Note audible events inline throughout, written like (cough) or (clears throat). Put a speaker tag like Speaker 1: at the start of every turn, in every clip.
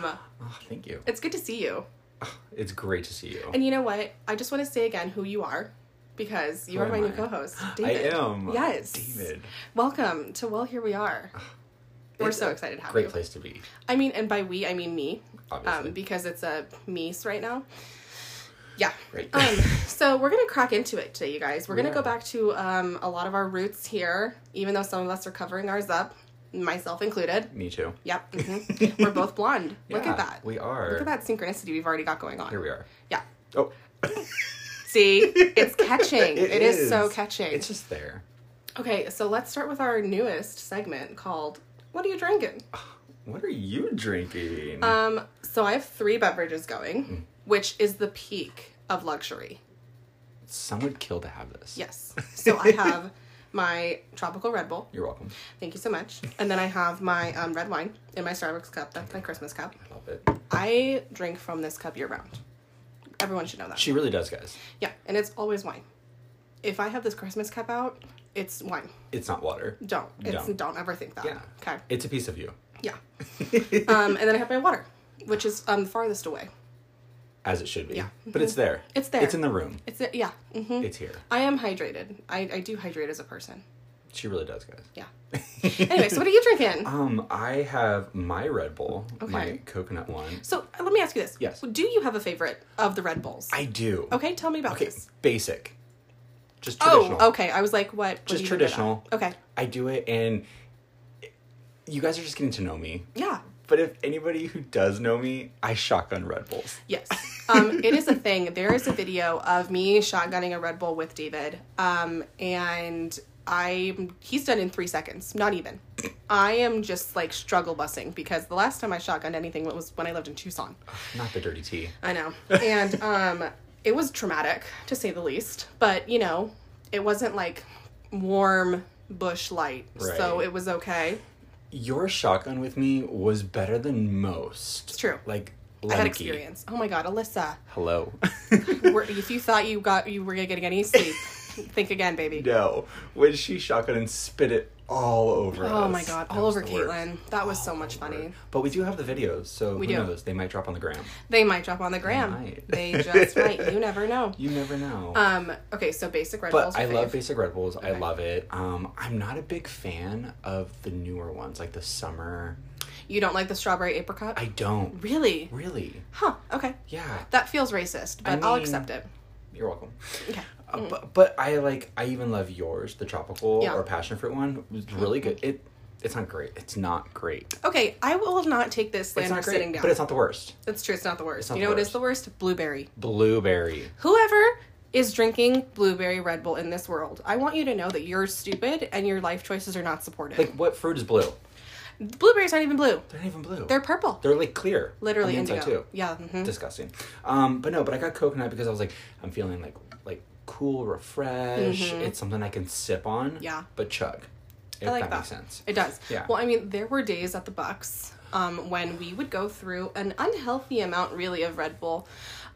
Speaker 1: Oh, Thank you.
Speaker 2: It's good to see you.
Speaker 1: It's great to see you.
Speaker 2: And you know what? I just want to say again who you are because you
Speaker 1: Who
Speaker 2: are my
Speaker 1: am
Speaker 2: new
Speaker 1: (gasps) I?
Speaker 2: co host, David.
Speaker 1: I am.
Speaker 2: Yes.
Speaker 1: David.
Speaker 2: Welcome to Well Here We Are. We're
Speaker 1: It's
Speaker 2: so
Speaker 1: a
Speaker 2: excited to have
Speaker 1: Great
Speaker 2: you.
Speaker 1: place to be.
Speaker 2: I mean, and by we, I mean me,
Speaker 1: Obviously.
Speaker 2: um, because it's a me's right now. Yeah.
Speaker 1: Great.
Speaker 2: Um, so we're gonna crack into it today, you guys. We're
Speaker 1: We
Speaker 2: gonna go
Speaker 1: are.
Speaker 2: back to um, a lot of our roots here, even though some of us are covering ours up, myself included.
Speaker 1: (laughs) Me too.
Speaker 2: Yep, mhm.
Speaker 1: (laughs)
Speaker 2: we're both blonde. Look
Speaker 1: Yeah,
Speaker 2: at that.
Speaker 1: We are.
Speaker 2: Look at that synchronicity we've already got going on.
Speaker 1: Here we are.
Speaker 2: Yeah.
Speaker 1: Oh.
Speaker 2: See,
Speaker 1: (laughs)
Speaker 2: it's catching. it is. so catching.
Speaker 1: It's just there.
Speaker 2: Okay, so let's start with our newest segment called "What are you drinking?"
Speaker 1: What are you drinking?
Speaker 2: Um, so I have three beverages going,
Speaker 1: Hmm.
Speaker 2: which is the peak of luxury.
Speaker 1: Some would kill to have this. (laughs)
Speaker 2: Yes. So I have my tropical Red Bull.
Speaker 1: You're welcome.
Speaker 2: Thank you so much. And then I have my um, red wine in my Starbucks cup. That's my Christmas cup.
Speaker 1: I love it.
Speaker 2: I drink from this cup year round. Everyone should know that.
Speaker 1: She really does, guys.
Speaker 2: Yeah, and it's always wine. If I have this Christmas cup out, it's wine.
Speaker 1: It's not water.
Speaker 2: Don't. It's
Speaker 1: Don't.
Speaker 2: don't, ever think that.
Speaker 1: Yeah.
Speaker 2: Okay.
Speaker 1: It's a piece of you,
Speaker 2: Yeah.
Speaker 1: (laughs)
Speaker 2: um, and then I have my water, which is um farthest away.
Speaker 1: as it should be.
Speaker 2: Yeah. Mm-hmm.
Speaker 1: But it's there.
Speaker 2: It's there.
Speaker 1: It's in the room.
Speaker 2: It's it. Yeah. hmm
Speaker 1: It's here.
Speaker 2: I am hydrated. I I do hydrate as a person.
Speaker 1: She really does, guys. (laughs)
Speaker 2: Yeah. anyway, so what are you drinking?
Speaker 1: Um, I have my Red Bull, my
Speaker 2: Okay.
Speaker 1: coconut one.
Speaker 2: So uh, let me ask you this.
Speaker 1: Yes.
Speaker 2: Do you have a favorite of the Red Bulls?
Speaker 1: I do.
Speaker 2: okay, tell me about
Speaker 1: Okay,
Speaker 2: this.
Speaker 1: basic. Just
Speaker 2: Oh,
Speaker 1: traditional.
Speaker 2: okay. I was like, what? what
Speaker 1: Just
Speaker 2: do you do with that?
Speaker 1: traditional.
Speaker 2: Okay.
Speaker 1: I do it, and you guys are just getting to know me.
Speaker 2: Yeah.
Speaker 1: But if anybody who does know me, I shotgun Red Bulls.
Speaker 2: Yes. Um, it is a thing. There is a video of me shotgunning a Red Bull with David. Um, and I he's done in three seconds, not even. I am just like struggle bussing because the last time I shotgunned anything was when I lived in Tucson.
Speaker 1: Not the dirty tea.
Speaker 2: I know. And um it was traumatic to say the least, but you know, it wasn't like warm bush light. So
Speaker 1: Right.
Speaker 2: it was okay.
Speaker 1: Your shotgun with me was better than most. It's
Speaker 2: true.
Speaker 1: Like,
Speaker 2: I had
Speaker 1: Lemke.
Speaker 2: experience. Oh my god, Alyssa.
Speaker 1: Hello. (laughs)
Speaker 2: Were- if you thought you got you were gonna get any sleep, think again, baby.
Speaker 1: no, when she shotgun and spit it all over us.
Speaker 2: Oh my god,
Speaker 1: That
Speaker 2: all
Speaker 1: was
Speaker 2: over
Speaker 1: the worst. Oh,
Speaker 2: Caitlin. That was so much funny.
Speaker 1: But we do have the videos, so who
Speaker 2: do.
Speaker 1: knows? They might drop on the gram.
Speaker 2: They might drop on the gram.
Speaker 1: might.
Speaker 2: They, just might.
Speaker 1: (laughs)
Speaker 2: You never know.
Speaker 1: You never know.
Speaker 2: Um. Okay. So basic Red Bulls. are
Speaker 1: but I love
Speaker 2: fave.
Speaker 1: Basic Red Bulls. I love it. Um, I'm not a big fan of the newer ones, like the summer.
Speaker 2: You don't like the strawberry apricot?
Speaker 1: I don't
Speaker 2: really?
Speaker 1: really.
Speaker 2: Huh. Okay.
Speaker 1: Yeah,
Speaker 2: That feels racist, but
Speaker 1: I
Speaker 2: I'll
Speaker 1: mean-
Speaker 2: accept it.
Speaker 1: you're welcome.
Speaker 2: Okay.
Speaker 1: Uh, but, but I like. I even love yours, the tropical
Speaker 2: Mm. Yeah. Mm-hmm.
Speaker 1: or passion fruit one. was really good. It. It's not great. It's not great.
Speaker 2: Okay. I will not take this
Speaker 1: It's
Speaker 2: slander
Speaker 1: not
Speaker 2: sitting
Speaker 1: great,
Speaker 2: down.
Speaker 1: but it's not the worst.
Speaker 2: That's true. It's not the worst.
Speaker 1: not
Speaker 2: you
Speaker 1: the
Speaker 2: know what
Speaker 1: worst.
Speaker 2: is the worst? Blueberry.
Speaker 1: Blueberry.
Speaker 2: Whoever is drinking blueberry Red Bull in this world, I want you to know that you're stupid and your life choices are not supported.
Speaker 1: Like what fruit is blue?
Speaker 2: Blueberries aren't even blue.
Speaker 1: They're not even blue.
Speaker 2: They're purple.
Speaker 1: they're like clear. on
Speaker 2: Literally
Speaker 1: the inside,
Speaker 2: indigo.
Speaker 1: too.
Speaker 2: Yeah. mhm.
Speaker 1: disgusting. Um, but no, but I got coconut because I was like, I'm feeling like like cool, refresh. It's something I can sip on.
Speaker 2: Mm-hmm. Yeah.
Speaker 1: But chug. If
Speaker 2: I like that.
Speaker 1: makes sense.
Speaker 2: It does.
Speaker 1: Yeah.
Speaker 2: Well, I mean, there were days at the Bucks um, when we would go through an unhealthy amount, really, of Red Bull.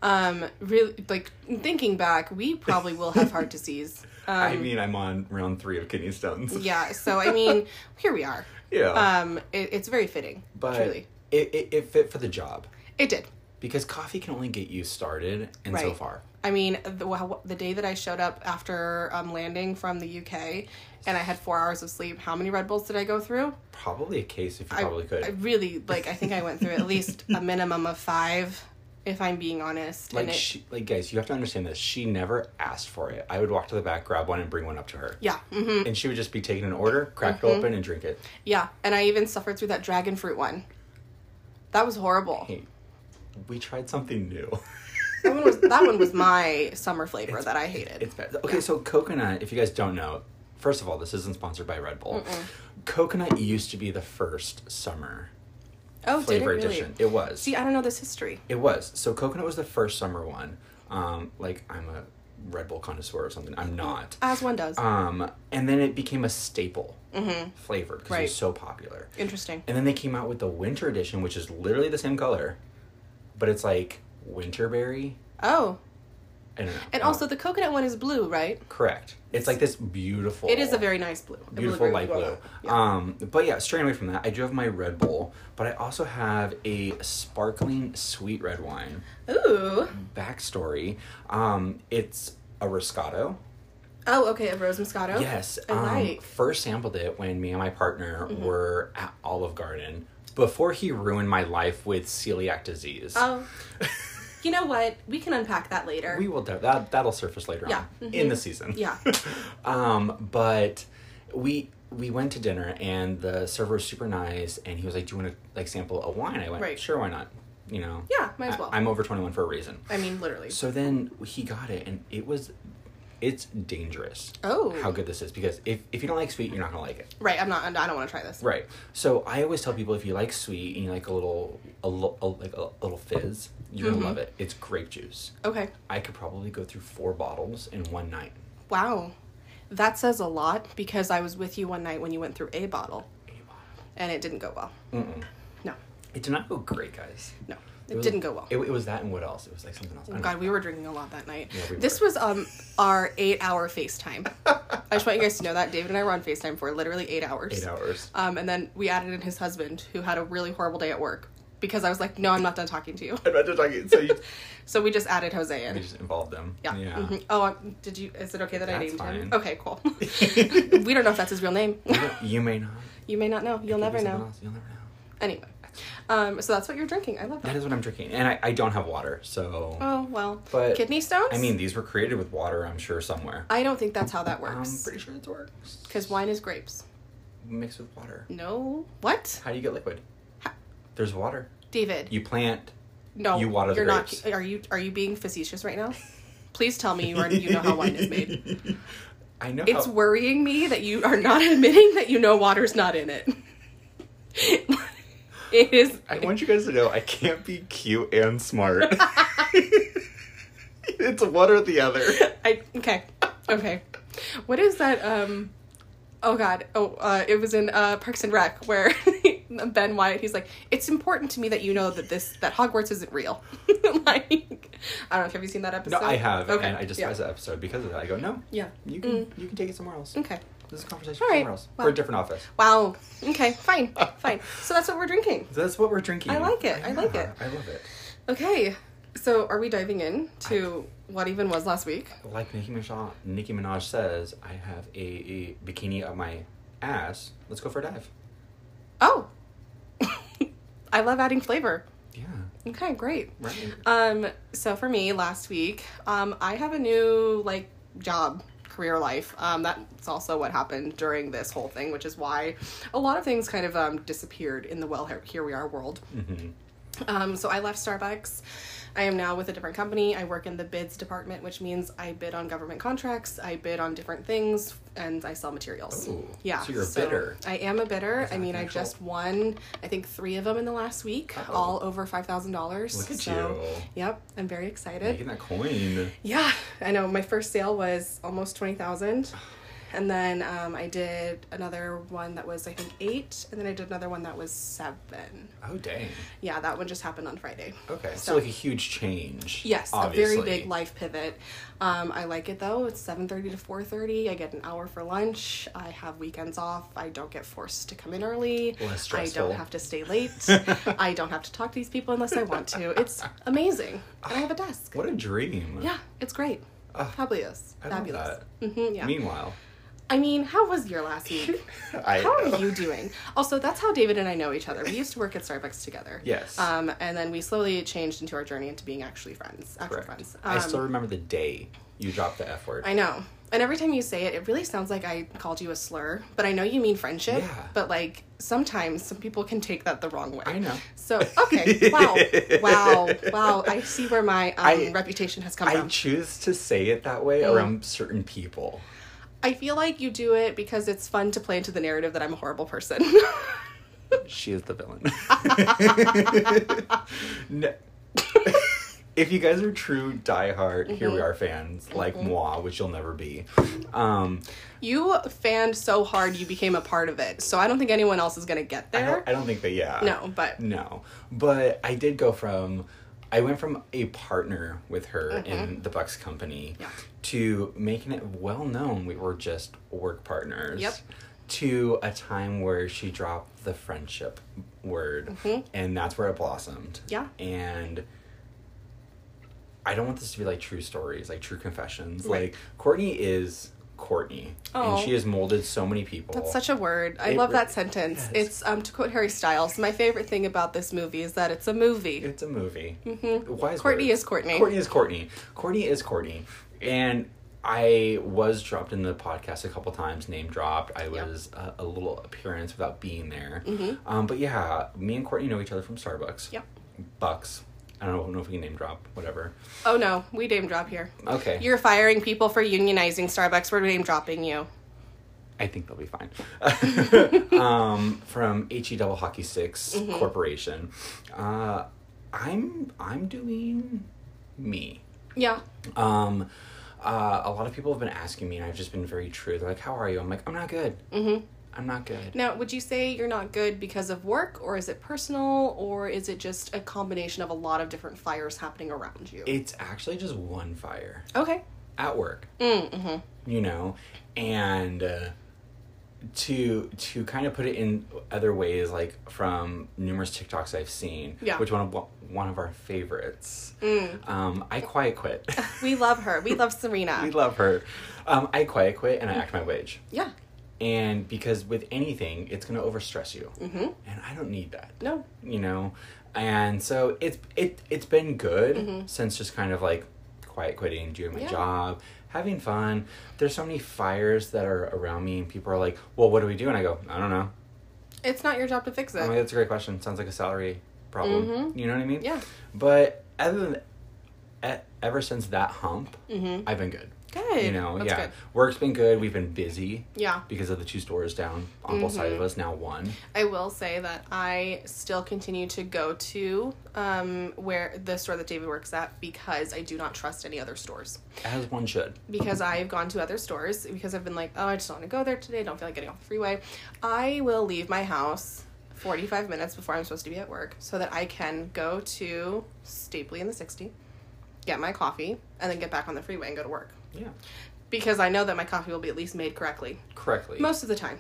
Speaker 2: Um, really, like thinking back, we probably will have
Speaker 1: (laughs)
Speaker 2: heart disease. Um,
Speaker 1: I mean, I'm on round three of kidney stones.
Speaker 2: yeah. So I mean, here we are.
Speaker 1: Yeah.
Speaker 2: Um, it, it's very fitting.
Speaker 1: (laughs) but
Speaker 2: truly,
Speaker 1: It, it it fit for the job
Speaker 2: it did.
Speaker 1: because coffee can only get you started and so
Speaker 2: Right.
Speaker 1: far.
Speaker 2: I mean, the, wow, the day that I showed up after um, landing from the UK and I had four hours of sleep, how many Red Bulls did I go through?
Speaker 1: Probably a case if you
Speaker 2: I-
Speaker 1: probably could.
Speaker 2: I really like. I think I went through at least a minimum of five, if I'm being honest.
Speaker 1: like
Speaker 2: and it,
Speaker 1: she, like guys, you have to understand this. She never asked for it. I would walk to the back, grab one, and bring one up to her.
Speaker 2: yeah, Mm-hmm. hmm
Speaker 1: And she would just be taking an order, crack it open, and drink it.
Speaker 2: yeah. And I even suffered through that dragon fruit one. That was horrible.
Speaker 1: Hey, we tried something new.
Speaker 2: That one was that one was my summer flavor that I hated.
Speaker 1: It's bad. Okay, so coconut, if you guys don't know, first of all, this isn't sponsored by Red Bull. Coconut used to be the first summer
Speaker 2: oh, did it
Speaker 1: flavor
Speaker 2: really?
Speaker 1: edition. It was.
Speaker 2: See, I don't know this history.
Speaker 1: it was. So coconut was the first summer one. Um, like I'm a Red Bull connoisseur or something. I'm not.
Speaker 2: As one does.
Speaker 1: Um, and then it became a staple flavor because it
Speaker 2: Mm-hmm. Right.
Speaker 1: was so popular.
Speaker 2: Interesting.
Speaker 1: And then they came out with the winter edition, which is literally the same color, but it's like winterberry
Speaker 2: Oh,
Speaker 1: I don't know.
Speaker 2: And
Speaker 1: I don't-
Speaker 2: also, the coconut one is blue, right?
Speaker 1: correct. It's like this beautiful.
Speaker 2: It is a very nice blue. I will
Speaker 1: Oh, beautiful
Speaker 2: agree
Speaker 1: light
Speaker 2: with you on
Speaker 1: blue.
Speaker 2: that. Yeah.
Speaker 1: Um, but yeah, straying away from that, I do have my Red Bull, but I also have a sparkling sweet red wine.
Speaker 2: Ooh.
Speaker 1: Backstory: um, It's a Roscato.
Speaker 2: Oh, okay. A rose Moscato.
Speaker 1: Yes,
Speaker 2: I
Speaker 1: um,
Speaker 2: like. Mm-hmm.
Speaker 1: First sampled it when me and my partner were at Olive Garden before he ruined my life with celiac disease.
Speaker 2: Oh. you know what? We can unpack that later.
Speaker 1: (laughs) We will de- that that'll surface later
Speaker 2: Yeah,
Speaker 1: on
Speaker 2: mhm.
Speaker 1: in the season.
Speaker 2: Yeah.
Speaker 1: um, but we we went to dinner and the server was super nice and he was like, "Do you want to like sample a wine?" I went,
Speaker 2: Right.
Speaker 1: "Sure, why not?" You know.
Speaker 2: Yeah, might as
Speaker 1: I-
Speaker 2: well.
Speaker 1: I'm over 21 for a reason.
Speaker 2: I mean, literally.
Speaker 1: So then he got it and it was it's dangerous.
Speaker 2: Oh.
Speaker 1: How good this is because if if you don't like sweet, you're not going to like it.
Speaker 2: right. I'm not. I don't want to try this.
Speaker 1: Right. So I always tell people if you like sweet and you like a little a, li- a- like a little fizz, you're going
Speaker 2: Mhm.
Speaker 1: to love it. It's grape juice.
Speaker 2: Okay.
Speaker 1: I could probably go through four bottles in one night.
Speaker 2: Wow. That says a lot because I was with you one night when you went through a bottle and it didn't go well.
Speaker 1: Mm-mm.
Speaker 2: No.
Speaker 1: It did not go great, guys.
Speaker 2: No. It,
Speaker 1: It was-
Speaker 2: didn't go well.
Speaker 1: It, it was that and what else? It was like something else. I don't
Speaker 2: God, we were drinking a lot that night.
Speaker 1: Yeah, we
Speaker 2: this
Speaker 1: were.
Speaker 2: was um our eight hour FaceTime. I just want you guys to know that David and I were on FaceTime for literally eight hours.
Speaker 1: know. eight hours.
Speaker 2: Um, and then we added in his husband, who had a really horrible day at work, because I was like, "No, I'm not done talking to you."
Speaker 1: I'm not just talking. So you,
Speaker 2: So we just added Jose in.
Speaker 1: (laughs) we just involved them.
Speaker 2: Yeah.
Speaker 1: Yeah. (laughs)
Speaker 2: Mhm. Oh, um, did you? Is it okay that I
Speaker 1: That's
Speaker 2: named him?
Speaker 1: fine.
Speaker 2: Okay,
Speaker 1: (laughs)
Speaker 2: cool. (laughs) we don't know if that's his real name.
Speaker 1: you may not.
Speaker 2: (laughs) you may not know. You'll
Speaker 1: Maybe
Speaker 2: never
Speaker 1: someone
Speaker 2: know.
Speaker 1: else. You'll never know.
Speaker 2: Anyway, um, so that's what you're drinking. I love
Speaker 1: That
Speaker 2: that.
Speaker 1: is what I'm drinking, and I, I don't have water, so
Speaker 2: Oh well,
Speaker 1: But-
Speaker 2: kidney stones.
Speaker 1: I mean these were created with water, I'm sure somewhere.
Speaker 2: I don't think that's how that
Speaker 1: I'm
Speaker 2: works.
Speaker 1: pretty sure it works.
Speaker 2: Because wine is grapes.
Speaker 1: mixed with water.
Speaker 2: No. What?
Speaker 1: How do you get liquid?
Speaker 2: Ha-
Speaker 1: There's water.
Speaker 2: David.
Speaker 1: You plant.
Speaker 2: no.
Speaker 1: you water the
Speaker 2: you're
Speaker 1: grapes.
Speaker 2: Not, are you are you being facetious right
Speaker 1: (laughs)
Speaker 2: now? Please tell me you are, you know how wine is
Speaker 1: Oh.
Speaker 2: made.
Speaker 1: I know.
Speaker 2: It's
Speaker 1: how-
Speaker 2: worrying me that you are not (laughs) admitting that you know water's not in it. (laughs) it is.
Speaker 1: I want you guys to know I can't be cute and (laughs) smart. it's one or the other.
Speaker 2: (laughs) I okay. Okay. What is that? Um. Oh God. Oh, uh, it was in uh, Parks and Rec where (laughs) Ben Wyatt. He's like, it's important to me that you know that this that Hogwarts isn't real. (laughs) like, I don't know. Have you seen that episode?
Speaker 1: No, I have, and I
Speaker 2: yeah.
Speaker 1: despise that episode because of that. I go, no,
Speaker 2: Yeah.
Speaker 1: you can
Speaker 2: Mm.
Speaker 1: you can take it somewhere else.
Speaker 2: Okay.
Speaker 1: This is a conversation
Speaker 2: All right,
Speaker 1: somewhere else
Speaker 2: well.
Speaker 1: for a different office.
Speaker 2: Wow. Okay.
Speaker 1: (laughs)
Speaker 2: Fine. Fine. So that's what we're drinking.
Speaker 1: So that's what we're drinking.
Speaker 2: I like it, I like it.
Speaker 1: I love it.
Speaker 2: Okay. So are we diving in to what even was last week?
Speaker 1: Like Nicki Minaj, Nicki Minaj says, I have a, a bikini up my ass. Let's go for a dive.
Speaker 2: Oh. (laughs) I love adding flavor.
Speaker 1: Yeah,
Speaker 2: Okay, great. (laughs)
Speaker 1: right.
Speaker 2: Um, so for me last week, um, I have a new like job career life. Um, that's also what happened during this whole thing, which is why a lot of things kind of um, disappeared in the well here, here we are world.
Speaker 1: Mm-hmm.
Speaker 2: Um, so I left Starbucks. I am now with a different company. I work in the bids department, which means I bid on government contracts, I bid on different things, and I sell materials.
Speaker 1: Ooh,
Speaker 2: yeah.
Speaker 1: so you're a bidder.
Speaker 2: I am a bidder. I
Speaker 1: that
Speaker 2: mean, I
Speaker 1: actual-
Speaker 2: just won, I think, three of them in the last week,
Speaker 1: Uh-oh.
Speaker 2: all over $5,000.
Speaker 1: Oh. Look at
Speaker 2: so,
Speaker 1: you.
Speaker 2: Yep, I'm very excited.
Speaker 1: Making that coin.
Speaker 2: Yeah, I know. My first sale was almost twenty thousand, and then um, I did another one that was I think eight, and then I did another one that was seven.
Speaker 1: Oh, dang.
Speaker 2: Yeah, that one just happened on Friday.
Speaker 1: Okay. So,
Speaker 2: So-
Speaker 1: like a huge change.
Speaker 2: Yes,
Speaker 1: obviously.
Speaker 2: a very big life pivot. Um, I like it though. It's seven thirty to four thirty. I get an hour for lunch. I have weekends off. I don't get forced to come in early.
Speaker 1: Less
Speaker 2: I
Speaker 1: stressful.
Speaker 2: don't have to
Speaker 1: (laughs)
Speaker 2: stay late. I don't have to talk to these people unless I want to. It's amazing, and I have a desk.
Speaker 1: What a dream.
Speaker 2: Yeah, it's great.
Speaker 1: Ah,
Speaker 2: Fabulous.
Speaker 1: I love
Speaker 2: Fabulous. hmm yeah.
Speaker 1: Meanwhile,
Speaker 2: I mean, how was your last week?
Speaker 1: (laughs) I
Speaker 2: how
Speaker 1: know.
Speaker 2: are you doing? Also, that's how David and I know each other. We used to work at Starbucks together.
Speaker 1: Yes.
Speaker 2: Um, and then we slowly changed into our journey into being actually friends, actual
Speaker 1: Correct.
Speaker 2: friends. Um,
Speaker 1: I still remember the day you dropped the F word.
Speaker 2: I know. And every time you say it, it really sounds like I called you a slur, but I know you mean friendship.
Speaker 1: Yeah.
Speaker 2: But like sometimes some people can take that the wrong way.
Speaker 1: I know.
Speaker 2: So okay,
Speaker 1: (laughs)
Speaker 2: wow, wow, wow! I see where my um,
Speaker 1: I-
Speaker 2: reputation has come
Speaker 1: I
Speaker 2: from.
Speaker 1: choose to say it that way
Speaker 2: Mm.
Speaker 1: around certain people.
Speaker 2: I feel like you do it because it's fun to play into the narrative that I'm a horrible person. (laughs)
Speaker 1: She is the villain. no. (laughs) if you guys are true diehard Here
Speaker 2: Mm-hmm.
Speaker 1: We Are fans, like moi, which you'll never be, um,
Speaker 2: You fanned so hard you became a part of it. So I don't think anyone else is gonna get
Speaker 1: I,
Speaker 2: there.
Speaker 1: don't, I don't think that, yeah.
Speaker 2: No, but
Speaker 1: No. But I did go from I went from a partner with her in the Bucks Company
Speaker 2: Mm-hmm. Yeah.
Speaker 1: to making it well known we were just work partners.
Speaker 2: Yep.
Speaker 1: To a time where she dropped the friendship word, and that's where it blossomed.
Speaker 2: Mm-hmm. Yeah.
Speaker 1: And I don't want this to be like true stories, like true confessions.
Speaker 2: Right.
Speaker 1: Like Courtney is Courtney,
Speaker 2: Oh.
Speaker 1: and she has molded so many people.
Speaker 2: That's such a word. I
Speaker 1: It
Speaker 2: love
Speaker 1: re-
Speaker 2: that sentence.
Speaker 1: Yes.
Speaker 2: It's um to quote Harry Styles. My favorite thing about this movie is that it's a movie.
Speaker 1: It's a movie. Mm-hmm. Wise
Speaker 2: Courtney
Speaker 1: words.
Speaker 2: is Courtney.
Speaker 1: Courtney is Courtney. Courtney is Courtney. And I was dropped in the podcast a couple times, name dropped. I was uh, a little appearance without being there. Um, but yeah, me and Courtney know each other from Starbucks.
Speaker 2: Mm-hmm. Yep.
Speaker 1: Bucks. I don't know if we can name drop, whatever.
Speaker 2: Oh no, we name drop here.
Speaker 1: Okay.
Speaker 2: You're firing people for unionizing Starbucks. We're name dropping you.
Speaker 1: I think they'll
Speaker 2: (laughs)
Speaker 1: be fine. (laughs) um, from HE Double Hockey 6
Speaker 2: Mm-hmm.
Speaker 1: Corporation. Uh, I'm I'm doing me.
Speaker 2: Yeah.
Speaker 1: Um, uh, a lot of people have been asking me, and I've just been very true. They're like, "How are you?" I'm like, "I'm not good. Mm-hmm. I'm not good."
Speaker 2: Now, would you say you're not good because of work, or is it personal, or is it just a combination of a lot of different fires happening around you?
Speaker 1: It's actually just one fire
Speaker 2: okay.
Speaker 1: at work. Mm-hmm. You know, and uh, to to kind of put it in other ways, like from numerous TikToks I've seen,
Speaker 2: Yeah.
Speaker 1: which one of one of our favorites. Um, I quiet (laughs) quit.
Speaker 2: We love her. We love Serena.
Speaker 1: we love her. Um, I quiet quit and I act my wage.
Speaker 2: yeah.
Speaker 1: And because with anything, it's going to overstress you, mm-hmm. and I don't need that.
Speaker 2: No.
Speaker 1: you know and so it's it it's been good since just kind of like quiet quitting doing my
Speaker 2: Mm-hmm. Yeah.
Speaker 1: job having fun there's so many fires that are around me and people are like well what do we do and i go i don't know
Speaker 2: It's not your job to fix
Speaker 1: i'm
Speaker 2: it.
Speaker 1: like that's a great question sounds like a salary problem you know what i mean
Speaker 2: Mm-hmm. Yeah.
Speaker 1: but other than e- ever since that hump i've been good
Speaker 2: Mm-hmm. Good.
Speaker 1: you know
Speaker 2: That's
Speaker 1: yeah
Speaker 2: good.
Speaker 1: work's been good we've been busy
Speaker 2: Yeah.
Speaker 1: because of the two stores down on both sides of
Speaker 2: Mm-hmm.
Speaker 1: us now one
Speaker 2: I will say that I still continue to go to um, where the store that David works at because I do not trust any other stores.
Speaker 1: as one should
Speaker 2: Because I've gone to other stores because I've been like, oh, I just don't want to go there today. I don't feel like getting off the freeway. I will leave my house 45 minutes before I'm supposed to be at work so that I can go to Stapley in the 60, get my coffee, and then get back on the freeway and go to work.
Speaker 1: yeah
Speaker 2: Because I know that my coffee will be at least made correctly
Speaker 1: correctly
Speaker 2: most of the time.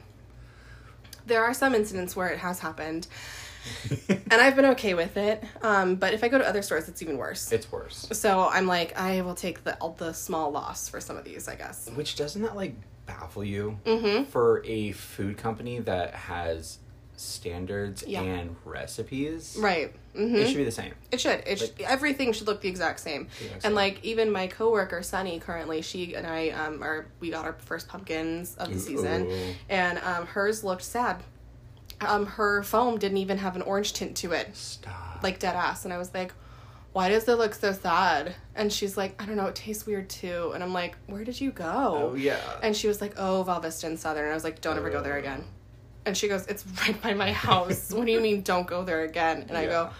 Speaker 2: There are some incidents where it has happened, and I've been okay with it. Um, but if I go to other stores, it's even worse.
Speaker 1: (laughs) it's worse
Speaker 2: so I'm like, I will take the the small loss for some of these, I guess.
Speaker 1: Which doesn't that like baffle you
Speaker 2: Mm-hmm.
Speaker 1: for a food company that has standards
Speaker 2: Yeah.
Speaker 1: and recipes?
Speaker 2: Right. hmm
Speaker 1: It should be the same.
Speaker 2: It should. It should. Everything should look the exact same.
Speaker 1: exact
Speaker 2: And
Speaker 1: same.
Speaker 2: like even my coworker Sunny, currently she and I um are we got our first pumpkins of the season,
Speaker 1: Ooh.
Speaker 2: and um hers looked sad. Um, her foam didn't even have an orange tint to it.
Speaker 1: Stop.
Speaker 2: like dead ass and i was like why does it look so sad and she's like i don't know it tastes weird too and i'm like where did you go
Speaker 1: oh yeah.
Speaker 2: and she was like oh val vista and southern and i was like don't ever go there
Speaker 1: Oh.
Speaker 2: again and she goes it's (laughs) right by my house what do you mean don't go there again and i go
Speaker 1: Yeah.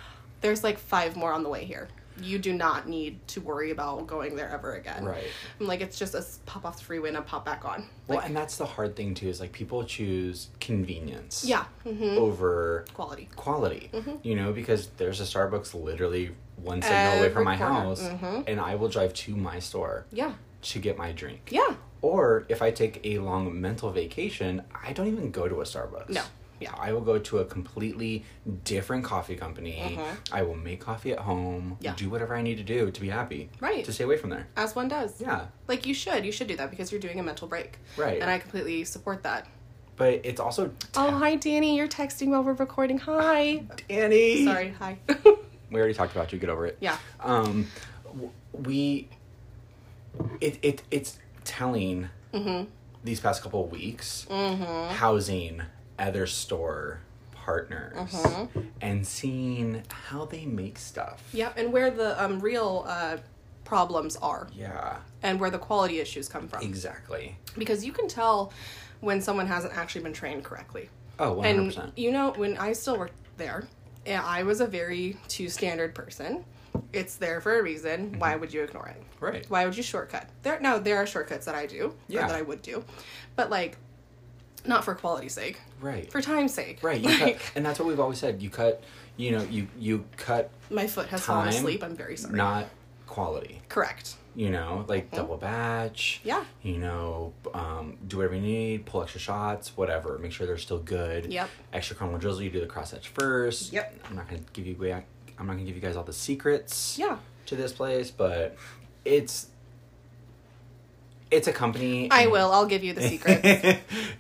Speaker 2: there's like five more on the way here you do not need to worry about going there ever again
Speaker 1: Right.
Speaker 2: i'm like it's just a s- pop off the freeway and a pop back on
Speaker 1: well, and that's the hard thing too is like people choose convenience.
Speaker 2: yeah Mm-hmm. mhm,
Speaker 1: Over
Speaker 2: quality
Speaker 1: quality. You know, because there's a Starbucks literally one signal away from
Speaker 2: Every
Speaker 1: my
Speaker 2: corner. Mm-hmm.
Speaker 1: house, and I will drive to my store
Speaker 2: yeah
Speaker 1: to get my drink.
Speaker 2: yeah
Speaker 1: Or if I take a long mental vacation, I don't even go to a Starbucks.
Speaker 2: No. Yeah.
Speaker 1: I will go to a completely different coffee company. I will make coffee at home,
Speaker 2: Mm-hmm. Yeah.
Speaker 1: do whatever I need to do to be happy.
Speaker 2: Right.
Speaker 1: To stay away from there.
Speaker 2: as one does
Speaker 1: Yeah.
Speaker 2: like you should you should do that because you're doing a mental break
Speaker 1: Right.
Speaker 2: and i completely support that
Speaker 1: But it's also
Speaker 2: oh hi danny you're texting while we're recording hi
Speaker 1: Danny.
Speaker 2: (laughs) sorry hi (laughs)
Speaker 1: We already talked about you, get over it.
Speaker 2: yeah
Speaker 1: Um w- we it it it's telling
Speaker 2: Mm-hmm.
Speaker 1: these past couple weeks housing other store partners and seeing how they make stuff
Speaker 2: Mm-hmm. yeah and where the um, real uh, problems are
Speaker 1: yeah
Speaker 2: and where the quality issues come from
Speaker 1: exactly
Speaker 2: because you can tell when someone hasn't actually been trained correctly
Speaker 1: oh 100%
Speaker 2: and you know when i still worked there yeah, i was a very two standard person it's there for a reason why would you ignore it
Speaker 1: Mm-hmm. right
Speaker 2: why would you shortcut there no there are shortcuts that i do or
Speaker 1: Yeah.
Speaker 2: that i would do but like Not for quality's sake,
Speaker 1: Right.
Speaker 2: for time's sake. (laughs)
Speaker 1: right. You
Speaker 2: Like,
Speaker 1: cut, and that's what we've always said. You cut, you know, you you cut
Speaker 2: my foot has fallen
Speaker 1: time,
Speaker 2: asleep. I'm very sorry.
Speaker 1: not quality.
Speaker 2: Correct.
Speaker 1: You know, like double batch.
Speaker 2: Yeah.
Speaker 1: You know, um, do whatever you need, pull extra shots, whatever. Make sure they're still good.
Speaker 2: Yep.
Speaker 1: Extra caramel drizzle. You do the cross edge first.
Speaker 2: Yep.
Speaker 1: I'm not gonna give you. way- I'm not gonna give you guys all the secrets. (laughs)
Speaker 2: Yeah.
Speaker 1: To this place, but it's it's a company.
Speaker 2: I
Speaker 1: and-
Speaker 2: will. I'll give you the
Speaker 1: (laughs)
Speaker 2: secret.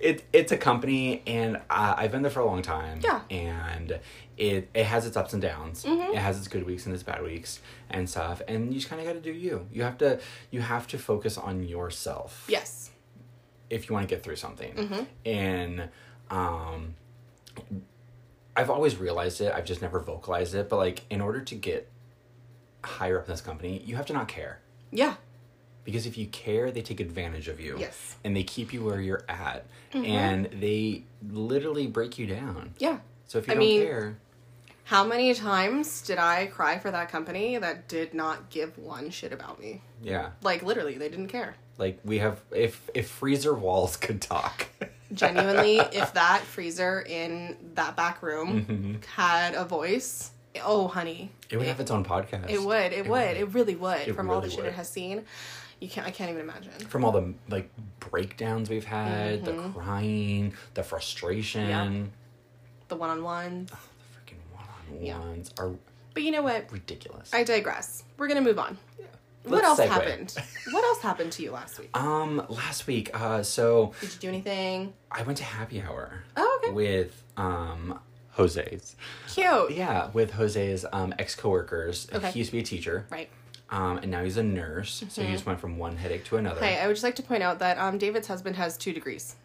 Speaker 1: it it's a company, and uh, I've been there for a long time.
Speaker 2: Yeah. Mm-hmm.
Speaker 1: and it it has its ups and downs. It has its good weeks and its bad weeks and stuff. And you just kind of got to do you. You have to you have to focus on yourself
Speaker 2: yes.
Speaker 1: if you want to get through something.
Speaker 2: Mm-hmm.
Speaker 1: And um, I've always realized it. I've just never vocalized it. But like, in order to get higher up in this company, you have to not care.
Speaker 2: Yeah.
Speaker 1: Because if you care, they take advantage of you.
Speaker 2: Yes. Mm-hmm.
Speaker 1: And they keep you where you're at. And they literally break you down.
Speaker 2: Yeah.
Speaker 1: So if you
Speaker 2: I
Speaker 1: don't
Speaker 2: mean-
Speaker 1: care,
Speaker 2: How many times did I cry for that company that did not give one shit about me?
Speaker 1: yeah.
Speaker 2: Like literally, they didn't care.
Speaker 1: Like we have if if freezer walls (laughs) could talk. (laughs)
Speaker 2: Genuinely, if that freezer in that back room had a voice, oh honey,
Speaker 1: Mm-hmm. It would have its own podcast.
Speaker 2: it would, it, would, it really would.
Speaker 1: It
Speaker 2: from all the
Speaker 1: really
Speaker 2: shit
Speaker 1: would.
Speaker 2: it has seen, you can't. I can't even imagine.
Speaker 1: From all the like breakdowns we've had,
Speaker 2: Mm-hmm.
Speaker 1: the crying, the frustration,
Speaker 2: The one on one.
Speaker 1: the freaking one-on-ones are
Speaker 2: But you know what?
Speaker 1: ridiculous.
Speaker 2: I digress. We're gonna move on. what
Speaker 1: Let's
Speaker 2: else
Speaker 1: segue. (laughs)
Speaker 2: happened? What else happened to you last week?
Speaker 1: Um, last week, uh, so
Speaker 2: Did you do anything?
Speaker 1: I went to happy hour
Speaker 2: Oh, okay.
Speaker 1: with um Jose's.
Speaker 2: Cute.
Speaker 1: Yeah, with Jose's um, ex coworkers.
Speaker 2: Okay.
Speaker 1: He used to be a teacher,
Speaker 2: Right. Mm-hmm.
Speaker 1: um, and now he's a nurse. So he just went from one headache to another.
Speaker 2: Hey, I would just like to point out that um, David's husband has two degrees.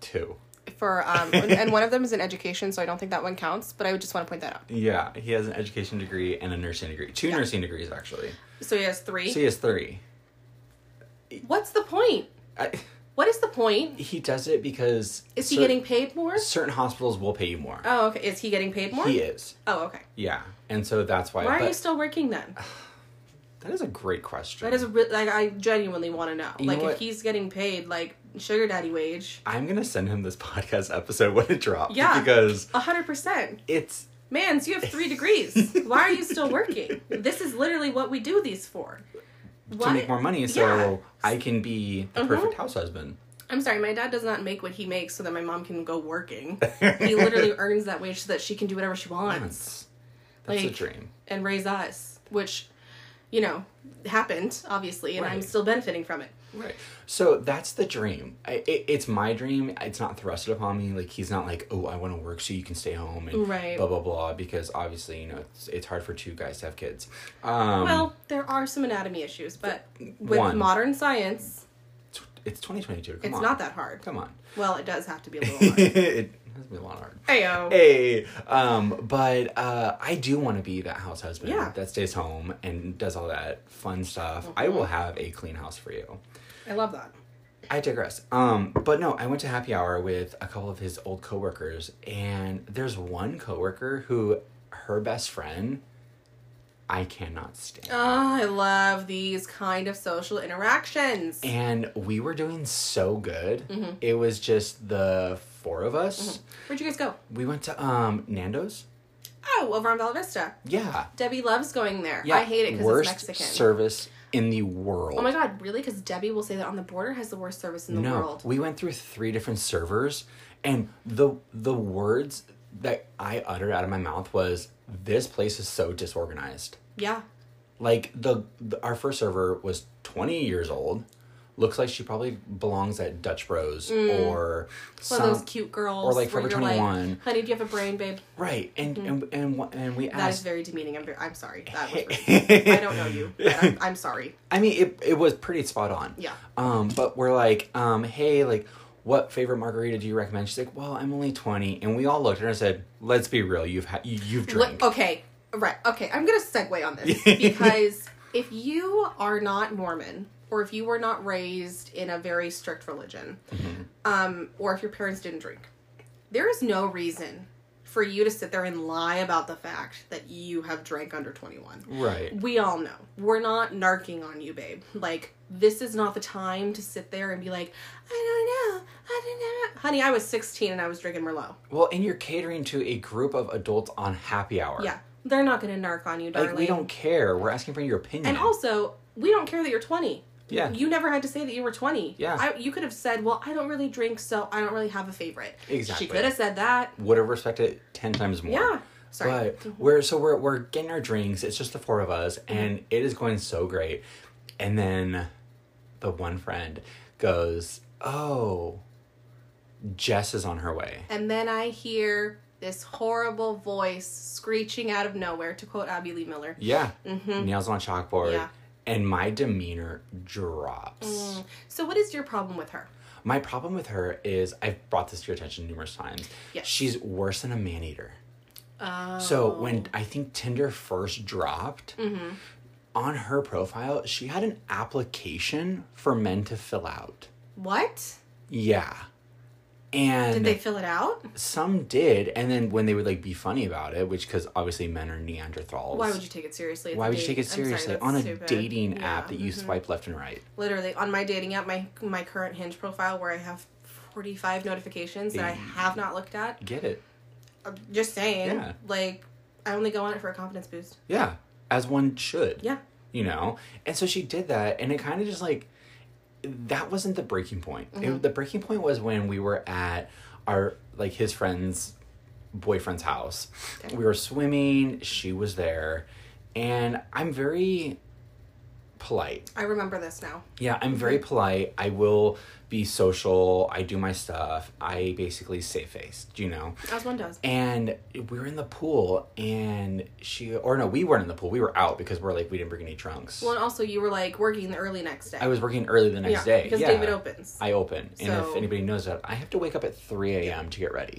Speaker 1: Two.
Speaker 2: for
Speaker 1: (laughs)
Speaker 2: um and one of them is in education so i don't think that one counts but i would just want to point that out
Speaker 1: Yeah, he has an education degree and a nursing degree. Two nursing degrees, actually.
Speaker 2: so he has three
Speaker 1: So he has three.
Speaker 2: what's the point
Speaker 1: I,
Speaker 2: what is the point
Speaker 1: he does it because
Speaker 2: is he
Speaker 1: cer-
Speaker 2: getting paid more
Speaker 1: certain hospitals will pay you more.
Speaker 2: oh okay is he getting paid more
Speaker 1: He is.
Speaker 2: oh okay
Speaker 1: Yeah, and so that's why.
Speaker 2: why are
Speaker 1: but
Speaker 2: you still working then
Speaker 1: (sighs) that is a great question.
Speaker 2: that is re- like i genuinely want to know
Speaker 1: know
Speaker 2: like if
Speaker 1: what?
Speaker 2: he's getting paid like sugar daddy wage
Speaker 1: I'm gonna send him this (laughs) podcast episode when it drops.
Speaker 2: Yeah.
Speaker 1: Because
Speaker 2: 100%
Speaker 1: it's
Speaker 2: mans you have
Speaker 1: (laughs)
Speaker 2: three degrees why are you still working this is literally what we do these for
Speaker 1: to
Speaker 2: What?
Speaker 1: make more money, so
Speaker 2: Yeah. Mm-hmm.
Speaker 1: I can be the perfect house husband.
Speaker 2: I'm sorry, my dad does not make what he makes so that my mom can go
Speaker 1: (laughs)
Speaker 2: working. he literally earns that wage so that she can do whatever she wants
Speaker 1: That's that's a
Speaker 2: Like-
Speaker 1: dream.
Speaker 2: and raise us, which, you know, happened, obviously, and I'm
Speaker 1: Right.
Speaker 2: still benefiting from it.
Speaker 1: Right. So that's the dream. I, it, it's my dream. It's not thrusted upon me. Like he's not like, oh, I want to work so you can stay home and
Speaker 2: Right.
Speaker 1: blah blah blah. Because obviously, you know, it's it's hard for two guys to have kids. Um,
Speaker 2: Well, there are some anatomy issues, but with
Speaker 1: One.
Speaker 2: modern science,
Speaker 1: it's, it's twenty twenty two.
Speaker 2: it's not that hard. (laughs)
Speaker 1: Come on.
Speaker 2: Well, it does have to be a
Speaker 1: (laughs)
Speaker 2: little hard.
Speaker 1: it has been a lot hard.
Speaker 2: Ayo.
Speaker 1: Hey, um, but uh, I do want to be that house husband
Speaker 2: Yeah.
Speaker 1: that stays home and does all that fun stuff. I
Speaker 2: Mm-hmm.
Speaker 1: will have a clean house for you.
Speaker 2: I love that.
Speaker 1: I digress. Um, but no, I went to happy hour with a couple of his old coworkers, and there's one coworker who her best friend I cannot stand.
Speaker 2: Oh, I love these kind of social interactions.
Speaker 1: and we were doing so good.
Speaker 2: Mm-hmm.
Speaker 1: It was just the four of us.
Speaker 2: Where'd you guys go?
Speaker 1: We went to um Nando's.
Speaker 2: Oh, over on Bella Vista.
Speaker 1: Yeah.
Speaker 2: Debbie loves going there.
Speaker 1: Yeah.
Speaker 2: I hate it because
Speaker 1: worst
Speaker 2: it's Mexican.
Speaker 1: service in the world.
Speaker 2: Oh my god, really? Because Debbie will say that on the border has the worst service in the
Speaker 1: no,
Speaker 2: world.
Speaker 1: we went through three different servers, and the the words that I uttered out of my mouth was, "This place is so disorganized."
Speaker 2: Yeah.
Speaker 1: Like the, the our first server was twenty years old. Looks like she probably belongs at Dutch Bros or
Speaker 2: Mm. One
Speaker 1: some,
Speaker 2: of those cute girls.
Speaker 1: or like
Speaker 2: where
Speaker 1: Forever
Speaker 2: you're like,
Speaker 1: 21.
Speaker 2: Honey, do you have a brain, babe?
Speaker 1: right? And and and wha- and we
Speaker 2: Mm-hmm. That is
Speaker 1: asked.
Speaker 2: very demeaning. I'm, very, I'm sorry. That was rude. I don't know you. But I'm, I'm sorry.
Speaker 1: I mean, it it was pretty spot on.
Speaker 2: Yeah.
Speaker 1: Um, but we're like, um, hey, like, what favorite margarita do you recommend? She's like, well, I'm only twenty, and we all looked at her and said, let's be real, you've had you, you've
Speaker 2: What,
Speaker 1: drank.
Speaker 2: okay. Right. Okay. I'm going to segue on this because if you are not Mormon or if you were not raised in a very strict religion um, or if your parents didn't drink, there is no reason for you to sit there and lie about the fact that you have drank under 21.
Speaker 1: Right.
Speaker 2: we all know we're not narking on you babe like this is not the time to sit there and be like i don't know i don't know honey, I was 16 and I was drinking Merlot.
Speaker 1: Well, and you're catering to a group of adults on happy hour.
Speaker 2: Yeah, they're not going to narc on you, darling.
Speaker 1: Like, we don't care. We're asking for your opinion.
Speaker 2: And also, we don't care that you're 20.
Speaker 1: Yeah.
Speaker 2: You never had to say that you were 20.
Speaker 1: Yeah.
Speaker 2: I, you could have said, well, I don't really drink, so I don't really have a favorite.
Speaker 1: Exactly.
Speaker 2: She could have said that.
Speaker 1: would have respected it 10 times more.
Speaker 2: Yeah. Sorry.
Speaker 1: But we're so we're we're getting our drinks. It's just the four of us,
Speaker 2: Mm-hmm.
Speaker 1: and it is going so great. And then the one friend goes, "Oh, Jess is on her way."
Speaker 2: And then I hear this horrible voice screeching out of nowhere, to quote Abby Lee Miller.
Speaker 1: Yeah, nails on a chalkboard,
Speaker 2: Mm-hmm. Yeah.
Speaker 1: and my demeanor drops.
Speaker 2: So, what is your problem with her?
Speaker 1: My problem with her is I've brought this to your attention numerous times.
Speaker 2: Yes.
Speaker 1: She's worse than a man eater. So when
Speaker 2: Oh.
Speaker 1: I think Tinder first dropped,
Speaker 2: Mm-hmm.
Speaker 1: on her profile, she had an application for men to fill out.
Speaker 2: What?
Speaker 1: Yeah. And
Speaker 2: Did they fill it out?
Speaker 1: some did, and then when they would like be funny about it, which because obviously men are Neanderthals.
Speaker 2: Why would you take it seriously? It's
Speaker 1: Why
Speaker 2: a
Speaker 1: would you
Speaker 2: date.
Speaker 1: take
Speaker 2: I'm
Speaker 1: it
Speaker 2: sorry,
Speaker 1: seriously
Speaker 2: that's
Speaker 1: on a
Speaker 2: stupid.
Speaker 1: dating
Speaker 2: Yeah. mm-hmm.
Speaker 1: app that you swipe left and right?
Speaker 2: Literally, on my dating app, my my current Hinge profile, where I have forty five notifications that I have not looked at.
Speaker 1: Get it?
Speaker 2: I'm just saying,
Speaker 1: Yeah.
Speaker 2: like I only go on it for a confidence boost.
Speaker 1: Yeah, as one should.
Speaker 2: Yeah.
Speaker 1: you know and so she did that and it kind of just like that wasn't the breaking point It- the breaking point was when we were at our like his friend's boyfriend's house we were swimming she was there and i'm very polite
Speaker 2: I remember this now.
Speaker 1: yeah i'm very polite i will be social i do my stuff i basically stay faced you know
Speaker 2: As one does.
Speaker 1: and we were in the pool and she or no we weren't in the pool we were out because we're like we didn't bring any trunks
Speaker 2: Well, and also you were like working the early next day.
Speaker 1: I was working early the next day.
Speaker 2: because
Speaker 1: yeah.
Speaker 2: David opens.
Speaker 1: I open,
Speaker 2: So-
Speaker 1: and
Speaker 2: Mm-hmm.
Speaker 1: if anybody knows that, I have to wake up at three a.m. to get ready.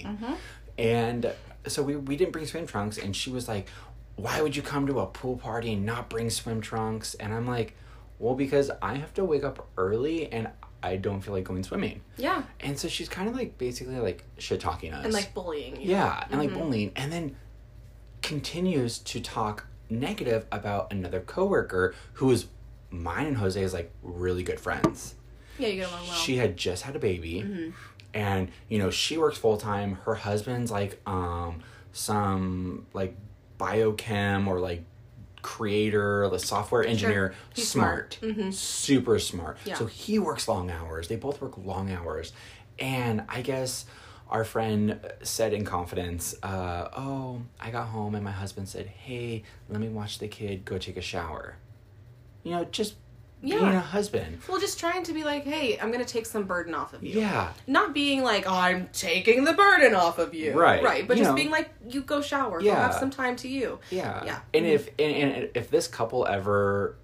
Speaker 1: And so we we didn't bring swim trunks, and she was like, "Why would you come to a pool party and not bring swim trunks?" And I'm like, "Well, because I have to wake up early, and I don't feel like going swimming."
Speaker 2: yeah,
Speaker 1: And so she's kind of like basically like shit talking us,
Speaker 2: and like bullying. You.
Speaker 1: yeah, and like bullying, and then continues to talk negative about another coworker who is mine and Jose's like really good friends.
Speaker 2: Yeah, you get along Oh, well. Mm-hmm.
Speaker 1: She had just had a baby, and you know she works full time. Her husband's like um some like biochem or like creator, the software engineer,
Speaker 2: He's Mm-hmm.
Speaker 1: smart, super smart.
Speaker 2: Yeah.
Speaker 1: So he works long hours. They both work long hours, and I guess. Our friend said in confidence, uh, "Oh, I got home and my husband said, "Hey, let me watch the kid go take a shower." You know, just being
Speaker 2: Yeah.
Speaker 1: a husband.
Speaker 2: well, just trying to be like, hey, I'm gonna take some burden off of you.
Speaker 1: Yeah.
Speaker 2: Not being like, "Oh, I'm taking the burden off of you.
Speaker 1: Right.
Speaker 2: Right. But
Speaker 1: You
Speaker 2: just
Speaker 1: know.
Speaker 2: being like, you go shower. Go
Speaker 1: Yeah.
Speaker 2: have some time to you.
Speaker 1: Yeah.
Speaker 2: Yeah. Mm-hmm.
Speaker 1: And if and, and if this couple ever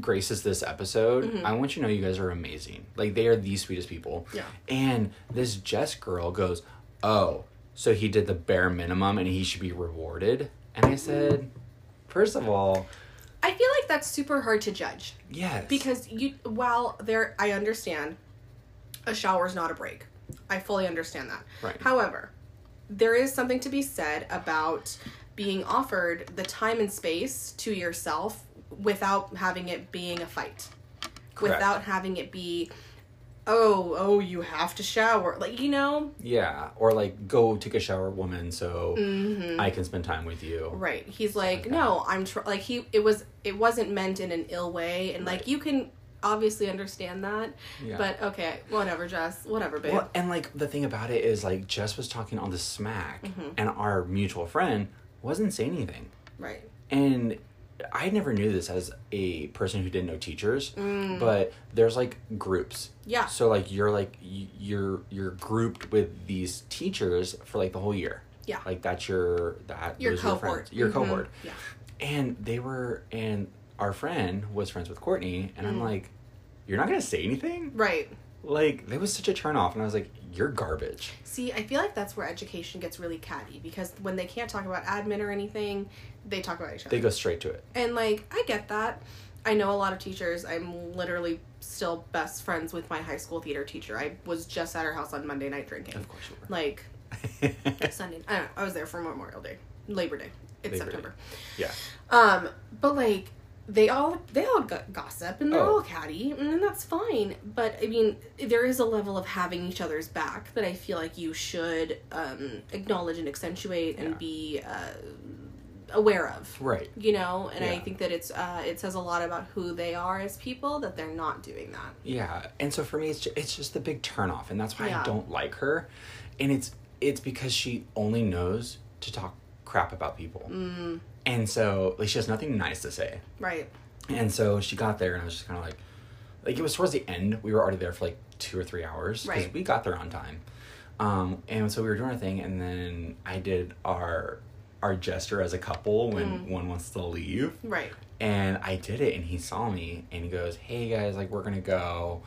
Speaker 1: graces this episode, I want you to know you guys are amazing. Like they are the sweetest people.
Speaker 2: Mm-hmm. Yeah.
Speaker 1: And this Jess girl goes, "Oh, so he did the bare minimum and he should be rewarded." And I said,
Speaker 2: Mm-hmm.
Speaker 1: first of all,
Speaker 2: I feel like that's super hard to judge
Speaker 1: yes,
Speaker 2: because you, while there, I understand a shower is not a break. I fully understand that.
Speaker 1: Right.
Speaker 2: However, there is something to be said about being offered the time and space to yourself without having it being a fight.
Speaker 1: Correct.
Speaker 2: Without having it be, oh, oh, you have to shower. Like, you know,
Speaker 1: yeah, or like go take a shower, woman, so
Speaker 2: Mm-hmm.
Speaker 1: I can spend time with you.
Speaker 2: Right. He's like, no, I'm tr-, like he. It was. It wasn't meant in an ill way, and like you can obviously understand that.
Speaker 1: Yeah.
Speaker 2: But okay, whatever, Jess. Whatever, babe.
Speaker 1: Well, and like the thing about it is like Jess was talking on the smack,
Speaker 2: Mm-hmm.
Speaker 1: and our mutual friend wasn't saying anything.
Speaker 2: Right.
Speaker 1: and I never knew this as a person who didn't know teachers,
Speaker 2: Mm.
Speaker 1: but there's like groups.
Speaker 2: Yeah.
Speaker 1: So like you're like y- you're you're grouped with these teachers for like the whole year.
Speaker 2: Yeah.
Speaker 1: Like that's your that
Speaker 2: Your
Speaker 1: those are
Speaker 2: cohort.
Speaker 1: friends. your
Speaker 2: Mhm.
Speaker 1: cohort.
Speaker 2: Yeah.
Speaker 1: And they were and our friend was friends with Courtney, and
Speaker 2: Mm.
Speaker 1: I'm like, you're not gonna say anything.
Speaker 2: Right.
Speaker 1: Like that was such a turnoff, and I was like, you're garbage.
Speaker 2: See, I feel like that's where education gets really catty because when they can't talk about admin or anything, they talk about each other.
Speaker 1: They go straight to it.
Speaker 2: And like, I get that. I know a lot of teachers. I'm literally still best friends with my high school theater teacher. I was just at her house on Monday night drinking.
Speaker 1: Of course you were.
Speaker 2: Like
Speaker 1: (laughs)
Speaker 2: Sunday. I don't know. I was there for Memorial Day, Labor Day. It's
Speaker 1: Labor Day.
Speaker 2: September.
Speaker 1: yeah.
Speaker 2: Um, but like they all they all go- gossip and they're
Speaker 1: Oh.
Speaker 2: all catty and that's fine but i mean there is a level of having each other's back that i feel like you should um acknowledge and accentuate and
Speaker 1: Yeah.
Speaker 2: be uh, aware of
Speaker 1: Right.
Speaker 2: you know and i
Speaker 1: Yeah.
Speaker 2: think that it's uh it says a lot about who they are as people that they're not doing that
Speaker 1: Yeah, and so for me, it's just, it's just the big turnoff, and that's why
Speaker 2: Yeah.
Speaker 1: I don't like her, and it's it's because she only knows to talk crap about people,
Speaker 2: Mm.
Speaker 1: and so like she has nothing nice to say,
Speaker 2: right
Speaker 1: and so she got there, and I was just kind of like, like it was towards the end, we were already there for like two or three hours because
Speaker 2: Right.
Speaker 1: we got there on time, um, and so we were doing our thing, and then I did our our gesture as a couple when
Speaker 2: Mm.
Speaker 1: one wants to leave,
Speaker 2: right
Speaker 1: and I did it, and he saw me, and he goes, "Hey guys, like we're gonna go,"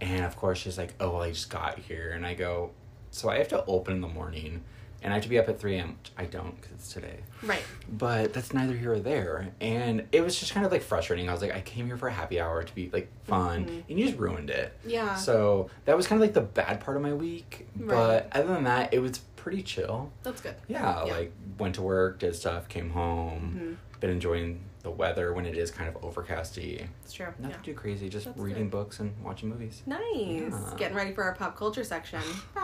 Speaker 1: and of course she's like, "Oh, well, I just got here," and I go, "So I have to open in the morning, and I have to be up at three a.m. which I don't because it's today,
Speaker 2: right
Speaker 1: but that's neither here or there." And it was just kind of like frustrating. I was like, "I came here for a happy hour to be like fun, and you just ruined it."
Speaker 2: Mm-hmm. yeah
Speaker 1: So that was kind of like the bad part of my week,
Speaker 2: Right.
Speaker 1: but other than that, it was pretty chill.
Speaker 2: that's good
Speaker 1: Yeah,
Speaker 2: Yeah. Mm-hmm.
Speaker 1: like went to work, did stuff, came home, been enjoying the weather when it is kind of overcasty.
Speaker 2: it's true
Speaker 1: Nothing
Speaker 2: yeah.
Speaker 1: too crazy, just
Speaker 2: That's
Speaker 1: reading
Speaker 2: good.
Speaker 1: books and watching movies.
Speaker 2: nice
Speaker 1: Yeah.
Speaker 2: getting ready for our pop culture section
Speaker 1: (sighs)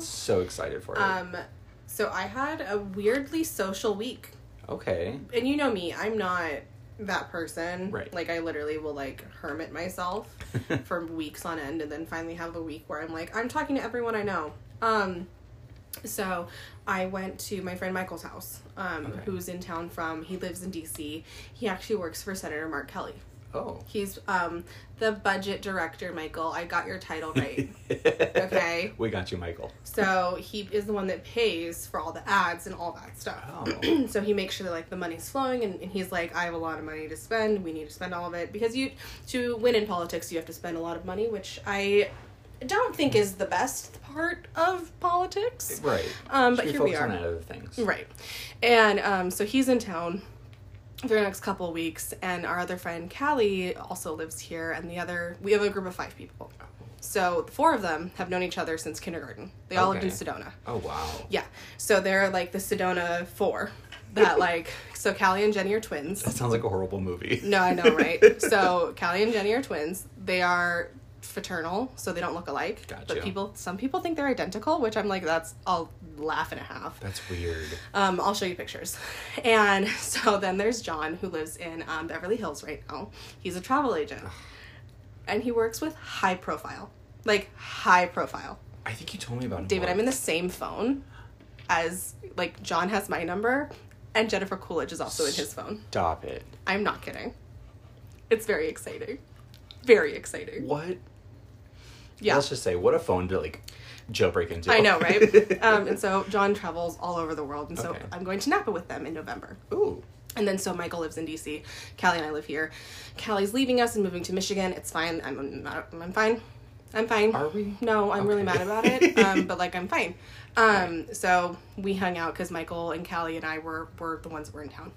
Speaker 1: So excited for it.
Speaker 2: Um, so I had a weirdly social week,
Speaker 1: okay. (laughs)
Speaker 2: and you know me, I'm not that person.
Speaker 1: Right.
Speaker 2: Like I literally will like hermit
Speaker 1: (laughs)
Speaker 2: myself for weeks on end, and then finally have a week where I'm like, I'm talking to everyone I know. Um, so I went to my friend Michael's house, um,
Speaker 1: Okay.
Speaker 2: who's in town from. He lives in D.C. He actually works for Senator Mark Kelly.
Speaker 1: oh. (laughs)
Speaker 2: He's um the budget director, Michael. I got your title
Speaker 1: (laughs)
Speaker 2: right. Okay.
Speaker 1: We got you, Michael.
Speaker 2: So he is the one that pays for all the ads and all that stuff.
Speaker 1: Oh.
Speaker 2: (clears throat) So he makes sure that like the money's flowing, and, and he's like, I have a lot of money to spend. We need to spend all of it because you to win in politics, you have to spend a lot of money, which I don't think is the best part of politics.
Speaker 1: right.
Speaker 2: Um,
Speaker 1: Should
Speaker 2: but
Speaker 1: we
Speaker 2: here we
Speaker 1: focus
Speaker 2: are.
Speaker 1: on other things.
Speaker 2: Right. And um, so he's in town for the next couple of weeks, and our other friend Callie also lives here, and the other, we have a group of five people. So the four of them have known each other since kindergarten. They all lived in
Speaker 1: Okay.
Speaker 2: Sedona.
Speaker 1: Oh wow.
Speaker 2: Yeah. So they're like the Sedona four
Speaker 1: (laughs)
Speaker 2: that like so Callie and Jenny are twins.
Speaker 1: That sounds like a horrible movie.
Speaker 2: No, I know,
Speaker 1: (laughs)
Speaker 2: right? so Callie and Jenny are twins. They are fraternal, so they don't look alike.
Speaker 1: Gotcha.
Speaker 2: But people some people think they're identical, which I'm like, that's I'll laugh and a half.
Speaker 1: That's weird.
Speaker 2: Um, I'll show you pictures. (laughs) And so then there's John who lives in um, Beverly Hills right now. He's a travel agent. And he works with high profile. Like high profile.
Speaker 1: I think you told me about him
Speaker 2: David, I'm in the
Speaker 1: once.
Speaker 2: same phone as like John has my number and Jennifer Coolidge is also in his phone.
Speaker 1: Stop it.
Speaker 2: I'm not kidding. It's very exciting. Very exciting.
Speaker 1: What?
Speaker 2: Yeah.
Speaker 1: Let's just say, what a phone to like jailbreak into.
Speaker 2: I know, right? um, and so John travels all over the world and so
Speaker 1: Okay.
Speaker 2: I'm going to Napa with them in November.
Speaker 1: (laughs) Ooh.
Speaker 2: And then so Michael lives in DC. Callie and I live here. Callie's leaving us and moving to Michigan. It's fine. I'm I'm not, I'm fine. I'm fine.
Speaker 1: Are we?
Speaker 2: No, I'm really
Speaker 1: Okay.
Speaker 2: mad about it. Um, but like I'm fine. Um, so we hung out because Michael and Callie and I were were the ones that were in town,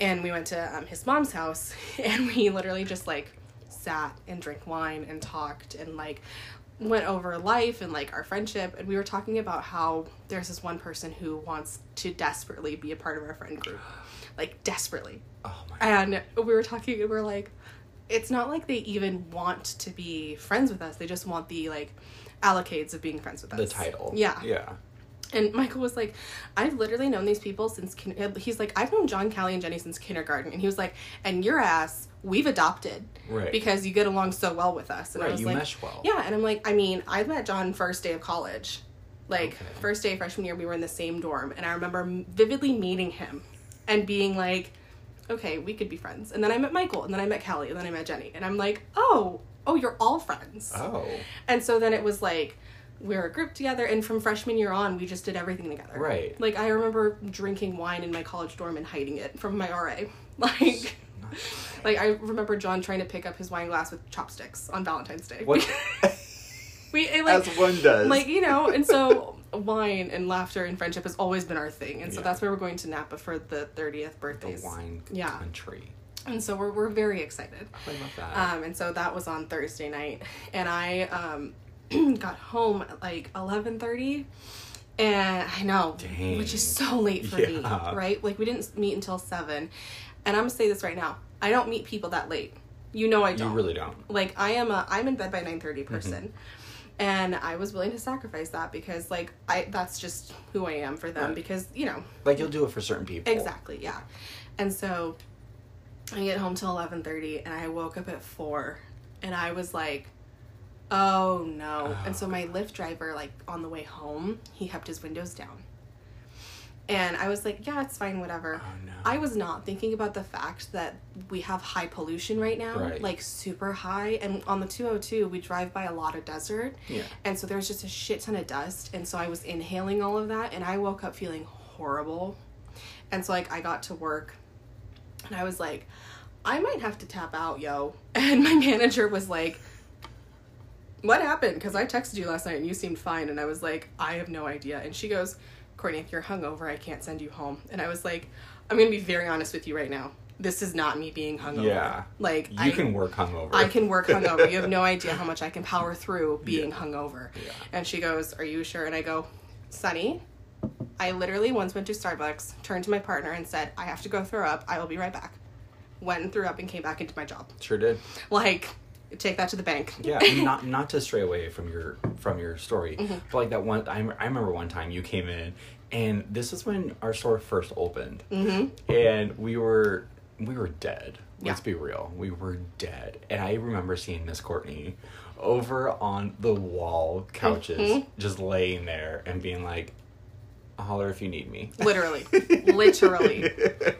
Speaker 2: and we went to um, his mom's house, (laughs) and we literally just like sat and drank wine and talked and like went over life and like our friendship and we were talking about how there's this one person who wants to desperately be a part of our friend group like desperately
Speaker 1: Oh my.
Speaker 2: and we were talking and we are like it's not like they even want to be friends with us they just want the like allocates of being friends with us
Speaker 1: The title.
Speaker 2: yeah
Speaker 1: Yeah.
Speaker 2: and michael was like i've literally known these people since kin- he's like i've known john callie and jenny since kindergarten and he was like and your ass we've adopted
Speaker 1: Right.
Speaker 2: because you get along so well with us and i
Speaker 1: Right,
Speaker 2: was
Speaker 1: you
Speaker 2: like
Speaker 1: mesh well.
Speaker 2: yeah and i'm like i mean i met john first day of college like
Speaker 1: Okay.
Speaker 2: first day of freshman year we were in the same dorm and i remember m- vividly meeting him and being like okay we could be friends and then i met michael and then i met callie and then i met jenny and i'm like oh oh you're all friends
Speaker 1: Oh.
Speaker 2: and so then it was like we were a group together, and from freshman year on, we just did everything together.
Speaker 1: Right.
Speaker 2: Like I remember drinking wine in my college dorm and hiding it from my RA. (laughs) Like, like I remember John trying to pick up his wine glass with chopsticks on Valentine's Day.
Speaker 1: What?
Speaker 2: (laughs) we it, like
Speaker 1: As one does.
Speaker 2: like you know, and so wine and laughter and friendship has always been our thing, and so
Speaker 1: Yeah.
Speaker 2: that's where we're going to Napa for the thirtieth birthdays.
Speaker 1: wine
Speaker 2: Yeah.
Speaker 1: country.
Speaker 2: And so we're we're very excited.
Speaker 1: I love that.
Speaker 2: Um, and so that was on Thursday night, and I um, (clears throat) got home at like eleven thirty, and I know,
Speaker 1: Dang.
Speaker 2: which is so late for me,
Speaker 1: Yeah.
Speaker 2: right? Like we didn't meet until seven, and I'm gonna say this right now, I don't meet people that late. You know I
Speaker 1: You
Speaker 2: don't.
Speaker 1: really Mm-hmm. don't.
Speaker 2: like I am a I'm in bed by 9:30 person. And I was willing to sacrifice that because like I that's just who I am for them
Speaker 1: Right.
Speaker 2: because, you know,
Speaker 1: Like you'll do it for certain people.
Speaker 2: Exactly, yeah. And so I get home till eleven thirty and I woke up at four and I was like, Oh no. and so my Lyft driver, like on the way home, he kept his windows down. And I was like, Yeah, it's fine, whatever.
Speaker 1: Oh, no.
Speaker 2: I was not thinking about the fact that we have high pollution right now.
Speaker 1: Right.
Speaker 2: Like super high. And on the two oh two we drive by a lot of desert.
Speaker 1: Yeah.
Speaker 2: And so there was just a shit ton of dust. And so I was inhaling all of that and I woke up feeling horrible. And so like I got to work and I was like, I might have to tap out, yo. (laughs) And my manager was like, What happened? Because I texted you last night and you seemed fine. And I was like, I have no idea. And she goes, Courtney, if you're hungover, I can't send you home. And I was like, I'm going to be very honest with you right now. This is not me being hungover.
Speaker 1: Yeah.
Speaker 2: Like,
Speaker 1: You
Speaker 2: I,
Speaker 1: can work hungover.
Speaker 2: I can work hungover. You have
Speaker 1: (laughs)
Speaker 2: no idea how much I can power through being hungover.
Speaker 1: Yeah.
Speaker 2: And she goes, Are you sure? And I go, Sunny, I literally once went to Starbucks, turned to my partner, and said, I have to go throw up. I will be right back. Went and threw up and came back into my job.
Speaker 1: Sure did.
Speaker 2: Like, take that to the bank. (laughs)
Speaker 1: Yeah, and not not to stray away from your from your story,
Speaker 2: Mm-hmm.
Speaker 1: but like that one. I, I remember one time you came in, and this is when our store first opened, mm-hmm. and we were we were dead. Let's
Speaker 2: Yeah.
Speaker 1: be real, we were dead. And I remember seeing Miss Courtney over on the wall couches,
Speaker 2: Mm-hmm.
Speaker 1: just laying there and being like, "Holler if you
Speaker 2: (laughs)
Speaker 1: need me."
Speaker 2: Literally. Literally.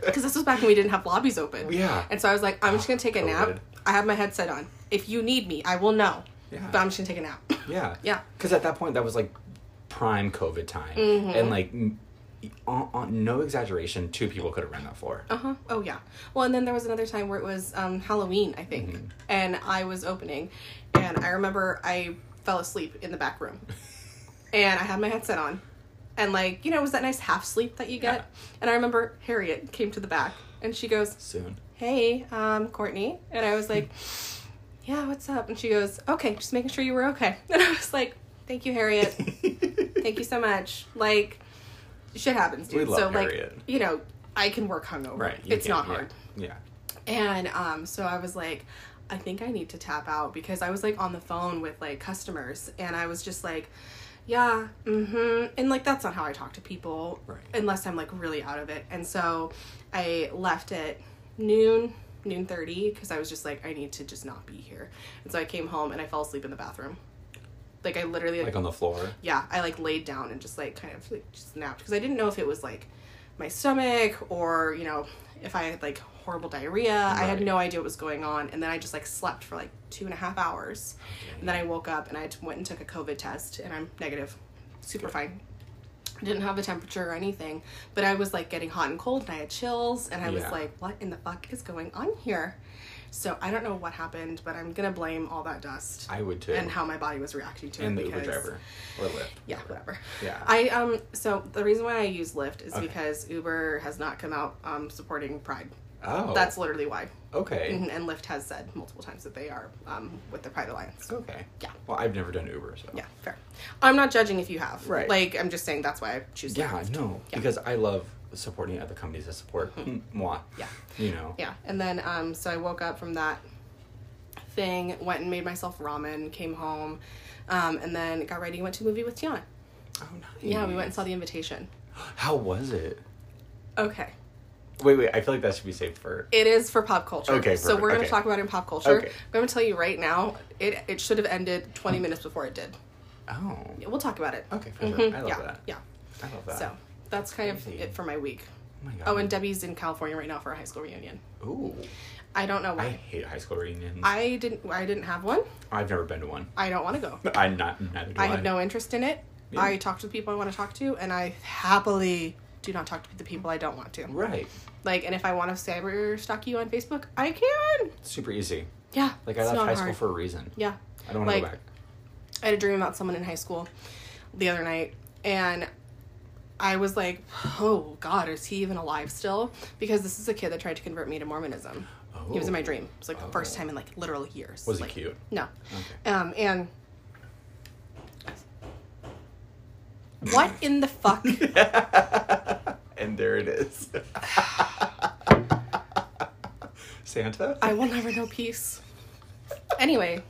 Speaker 2: Because this was back when we didn't have lobbies open.
Speaker 1: Yeah. Ah,
Speaker 2: And so I was like, I'm just going to take a
Speaker 1: COVID.
Speaker 2: nap. I have my headset on. If you need me, I will know.
Speaker 1: Yeah.
Speaker 2: But I'm just going to take a nap.
Speaker 1: Yeah.
Speaker 2: Yeah.
Speaker 1: Because at that point, that was like prime COVID time,
Speaker 2: Mm-hmm.
Speaker 1: and like. n- On, on, no exaggeration, two people could have ran that floor.
Speaker 2: Uh-huh. Oh yeah. Well, and then there was another time where it was um, Halloween, I think, and I was opening, and I remember I fell asleep in the back room, and I had my headset on, and like you know, it was that nice half sleep that you get. And I remember Harriet came to the back, and she goes, (laughs)
Speaker 1: Soon.
Speaker 2: "Hey, um, Courtney," and I was like, "Yeah, what's up?" And she goes, "Okay, just making sure you were okay." (laughs) And I was like, "Thank you, Harriet." Thank you so much. Like, shit happens, dude.
Speaker 1: We love
Speaker 2: so
Speaker 1: Harriet.
Speaker 2: like, you know, I can work hungover.
Speaker 1: Right. you
Speaker 2: it's
Speaker 1: can't-
Speaker 2: not
Speaker 1: yeah,
Speaker 2: hard.
Speaker 1: Yeah.
Speaker 2: And um, so I was like, I think I need to tap out because I was like on the phone with like customers, and I was just like, yeah, mm-hmm, and like that's not how I talk to people,
Speaker 1: Right.
Speaker 2: unless I'm like really out of it. And so I left at noon. Noon thirty, because I was just like, I need to just not be here, and so I came home and I fell asleep in the bathroom. Like I literally
Speaker 1: Like on the floor.
Speaker 2: yeah, I like laid down and just like kind of like just napped because I didn't know if it was like my stomach or you know if I had like horrible diarrhea. I had
Speaker 1: Right.
Speaker 2: no idea what was going on, and then I just like slept for like two and a half hours, and then I woke up and I t- went and took a COVID test, and I'm negative, super fine. I didn't have a temperature or anything, but I was like getting hot and cold, and I had chills, and I was
Speaker 1: Yeah.
Speaker 2: like, "What in the fuck is going on here?" So I don't know what happened, but I'm gonna blame all that dust
Speaker 1: I would too.
Speaker 2: and how my body was reacting to
Speaker 1: And
Speaker 2: it.
Speaker 1: the Uber
Speaker 2: because-
Speaker 1: driver. Or Lyft.
Speaker 2: yeah, whatever.
Speaker 1: Yeah.
Speaker 2: I um so the reason why I use Lyft is
Speaker 1: Okay.
Speaker 2: because Uber has not come out um supporting Pride.
Speaker 1: Oh.
Speaker 2: That's Mm-hmm. literally why.
Speaker 1: okay.
Speaker 2: And, and Lyft has said multiple times that they are um with the Pride Alliance.
Speaker 1: Okay.
Speaker 2: Yeah.
Speaker 1: Well, I've never done Uber, so.
Speaker 2: Yeah, fair. I'm not judging if you have.
Speaker 1: Right.
Speaker 2: Like I'm just saying that's why I choose
Speaker 1: Yeah,
Speaker 2: Lyft.
Speaker 1: no.
Speaker 2: Yeah. Mm-hmm.
Speaker 1: Because I love supporting other companies that support moi.
Speaker 2: Yeah.
Speaker 1: You know.
Speaker 2: Yeah. And then um so I woke up from that thing, went and made myself ramen, came home, um, and then got ready and went to a movie with Tiana.
Speaker 1: Oh, nice.
Speaker 2: Yeah, we went and saw the invitation.
Speaker 1: How was it?
Speaker 2: Okay.
Speaker 1: Wait, wait. I feel like that should be safe for.
Speaker 2: It is for pop culture.
Speaker 1: Okay,
Speaker 2: So we're
Speaker 1: perfect.
Speaker 2: going to
Speaker 1: Okay.
Speaker 2: talk about it in pop culture.
Speaker 1: Okay.
Speaker 2: I'm going to tell you right now, it it should have ended 20 minutes before it did.
Speaker 1: Oh.
Speaker 2: We'll talk about it.
Speaker 1: Okay, for sure.
Speaker 2: Mhm.
Speaker 1: I love
Speaker 2: yeah,
Speaker 1: that.
Speaker 2: Yeah.
Speaker 1: I love that.
Speaker 2: So that's kind of
Speaker 1: Crazy.
Speaker 2: it for my week.
Speaker 1: Oh my god.
Speaker 2: Oh, and Debbie's in California right now for a high school reunion.
Speaker 1: Ooh.
Speaker 2: I don't know
Speaker 1: I
Speaker 2: why.
Speaker 1: hate high school reunions. I,
Speaker 2: I, didn't. I didn't have one.
Speaker 1: have never been to one.
Speaker 2: I don't want to
Speaker 1: (laughs)
Speaker 2: go.
Speaker 1: I'm not. Neither do I.
Speaker 2: I have no interest in it.
Speaker 1: Yeah.
Speaker 2: I talk to the people I want to talk to, and I happily do not talk to the people I don't want to.
Speaker 1: Right.
Speaker 2: Like, and if I want to cyber stalk you on Facebook, I can.
Speaker 1: Super easy.
Speaker 2: Yeah.
Speaker 1: Like I
Speaker 2: it's
Speaker 1: left
Speaker 2: not
Speaker 1: high
Speaker 2: hard.
Speaker 1: school for a reason.
Speaker 2: Yeah.
Speaker 1: I don't want to
Speaker 2: Like-
Speaker 1: go back.
Speaker 2: I had a dream about someone in high school the other night, and I was like, oh God, is he even alive still? Because this is a kid that tried to convert me to Mormonism. He was in my
Speaker 1: Oh.
Speaker 2: dream. It was like the first
Speaker 1: Oh.
Speaker 2: time in like literal years.
Speaker 1: Was he
Speaker 2: like, (laughs)
Speaker 1: cute?
Speaker 2: No.
Speaker 1: Okay.
Speaker 2: Um, and what in the fuck?
Speaker 1: And there it is. (laughs) Santa?
Speaker 2: I will never know peace. Anyway.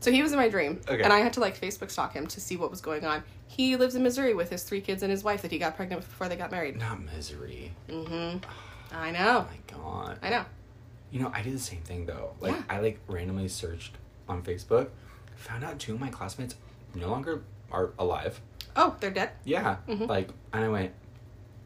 Speaker 2: So he was in my dream.
Speaker 1: Okay.
Speaker 2: And I had to like Facebook stalk him to see what was going on. He lives in Missouri with his three kids and his wife that he got pregnant with before they got married.
Speaker 1: Not misery.
Speaker 2: I know.
Speaker 1: My God.
Speaker 2: I know.
Speaker 1: You know, I did the same thing though. Like
Speaker 2: Yeah.
Speaker 1: I like randomly searched on Facebook, found out two of my classmates no longer are alive.
Speaker 2: Oh, they're dead.
Speaker 1: Yeah.
Speaker 2: Mm-hmm.
Speaker 1: Like and I went,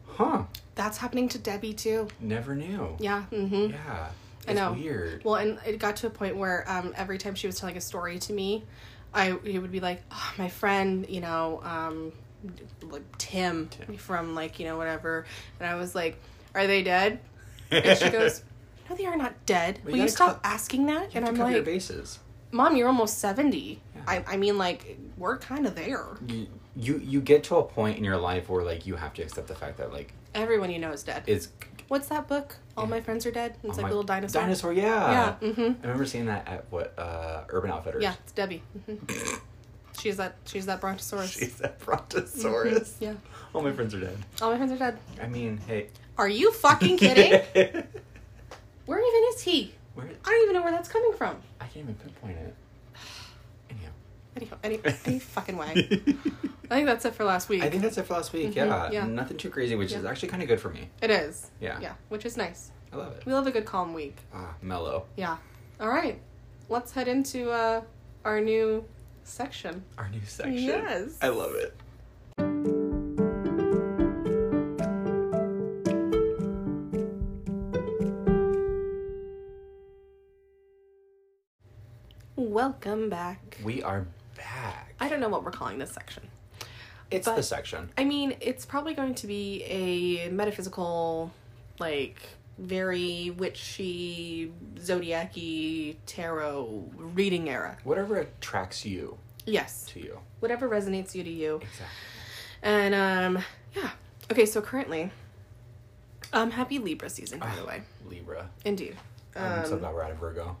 Speaker 1: Huh.
Speaker 2: That's happening to Debbie too.
Speaker 1: Never knew.
Speaker 2: Yeah. Mm-hmm.
Speaker 1: Yeah. It's
Speaker 2: I know.
Speaker 1: weird.
Speaker 2: Well, and it got to a point where um, every time she was telling a story to me, I it would be like, oh, my friend, you know, um, like Tim,
Speaker 1: Tim.
Speaker 2: from like you know whatever, and I was like, are they dead? And she
Speaker 1: (laughs)
Speaker 2: goes, no, they are not dead.
Speaker 1: Well, you
Speaker 2: Will you,
Speaker 1: gotta
Speaker 2: stop
Speaker 1: co-
Speaker 2: asking that?
Speaker 1: You
Speaker 2: and
Speaker 1: have
Speaker 2: I'm
Speaker 1: to cover your
Speaker 2: like,
Speaker 1: bases.
Speaker 2: mom, you're almost seventy.
Speaker 1: Yeah. Mm.
Speaker 2: I I mean like we're kind of there.
Speaker 1: You, you you get to a point in your life where like you have to accept the fact that like
Speaker 2: Everyone you know is dead.
Speaker 1: it's
Speaker 2: What's that book? All
Speaker 1: Yeah.
Speaker 2: my friends are dead. It's
Speaker 1: oh
Speaker 2: like
Speaker 1: my-
Speaker 2: a little dinosaur.
Speaker 1: Dinosaur, yeah.
Speaker 2: Yeah, mhm.
Speaker 1: I remember seeing that at what uh Urban Outfitters.
Speaker 2: Yeah, it's Debbie. hmm
Speaker 1: (laughs)
Speaker 2: she's that. She's that brontosaurus.
Speaker 1: She's that brontosaurus.
Speaker 2: Yeah.
Speaker 1: All my friends are dead.
Speaker 2: All Oh, my friends are dead.
Speaker 1: I mean, hey.
Speaker 2: Are you
Speaker 1: (laughs)
Speaker 2: fucking kidding? where even is he?
Speaker 1: Where
Speaker 2: I don't even know where that's coming from.
Speaker 1: I can't even pinpoint it. Anyhow.
Speaker 2: Anyhow, any,
Speaker 1: (laughs)
Speaker 2: any fucking way. I think that's it for last week.
Speaker 1: I think that's it for last week. Yeah.
Speaker 2: yeah.
Speaker 1: Nothing too crazy, which is
Speaker 2: Yeah.
Speaker 1: actually kind of good for me.
Speaker 2: it is.
Speaker 1: Yeah.
Speaker 2: Yeah, which is nice.
Speaker 1: I love it.
Speaker 2: We love a good calm week.
Speaker 1: Ah, mellow.
Speaker 2: Yeah. All right. Let's head into uh, our new section.
Speaker 1: Our new section.
Speaker 2: Yes.
Speaker 1: I love it.
Speaker 2: Welcome back.
Speaker 1: We are back.
Speaker 2: I don't know what we're calling this section.
Speaker 1: It's
Speaker 2: but-
Speaker 1: the section.
Speaker 2: I mean, it's probably going to be a metaphysical, like very witchy, zodiacy tarot reading era.
Speaker 1: Whatever attracts you
Speaker 2: Yes,
Speaker 1: to you.
Speaker 2: whatever resonates you to you,
Speaker 1: Exactly.
Speaker 2: and um, yeah. Okay, so currently, um, happy Libra season, by
Speaker 1: Ah.
Speaker 2: the way.
Speaker 1: Libra.
Speaker 2: Indeed,
Speaker 1: I'm so
Speaker 2: um,
Speaker 1: glad we're out of Virgo.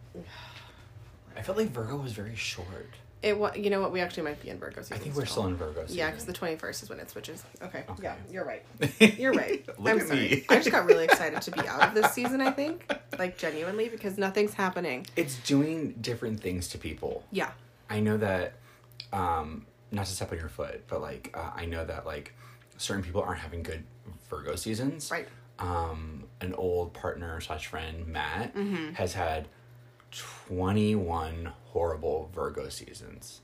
Speaker 1: I felt like Virgo was very short.
Speaker 2: it. wa- You know what? We actually might be in Virgo season.
Speaker 1: I think we're still in Virgo.
Speaker 2: Yeah, because the twenty first is when it switches. Okay.
Speaker 1: Okay.
Speaker 2: Yeah, you're right.
Speaker 1: the
Speaker 2: (laughs) You're right.
Speaker 1: (laughs) Look
Speaker 2: I'm
Speaker 1: at
Speaker 2: sorry.
Speaker 1: me.
Speaker 2: I just got really excited to be out of this season, I think. Like genuinely, because nothing's happening.
Speaker 1: (laughs) it's doing different things to people.
Speaker 2: Yeah.
Speaker 1: I know that, um, not to step on your foot, but like uh, I know that like certain people aren't having good Virgo seasons.
Speaker 2: Right.
Speaker 1: Um, an old partner slash friend Matt
Speaker 2: Mm-hmm.
Speaker 1: has had twenty one horrible Virgo seasons,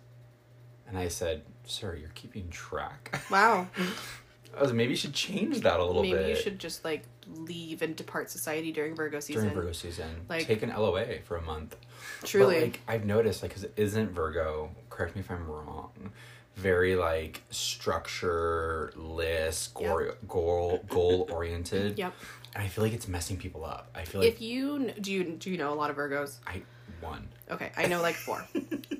Speaker 1: and I said, "Sir, you're keeping track." (laughs)
Speaker 2: Wow.
Speaker 1: I was maybe you should change that a little
Speaker 2: Maybe
Speaker 1: bit
Speaker 2: you should just like leave and depart society during Virgo season.
Speaker 1: during Virgo season.
Speaker 2: Like-
Speaker 1: take an LOA for a month.
Speaker 2: Truly.
Speaker 1: But, like I've noticed, like, because isn't Virgo? Correct me if I'm wrong. Very like structure, list, goal, goal, goal
Speaker 2: (laughs)
Speaker 1: oriented.
Speaker 2: Yep.
Speaker 1: And I feel like it's messing people up. I feel like
Speaker 2: if you kn- do you do you know a lot of Virgos?
Speaker 1: I won.
Speaker 2: Okay, I know like four.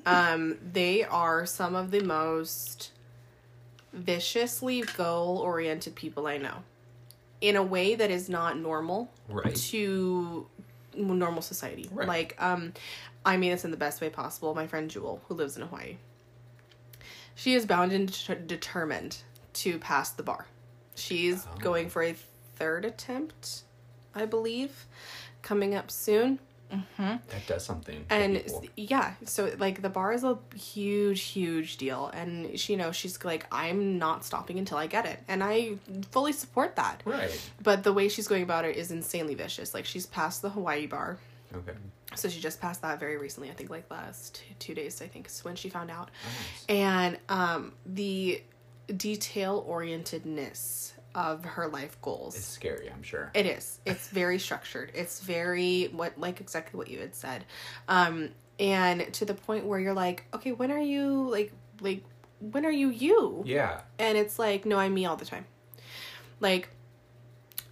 Speaker 2: um, they are some of the most viciously goal oriented people I know. In a way that is not normal
Speaker 1: Right.
Speaker 2: to normal society.
Speaker 1: Right.
Speaker 2: Like, um, I mean this in the best way possible. My friend Jewel, who lives in Hawaii, she is bound and det- determined to pass the bar. She's
Speaker 1: Oh.
Speaker 2: going for a third attempt, I believe, coming up soon
Speaker 1: That does something. to
Speaker 2: and
Speaker 1: people.
Speaker 2: s- yeah so like the bar is a huge huge deal and she you know she's like i'm not stopping until i get it and i fully support that
Speaker 1: right.
Speaker 2: but the way she's going about it is insanely vicious like she's passed the hawaii bar
Speaker 1: Okay.
Speaker 2: so she just passed that very recently i think like last t- two days i think is when she found out and um the detail orientedness of her life goals
Speaker 1: It's scary. I'm sure.
Speaker 2: it is. It's very structured. It's very what like exactly what you had said. Um and to the point where you're like, "Okay, when are you like like when are you you?"
Speaker 1: yeah.
Speaker 2: And it's like, "No, I'm me all the time." Like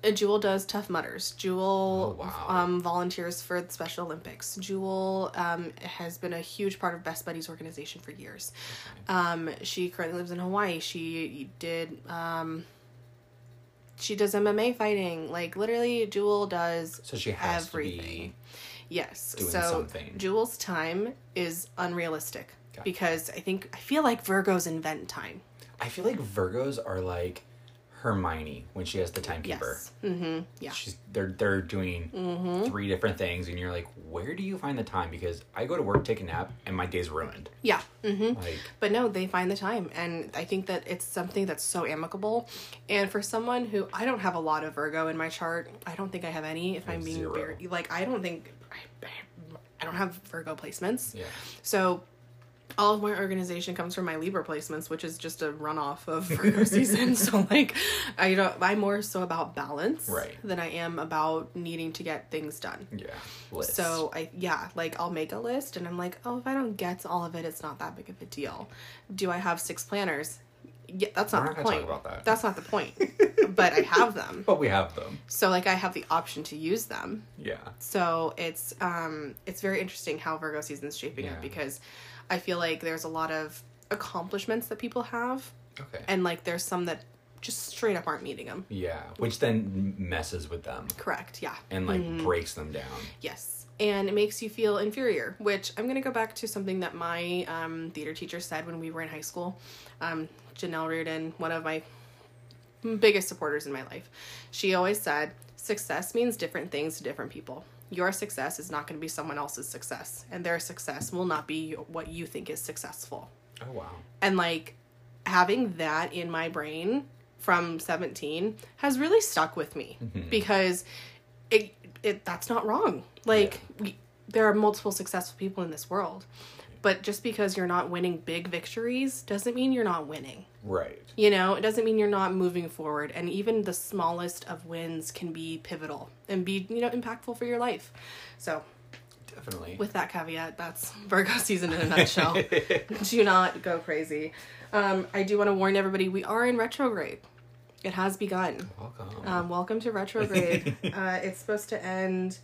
Speaker 2: uh, Jewel does tough mutters. Jewel
Speaker 1: Oh, wow.
Speaker 2: um, volunteers for the Special Olympics. Jewel um, has been a huge part of Best Buddies organization for years. Um, she currently lives in Hawaii. She did um, she does MMA fighting. Like literally, Jewel does
Speaker 1: So she has to be.
Speaker 2: Everything. yes.
Speaker 1: doing
Speaker 2: so
Speaker 1: something.
Speaker 2: Jewel's time is unrealistic
Speaker 1: Gotcha.
Speaker 2: because I think I feel like Virgos invent time.
Speaker 1: I feel like Virgos are like Hermione when she has the timekeeper.
Speaker 2: Yes. Mm-hmm. Yeah. Mm-hmm.
Speaker 1: She's they're they're doing three different things, and you're like, where do you find the time? Because I go to work, take a nap, and my day's ruined.
Speaker 2: Yeah. Mm-hmm.
Speaker 1: Like
Speaker 2: But no, they find the time. And I think that it's something that's so amicable. And for someone who I don't have a lot of Virgo in my chart, I don't think I have any, if I'm being
Speaker 1: zero.
Speaker 2: very, like, I don't think I, I don't have Virgo placements.
Speaker 1: yeah,
Speaker 2: So all of my organization comes from my Libra placements, which is just a runoff of
Speaker 1: (laughs)
Speaker 2: Virgo season. So like I don't I'm more so about balance
Speaker 1: Right.
Speaker 2: than I am about needing to get things done.
Speaker 1: yeah. List.
Speaker 2: So I yeah, like I'll make a list and I'm like, oh, if I don't get to all of it, it's not that big of a deal. Do I have six planners? Yeah, that's not
Speaker 1: We're
Speaker 2: the
Speaker 1: not gonna
Speaker 2: point.
Speaker 1: talk about that.
Speaker 2: That's not the
Speaker 1: (laughs)
Speaker 2: point. but I have them.
Speaker 1: but we have them.
Speaker 2: So like I have the option to use them.
Speaker 1: Yeah,
Speaker 2: So it's um it's very interesting how Virgo season's shaping
Speaker 1: Yeah.
Speaker 2: up because I feel like there's a lot of accomplishments that people have
Speaker 1: okay.
Speaker 2: and like there's some that just straight up aren't meeting them.
Speaker 1: yeah, which then messes with them
Speaker 2: Correct. Yeah.
Speaker 1: and like
Speaker 2: Mm-hmm.
Speaker 1: breaks them down.
Speaker 2: Yes. And it makes you feel inferior, which I'm going to go back to something that my um, theater teacher said when we were in high school. Um, Janelle Reardon, one of my biggest supporters in my life, she always said, Success means different things to different people. Your success is not going to be someone else's success, and their success will not be what you think is successful.
Speaker 1: Oh wow.
Speaker 2: And like having that in my brain from 17 has really stuck with me because it, it that's not wrong. Like we, there are multiple successful people in this world. But just because you're not winning big victories doesn't mean you're not winning.
Speaker 1: Right.
Speaker 2: You know, it doesn't mean you're not moving forward. And even the smallest of wins can be pivotal and be, you know, impactful for your life. So,
Speaker 1: Definitely.
Speaker 2: with that caveat, that's Virgo (laughs) season in a nutshell. do not go crazy. Um, I do want to warn everybody we are in retrograde. It has begun.
Speaker 1: Welcome.
Speaker 2: Um, welcome to retrograde. uh, it's supposed to end,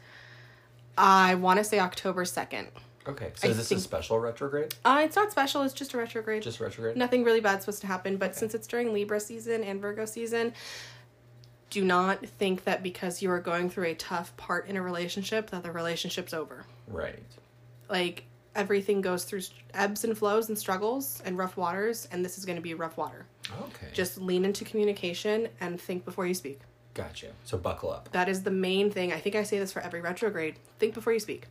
Speaker 2: I want to say October 2nd.
Speaker 1: okay. So is this
Speaker 2: think-
Speaker 1: a special retrograde?
Speaker 2: Uh, it's not special, it's just a retrograde.
Speaker 1: Just retrograde?
Speaker 2: Nothing really bad's supposed to happen, but since it's during Libra season and Virgo season, do not think that because you are going through a tough part in a relationship that the relationship's over.
Speaker 1: Right.
Speaker 2: like everything goes through ebbs and flows and struggles and rough waters and this is going to be rough water
Speaker 1: Okay.
Speaker 2: just lean into communication and think before you speak
Speaker 1: gotcha. So buckle up.
Speaker 2: that is the main thing i think i say this for every retrograde think before you speak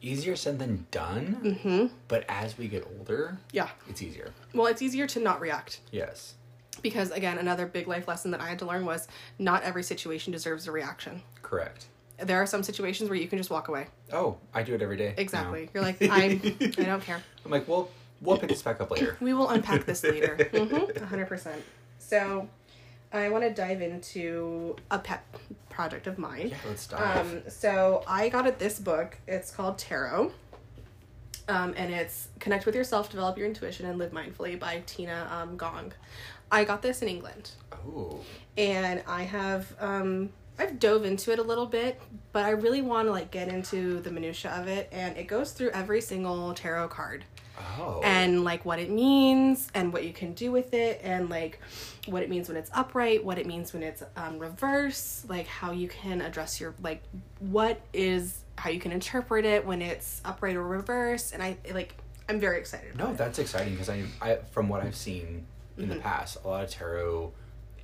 Speaker 1: Easier said than done. Mm-hmm. But as we get older,
Speaker 2: yeah
Speaker 1: it's easier.
Speaker 2: well it's easier to not react
Speaker 1: Yes.
Speaker 2: because again another big life lesson that i had to learn was not every situation deserves a reaction
Speaker 1: Correct.
Speaker 2: there are some situations where you can just walk away
Speaker 1: Oh, I do it every day. now.
Speaker 2: exactly you're
Speaker 1: (laughs)
Speaker 2: like i'm i don't care
Speaker 1: I'm like, well, we'll pick this back up later.
Speaker 2: We will unpack this later. Mm-hmm. 100%. So, I want to dive into a pet project of mine.
Speaker 1: Yeah,
Speaker 2: (laughs)
Speaker 1: let's dive.
Speaker 2: Um, so, I got it this book. It's called Tarot. Um, and it's Connect with Yourself, Develop Your Intuition, and Live Mindfully by Tina um, Gong. I got this in England
Speaker 1: oh,
Speaker 2: and I have um I've dove into it a little bit, but I really want to like get into the minutia of it and it goes through every single tarot card
Speaker 1: oh,
Speaker 2: and like what it means and what you can do with it and like what it means when it's upright what it means when it's um, reverse like how you can address your like what is how you can interpret it when it's upright or reverse and i like i'm very excited about
Speaker 1: no, that's exciting because I, I, from what I've seen in
Speaker 2: Mm-hmm.
Speaker 1: the past, a lot of tarot,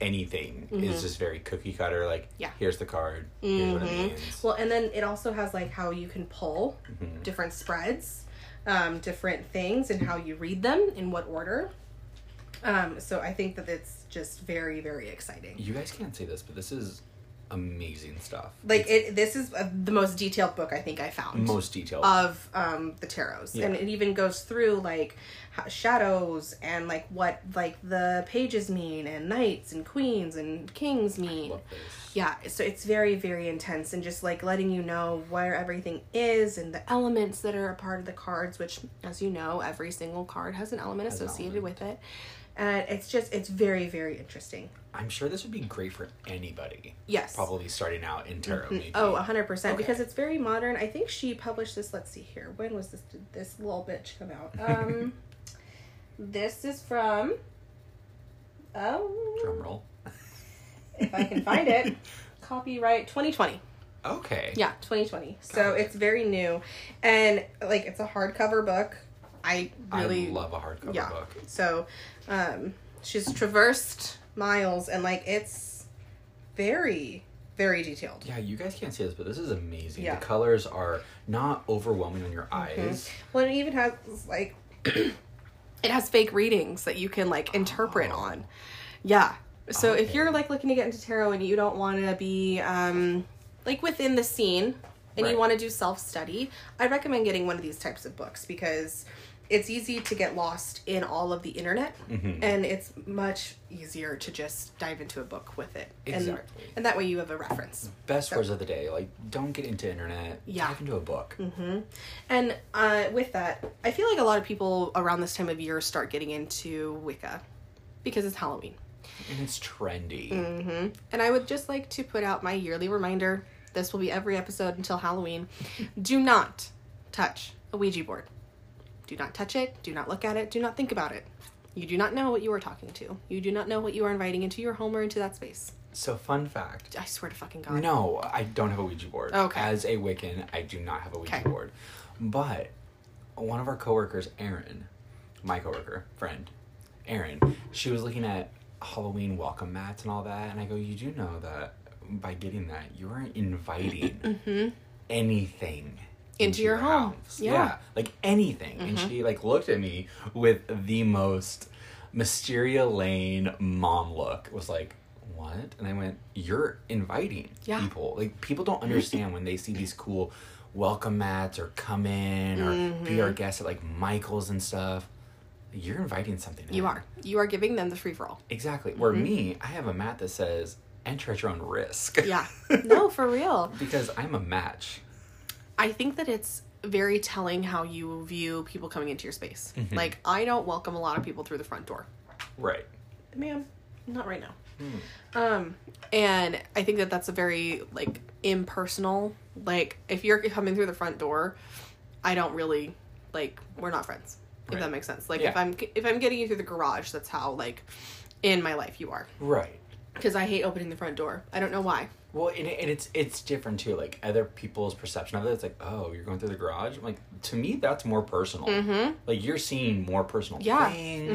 Speaker 1: anything is just very cookie cutter. Like,
Speaker 2: Yeah. Mm-hmm.
Speaker 1: here's the card. Here's what it means.
Speaker 2: Well, and then it also has like how you can pull different spreads, um, different things, and how you read them in what order. Um, so I think that it's just very, very exciting.
Speaker 1: you guys can't see this, but this is amazing stuff.
Speaker 2: Like it, this is uh, the most detailed book I think I found
Speaker 1: Most detailed.
Speaker 2: of um, the tarots, and
Speaker 1: Yeah.
Speaker 2: it even goes through like ho- shadows and like what like the pages mean, and knights and queens and kings mean.
Speaker 1: Love this.
Speaker 2: Yeah, so it's very, very intense and just like letting you know where everything is and the elements that are a part of the cards, which, as you know, every single card has an element
Speaker 1: an
Speaker 2: associated with it. And it's just, it's very, very interesting.
Speaker 1: I'm sure this would be great for anybody.
Speaker 2: Yes.
Speaker 1: Probably starting out in tarot. Maybe.
Speaker 2: Oh, 100%. Because it's very modern. I think she published this, let's see here. When was this, did this little bitch come
Speaker 1: (laughs)
Speaker 2: out? Um, this is from, oh,
Speaker 1: drum roll.
Speaker 2: if I can find it, copyright 2020.
Speaker 1: (laughs) Okay.
Speaker 2: Yeah, 2020. So it's very new, and like it's a hardcover book. I
Speaker 1: I
Speaker 2: really
Speaker 1: love a hardcover
Speaker 2: yeah.
Speaker 1: book.
Speaker 2: So, um, she's traversed miles, and like it's very, very detailed.
Speaker 1: Yeah, you guys can't see this, but this is amazing.
Speaker 2: Yeah. Mm-hmm.
Speaker 1: The colors are not overwhelming on your eyes.
Speaker 2: Well, it even has like it has fake readings that you can like interpret
Speaker 1: Oh.
Speaker 2: on. Yeah. So if
Speaker 1: Okay.
Speaker 2: you're like looking to get into tarot and you don't want to be um like within the scene and
Speaker 1: Right.
Speaker 2: you want to do self-study, I recommend getting one of these types of books because it's easy to get lost in all of the internet
Speaker 1: Mm-hmm.
Speaker 2: and it's much easier to just dive into a book with it.
Speaker 1: Exactly.
Speaker 2: And, and that way you have a reference.
Speaker 1: Best words of the day. Like, don't get into internet.
Speaker 2: Yeah. Mm-hmm.
Speaker 1: Dive into a book.
Speaker 2: And uh, with that, I feel like a lot of people around this time of year start getting into Wicca because it's Halloween.
Speaker 1: And it's trendy.
Speaker 2: Mm. And I would just like to put out my yearly reminder this will be every episode until Halloween. do not touch a Ouija board. Do not touch it. Do not look at it. Do not think about it. You do not know what you are talking to. You do not know what you are inviting into your home or into that space.
Speaker 1: So, fun fact.
Speaker 2: I swear to fucking God.
Speaker 1: Uh, No, I don't have a Ouija board.
Speaker 2: Okay.
Speaker 1: As a Wiccan, I do not have a Ouija
Speaker 2: Okay.
Speaker 1: board. But one of our coworkers, Erin, my coworker, friend, Erin, she was looking at Halloween welcome mats and all that, and I go, you do know that by getting that, you
Speaker 2: (clears throat)
Speaker 1: aren't inviting anything
Speaker 2: Mm-hmm. Into your home.
Speaker 1: house.
Speaker 2: Yeah.
Speaker 1: like anything. And
Speaker 2: Mm-hmm.
Speaker 1: she like looked at me with the most Mysteria Lane mom look. Was like, what? And I went, you're inviting
Speaker 2: Yeah.
Speaker 1: people. Like people don't understand when they see these cool welcome mats or come in or be
Speaker 2: Mm-hmm.
Speaker 1: our guest at like Michael's and stuff. You're inviting something.
Speaker 2: You
Speaker 1: in.
Speaker 2: are. Mm-hmm. You are giving them the free for all.
Speaker 1: exactly. Where me, I have a mat that says enter at your own risk. (laughs)
Speaker 2: Yeah. no, for real.
Speaker 1: because I'm a match.
Speaker 2: I think that it's very telling how you view people coming into your space.
Speaker 1: Mm-hmm.
Speaker 2: Like, I don't welcome a lot of people through the front door.
Speaker 1: Right.
Speaker 2: Ma'am, not right now.
Speaker 1: Hmm.
Speaker 2: Um, and I think that that's a very, like, impersonal. Like, if you're coming through the front door, I don't really, like, we're not friends. If
Speaker 1: Right.
Speaker 2: that makes sense. Like, if
Speaker 1: Yeah.
Speaker 2: I'm if I'm getting you through the garage, that's how like in my life you are.
Speaker 1: Right.
Speaker 2: Because I hate opening the front door. I don't know why.
Speaker 1: Well, and, it- and it's it's different too. Like other people's perception of it, it's like, oh, you're going through the garage. I'm like to me, that's more personal. Like you're seeing more personal
Speaker 2: Mm-hmm. Yeah.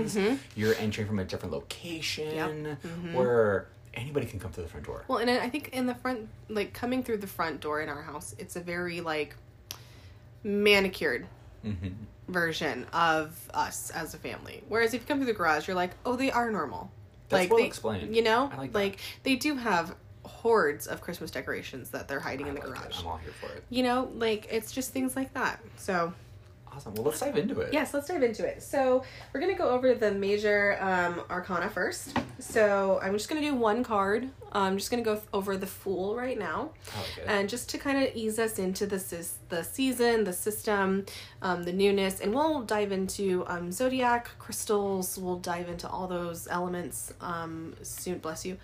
Speaker 2: Mm-hmm.
Speaker 1: things. You're entering from a different location where anybody can come through the front door.
Speaker 2: Well, and I I think in the front, like coming through the front door in our house, it's a very like manicured
Speaker 1: Mm-hmm.
Speaker 2: version of us as a family. Whereas if you come through the garage, you're like, oh, they are normal.
Speaker 1: That's
Speaker 2: like
Speaker 1: well
Speaker 2: they,
Speaker 1: explained.
Speaker 2: You know,
Speaker 1: I like that.
Speaker 2: like they do have hordes of Christmas decorations that they're hiding in the
Speaker 1: I like it.
Speaker 2: garage.
Speaker 1: I'm all here for it.
Speaker 2: You know, like it's just things like that. So
Speaker 1: Awesome. Well, let's dive into it.
Speaker 2: Yes, let's dive into it. So we're gonna go over the major um, arcana first. So I'm just gonna do one card. I'm just gonna go th- over the Fool right now,
Speaker 1: I like it.
Speaker 2: and just to kind of ease us into the sys- the season, the system, um, the newness, and we'll dive into um, zodiac crystals. We'll dive into all those elements um, soon. Bless you.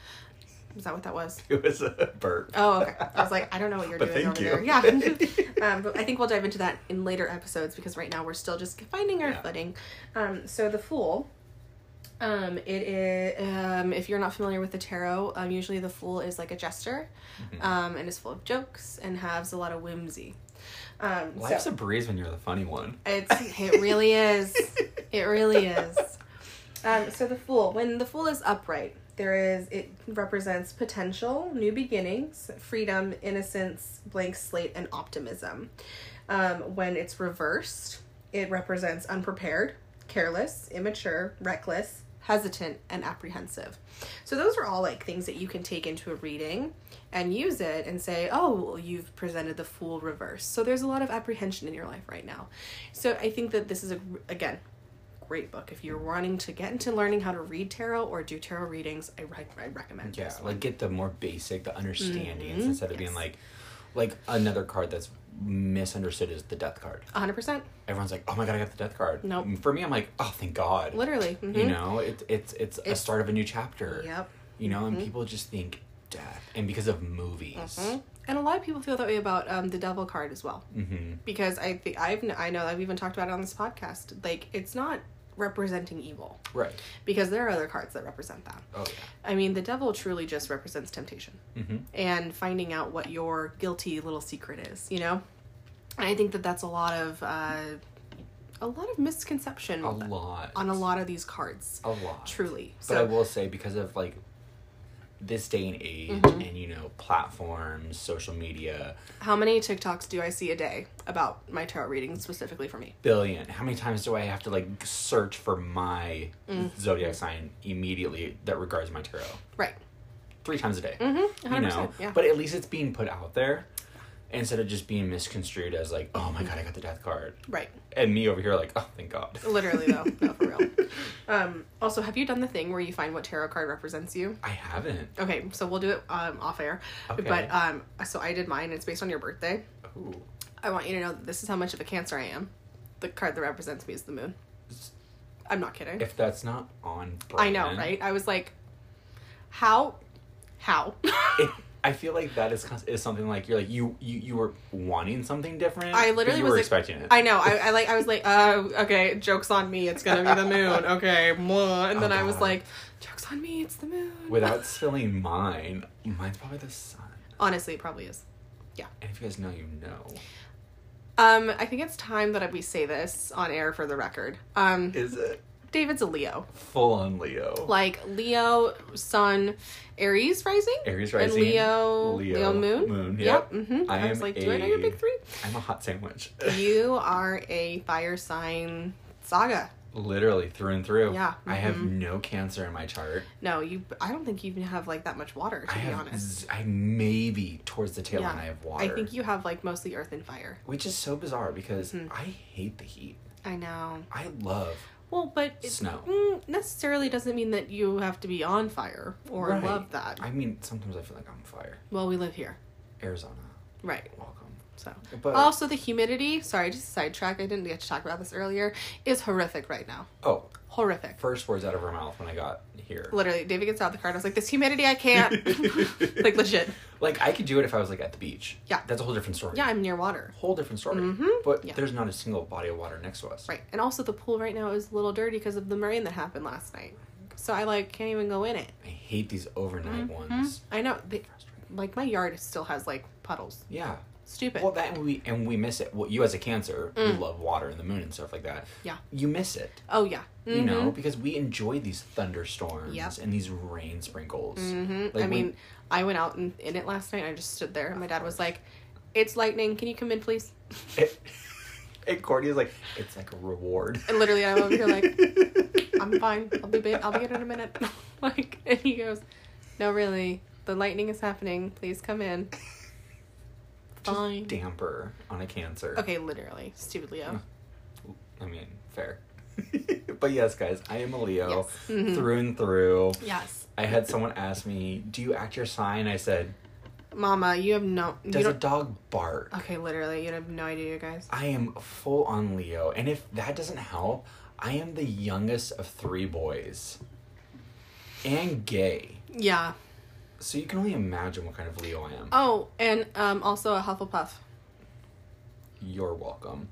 Speaker 2: Is that what that was?
Speaker 1: (laughs) It was a burp.
Speaker 2: Oh, okay. I was like, I don't know what you're
Speaker 1: But
Speaker 2: doing
Speaker 1: thank
Speaker 2: over
Speaker 1: you.
Speaker 2: there.
Speaker 1: (laughs)
Speaker 2: Yeah. (laughs) um, but I think we'll dive into that in later episodes because right now we're still just finding our
Speaker 1: Yeah.
Speaker 2: footing. Um, so the fool. Um, it is. Um, if you're not familiar with the tarot, um, usually the fool is like a jester,
Speaker 1: Mm-hmm.
Speaker 2: um, and is full of jokes and has a lot of whimsy. Um,
Speaker 1: Life's
Speaker 2: so
Speaker 1: a breeze when you're the funny one.
Speaker 2: it's it really is. It really is. Um, so the fool, when the fool is upright, there is it represents potential, new beginnings, freedom, innocence, blank slate, and optimism. Um, when it's reversed, it represents unprepared, careless, immature, reckless, hesitant, and apprehensive. So those are all like things that you can take into a reading and use it and say, "Oh, well, you've presented the fool reverse." So there's a lot of apprehension in your life right now. So I think that this is a, again great book if you're wanting to get into learning how to read tarot or do tarot readings i, re- I recommend
Speaker 1: Yeah,
Speaker 2: this one.
Speaker 1: like get the more basic, the understandings instead of being
Speaker 2: Mm-hmm. Yes.
Speaker 1: like, like another card that's misunderstood is the death card.
Speaker 2: 100%
Speaker 1: everyone's like, "Oh my god, I got the death card."
Speaker 2: Nope.
Speaker 1: For me, I'm like, "Oh, thank God."
Speaker 2: literally
Speaker 1: You
Speaker 2: mhm.
Speaker 1: know, it's it's it's a start of a new chapter.
Speaker 2: Yep. Mm-hmm.
Speaker 1: You know, and people just think death, and because of movies,
Speaker 2: and a lot of people feel that way about um, the devil card as well
Speaker 1: hmm
Speaker 2: because i think i've kn- i know i've even talked about it on this podcast like it's not representing evil
Speaker 1: right?
Speaker 2: because there are other cards that represent that
Speaker 1: Oh yeah.
Speaker 2: i mean the devil truly just represents temptation
Speaker 1: Mm-hmm.
Speaker 2: and finding out what your guilty little secret is, you know? And I think that that's a lot of uh, a lot of misconception
Speaker 1: A lot.
Speaker 2: on a lot of these cards.
Speaker 1: A lot.
Speaker 2: Truly.
Speaker 1: But
Speaker 2: So
Speaker 1: I will say because of like this day and age
Speaker 2: Mm-hmm.
Speaker 1: and you know platforms, social media,
Speaker 2: how many TikToks do I see a day about my tarot reading specifically for me?
Speaker 1: billion. How many times do I have to like search for my
Speaker 2: Mm.
Speaker 1: zodiac sign immediately that regards my tarot?
Speaker 2: Right.
Speaker 1: Three times a day.
Speaker 2: Mm-hmm.
Speaker 1: You
Speaker 2: 100%,
Speaker 1: know,
Speaker 2: yeah.
Speaker 1: but at least it's being put out there instead of just being misconstrued as like, oh my god, I got the death card,
Speaker 2: Right.
Speaker 1: and me over here like, oh thank god.
Speaker 2: Literally
Speaker 1: (laughs)
Speaker 2: though, no, for real. Um, also, have you done the thing where you find what tarot card represents you?
Speaker 1: I haven't.
Speaker 2: Okay, so we'll do it um, off air.
Speaker 1: Okay.
Speaker 2: But um, so I did mine. It's based on your birthday.
Speaker 1: Ooh.
Speaker 2: I want you to know that this is how much of a cancer I am. The card that represents me is the moon. I'm not kidding.
Speaker 1: If that's not on,
Speaker 2: I know,
Speaker 1: brand-
Speaker 2: right? I was like, how, how? (laughs)
Speaker 1: it, I feel like that is cons- is something like you're like you you, you were wanting something different.
Speaker 2: I
Speaker 1: but
Speaker 2: literally
Speaker 1: you
Speaker 2: was
Speaker 1: were
Speaker 2: like-
Speaker 1: expecting it.
Speaker 2: I know. I, I like. I was like, uh, okay, jokes on me. It's gonna be the
Speaker 1: (laughs)
Speaker 2: moon. Okay, mwah. and then
Speaker 1: Oh,
Speaker 2: I was
Speaker 1: God.
Speaker 2: like, jokes on me. It's the moon.
Speaker 1: Without spilling mine, mine's probably the sun.
Speaker 2: (laughs) honestly, it probably is.
Speaker 1: And if you guys know, you know.
Speaker 2: Um, I think it's time that we say this on air for the record. Um,
Speaker 1: Is it
Speaker 2: David's a Leo.
Speaker 1: full on Leo?
Speaker 2: like Leo Sun, Aries rising,
Speaker 1: Aries rising.
Speaker 2: and Leo
Speaker 1: Leo,
Speaker 2: Leo, moon.
Speaker 1: moon, yep.
Speaker 2: Yep. Mm-hmm.
Speaker 1: I
Speaker 2: I, was
Speaker 1: am
Speaker 2: like, do I know
Speaker 1: a-
Speaker 2: your big three?
Speaker 1: I'm a hot sandwich. (laughs)
Speaker 2: You are a fire sign saga.
Speaker 1: Literally through and through.
Speaker 2: Yeah, mm-hmm.
Speaker 1: I have no cancer in my chart.
Speaker 2: No, you. I don't think you even have like that much water. To
Speaker 1: I
Speaker 2: be
Speaker 1: have
Speaker 2: honest,
Speaker 1: z- I maybe towards the tail end I have water.
Speaker 2: I think you Mm-hmm. have like mostly earth and fire.
Speaker 1: which is so bizarre because I hate the heat.
Speaker 2: I know.
Speaker 1: I love
Speaker 2: Well, but it
Speaker 1: Snow.
Speaker 2: mm, necessarily doesn't mean that you have to be on fire or
Speaker 1: Right.
Speaker 2: love that.
Speaker 1: I mean, sometimes I feel like I'm fire.
Speaker 2: Well, we live here,
Speaker 1: Arizona,
Speaker 2: right?
Speaker 1: welcome.
Speaker 2: So.
Speaker 1: But
Speaker 2: also, the humidity, sorry, just a sidetrack, I didn't get to talk about this earlier, is horrific right now.
Speaker 1: oh,
Speaker 2: horrific.
Speaker 1: first words out of her mouth when I got here.
Speaker 2: Literally, David gets out the car and I was like, "This humidity, I
Speaker 1: (laughs)
Speaker 2: can't." (laughs) like legit.
Speaker 1: Like I could do it if I was like at the beach.
Speaker 2: Yeah.
Speaker 1: that's a whole different story.
Speaker 2: Yeah, I'm near water.
Speaker 1: whole different story. But
Speaker 2: Yeah.
Speaker 1: there's not a single body of water next to us.
Speaker 2: Right, and also the pool right now is a little dirty because of the rain that happened last night. So I like can't even go in it.
Speaker 1: I hate these overnight ones.
Speaker 2: I know, they,
Speaker 1: Frustrating.
Speaker 2: like my yard still has like puddles.
Speaker 1: Yeah.
Speaker 2: Stupid.
Speaker 1: Well, that and we and we miss it. Well, you as a Cancer,
Speaker 2: Mm.
Speaker 1: you love water and the moon and stuff like that.
Speaker 2: Yeah.
Speaker 1: You miss it.
Speaker 2: oh yeah.
Speaker 1: You
Speaker 2: Mhm.
Speaker 1: know, because we enjoy these thunderstorms
Speaker 2: Yep.
Speaker 1: and these rain sprinkles.
Speaker 2: Mhm.
Speaker 1: Like,
Speaker 2: I
Speaker 1: we-
Speaker 2: mean, I went out in, in it last night. and I just stood there. and My dad was like, "It's lightning. Can you come in, please?"
Speaker 1: it, (laughs) and Courtney's like, it's like a reward.
Speaker 2: And literally, I'm over here like,
Speaker 1: (laughs)
Speaker 2: I'm fine. I'll be ba- I'll be good in a minute. (laughs) like, and he goes, No, really. The lightning is happening. Please come in.
Speaker 1: Just
Speaker 2: Fine.
Speaker 1: damper on a cancer.
Speaker 2: Okay, literally, stupid Leo.
Speaker 1: I mean, fair. (laughs) but yes, guys, I am a Leo
Speaker 2: Yes. Mm-hmm.
Speaker 1: through and through.
Speaker 2: Yes,
Speaker 1: I had someone ask me, "Do you act your sign?" I said,
Speaker 2: Mama, you have no. You
Speaker 1: "Does a
Speaker 2: don't,
Speaker 1: dog bark?"
Speaker 2: (laughs) okay, literally, you have no idea, you guys.
Speaker 1: I am full on Leo, and if that doesn't help, I am the youngest of three boys, and gay.
Speaker 2: Yeah.
Speaker 1: So you can only imagine what kind of Leo I am.
Speaker 2: Oh, and um, also a Hufflepuff.
Speaker 1: You're welcome.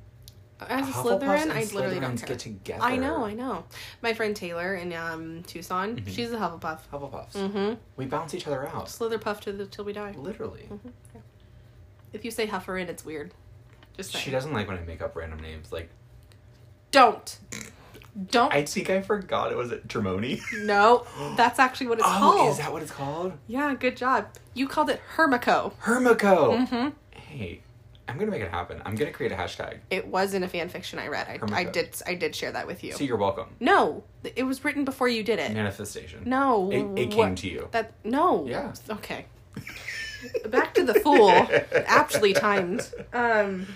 Speaker 2: As a
Speaker 1: Hufflepuffs
Speaker 2: Slytherin,
Speaker 1: and
Speaker 2: I literally don't
Speaker 1: Slytherins
Speaker 2: care.
Speaker 1: get together.
Speaker 2: I know, I know. My friend Taylor in um, Tucson,
Speaker 1: Mm-hmm.
Speaker 2: she's a Hufflepuff.
Speaker 1: Hufflepuffs.
Speaker 2: Mm-hmm.
Speaker 1: We bounce each other out.
Speaker 2: Slitherpuff to the, till we die.
Speaker 1: Literally.
Speaker 2: Mm-hmm. If you say Hufferin, it's weird. Just saying.
Speaker 1: She doesn't like when I make up random names. Like,
Speaker 2: Don't. Don't.
Speaker 1: I think I forgot it was at Tremoni. (laughs)
Speaker 2: no, that's actually what it's
Speaker 1: Oh,
Speaker 2: called.
Speaker 1: is that what it's called?
Speaker 2: yeah, good job. You called it Hermico.
Speaker 1: Hermico.
Speaker 2: Mhm.
Speaker 1: Hey, I'm gonna make it happen. I'm gonna create a hashtag.
Speaker 2: It was in a fan fiction I read. I, I
Speaker 1: Hermico.
Speaker 2: did I did share that with you.
Speaker 1: So you're welcome.
Speaker 2: no, th- it was written before you did it.
Speaker 1: Manifestation.
Speaker 2: No,
Speaker 1: It- it came
Speaker 2: what-
Speaker 1: to you.
Speaker 2: That no.
Speaker 1: Yeah.
Speaker 2: Okay. Back to the fool, aptly timed. Um,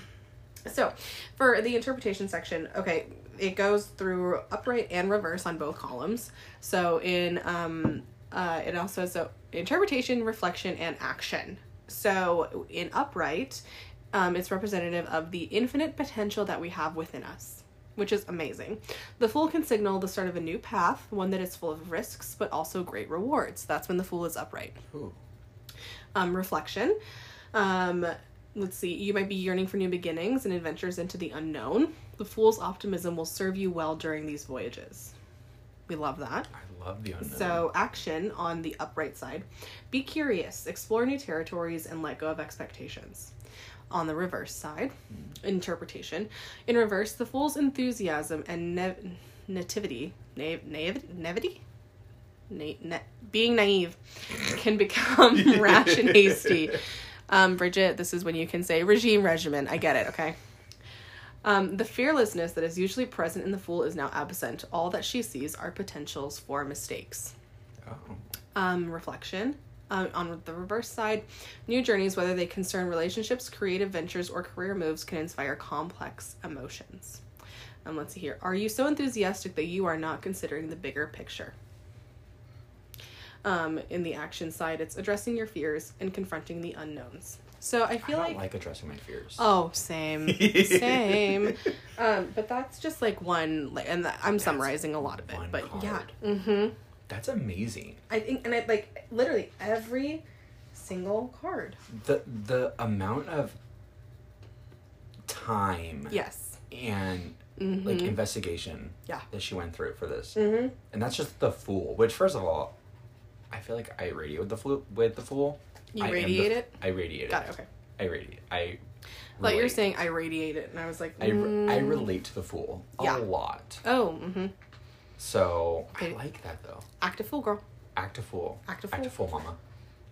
Speaker 2: so for the interpretation section, okay, it goes through upright and reverse on both columns. So in um, uh, it also has a interpretation, reflection, and action. So in upright, um, it's representative of the infinite potential that we have within us which is amazing. The Fool can signal the start of a new path, one that is full of risks but also great rewards. That's when the Fool is upright.
Speaker 1: Ooh.
Speaker 2: Um, reflection. Um, let's see, you might be yearning for new beginnings and adventures into the unknown. The Fool's optimism will serve you well during these voyages. We love that.
Speaker 1: I love the unknown.
Speaker 2: So, action on the upright side. Be curious, explore new territories, and let go of expectations. on the reverse side, interpretation. In reverse, the fool's enthusiasm and nav- nativity, nav- nav- naivety? Na- na- being naive can become rash and hasty. Um, Bridget, this is when you can say regime, regimen. I get it, okay? Um, the fearlessness that is usually present in the fool is now absent. All that she sees are potentials for mistakes
Speaker 1: Oh.
Speaker 2: um, reflection. Um, on the reverse side, new journeys, whether they concern relationships, creative ventures, or career moves, can inspire complex emotions. Um, let's see here. Are you so enthusiastic that you are not considering the bigger picture? Um, in the action side, it's addressing your fears and confronting the unknowns. So I
Speaker 1: I
Speaker 2: feel
Speaker 1: don't
Speaker 2: like
Speaker 1: like, addressing my fears.
Speaker 2: (laughs) Oh, same,
Speaker 1: (laughs)
Speaker 2: same. Um, but that's just like one, like, and I'm summarizing a lot of it,
Speaker 1: one
Speaker 2: but yeah,
Speaker 1: card.
Speaker 2: mm-hmm.
Speaker 1: That's amazing.
Speaker 2: I think, and I like literally every single card.
Speaker 1: The the amount of time
Speaker 2: Yes.
Speaker 1: and like investigation
Speaker 2: Mm-hmm. Yeah.
Speaker 1: that she went through for this.
Speaker 2: Mm-hmm.
Speaker 1: And that's just the fool, which first of all, I feel like I radiate with the flu with the fool.
Speaker 2: You
Speaker 1: I am the-
Speaker 2: radiate it?
Speaker 1: I radiate
Speaker 2: Got
Speaker 1: it.
Speaker 2: it. Okay.
Speaker 1: I radiate. I
Speaker 2: But you're
Speaker 1: relate.
Speaker 2: saying I radiate it, and I was like,
Speaker 1: I, re- I
Speaker 2: mm.
Speaker 1: relate to the fool a
Speaker 2: Yeah.
Speaker 1: lot.
Speaker 2: Oh, mm-hmm.
Speaker 1: So I
Speaker 2: Okay.
Speaker 1: like that though.
Speaker 2: Active fool girl.
Speaker 1: Act a fool.
Speaker 2: Act a
Speaker 1: Act a
Speaker 2: fool.
Speaker 1: fool, mama.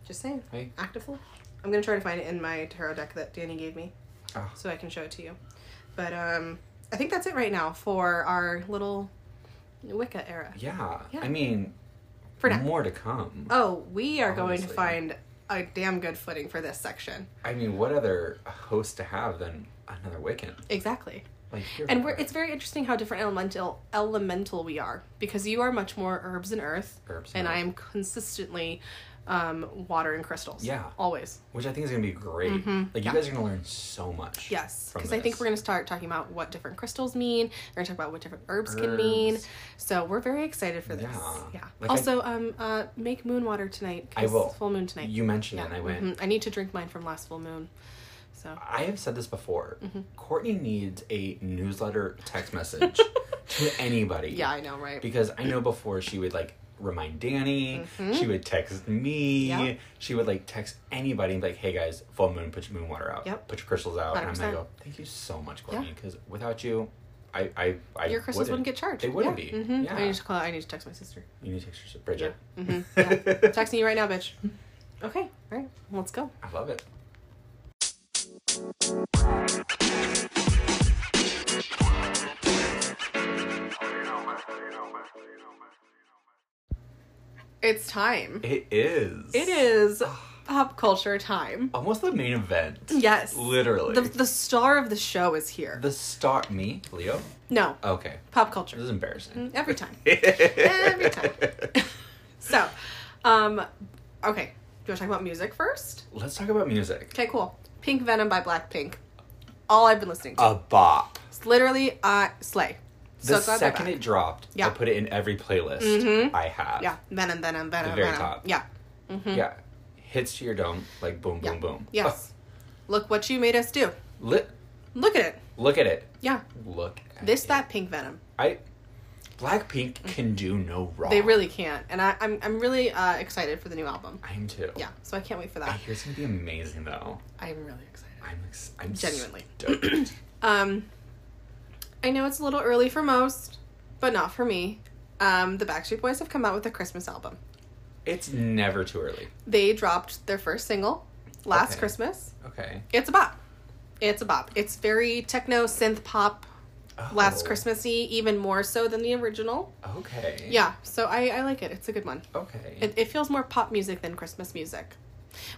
Speaker 2: Just saying.
Speaker 1: Hey.
Speaker 2: Active fool. I'm gonna try to find it in my tarot deck that Danny gave me,
Speaker 1: Oh.
Speaker 2: so I can show it to you. But um, I think that's it right now for our little Wicca era.
Speaker 1: Yeah.
Speaker 2: Yeah.
Speaker 1: I mean,
Speaker 2: For now.
Speaker 1: more to come.
Speaker 2: Oh, we are going to
Speaker 1: Obviously.
Speaker 2: find a damn good footing for this section.
Speaker 1: I mean, what other host to have than another Wiccan?
Speaker 2: Exactly.
Speaker 1: Like, you're
Speaker 2: And we're,
Speaker 1: right.
Speaker 2: it's very interesting how different elemental elemental we are because you are much more herbs and earth,
Speaker 1: Herbs
Speaker 2: and
Speaker 1: and
Speaker 2: I
Speaker 1: earth.
Speaker 2: am consistently um, water and crystals.
Speaker 1: Yeah.
Speaker 2: always.
Speaker 1: which I think is gonna be great. Like,
Speaker 2: Mm-hmm. Yeah.
Speaker 1: you guys are gonna learn so much.
Speaker 2: Yes,
Speaker 1: from
Speaker 2: because I think
Speaker 1: this.
Speaker 2: we're going to start talking about what different crystals mean. We're going to talk about what different herbs, can mean.
Speaker 1: Herbs.
Speaker 2: So we're very excited for this.
Speaker 1: Yeah.
Speaker 2: Yeah.
Speaker 1: Like I-
Speaker 2: also, um, uh, make moon water tonight. 'cause
Speaker 1: I will.
Speaker 2: Full moon tonight.
Speaker 1: You mentioned
Speaker 2: yeah.
Speaker 1: it, and I went.
Speaker 2: Mhm. I need to drink mine from last full moon.
Speaker 1: (laughs)
Speaker 2: So
Speaker 1: I have said this before.
Speaker 2: Mm-hmm.
Speaker 1: Courtney needs a newsletter
Speaker 2: (laughs)
Speaker 1: text message to anybody.
Speaker 2: yeah, I know, right?
Speaker 1: Because I know before she would like remind Danny, she would text me,
Speaker 2: Mm-hmm. Yeah.
Speaker 1: she would like text anybody and be like, hey guys, full moon, put your moon water out,
Speaker 2: Yep.
Speaker 1: put your crystals out. And I'm gonna
Speaker 2: 100%.
Speaker 1: go, thank you so much, Courtney, because without you, I, I, I
Speaker 2: Your crystals wouldn't, get charged.
Speaker 1: They wouldn't
Speaker 2: Yeah.
Speaker 1: be.
Speaker 2: Mhm.
Speaker 1: Yeah.
Speaker 2: I need to call. I need to text my sister.
Speaker 1: You need to text your Bridget.
Speaker 2: Mhm.
Speaker 1: (laughs)
Speaker 2: Yeah. Texting you right now, bitch. Okay. All right. Let's go.
Speaker 1: I love it.
Speaker 2: It's time.
Speaker 1: It is.
Speaker 2: It is pop culture time.
Speaker 1: Almost the main event.
Speaker 2: Yes.
Speaker 1: Literally.
Speaker 2: The, the star of the show is here.
Speaker 1: The star. Me? Leo?
Speaker 2: No.
Speaker 1: Okay.
Speaker 2: Pop
Speaker 1: This
Speaker 2: culture.
Speaker 1: is embarrassing.
Speaker 2: Every
Speaker 1: (laughs)
Speaker 2: time. Every time. (laughs) So, um, okay. Do you want to talk about music first?
Speaker 1: Let's talk about music.
Speaker 2: Okay, cool. Pink Venom by Blackpink. All I've been listening to.
Speaker 1: A bop.
Speaker 2: it's literally uh, Slay.
Speaker 1: Uh, The
Speaker 2: glad they're
Speaker 1: second
Speaker 2: back.
Speaker 1: it dropped,
Speaker 2: Yeah. Mm-hmm.
Speaker 1: I put it in every playlist I have.
Speaker 2: Yeah. Venom, Venom, Venom,
Speaker 1: very
Speaker 2: Venom.
Speaker 1: top.
Speaker 2: Yeah.
Speaker 1: Yeah. Hits to your dome, like boom, boom,
Speaker 2: Yeah.
Speaker 1: boom. (laughs)
Speaker 2: Yes. Look what you made us do.
Speaker 1: Oh, li-
Speaker 2: Look at it.
Speaker 1: look at it.
Speaker 2: Yeah.
Speaker 1: Look at
Speaker 2: This,
Speaker 1: it.
Speaker 2: that, pink venom.
Speaker 1: I. Blackpink can do no wrong.
Speaker 2: They really can't. And I, I'm, I'm really uh, excited for the new album.
Speaker 1: I'm too.
Speaker 2: Yeah. So I can't wait for
Speaker 1: I
Speaker 2: that.
Speaker 1: hear it's gonna be amazing though.
Speaker 2: (laughs) I'm really excited.
Speaker 1: I'm ex- I'm
Speaker 2: Genuinely.
Speaker 1: stoked.
Speaker 2: Um, I know it's a little early for most, but not for me. Um, the Backstreet Boys have come out with a Christmas album.
Speaker 1: (clears throat) it's never too early.
Speaker 2: They dropped their first single last
Speaker 1: Okay.
Speaker 2: Christmas.
Speaker 1: Okay.
Speaker 2: It's a bop. It's a bop. It's very techno synth pop, last
Speaker 1: Oh,
Speaker 2: Christmassy, even more so than the original.
Speaker 1: Okay.
Speaker 2: Yeah, so I, I like it. It's a good one.
Speaker 1: Okay.
Speaker 2: It, it feels more pop music than Christmas music.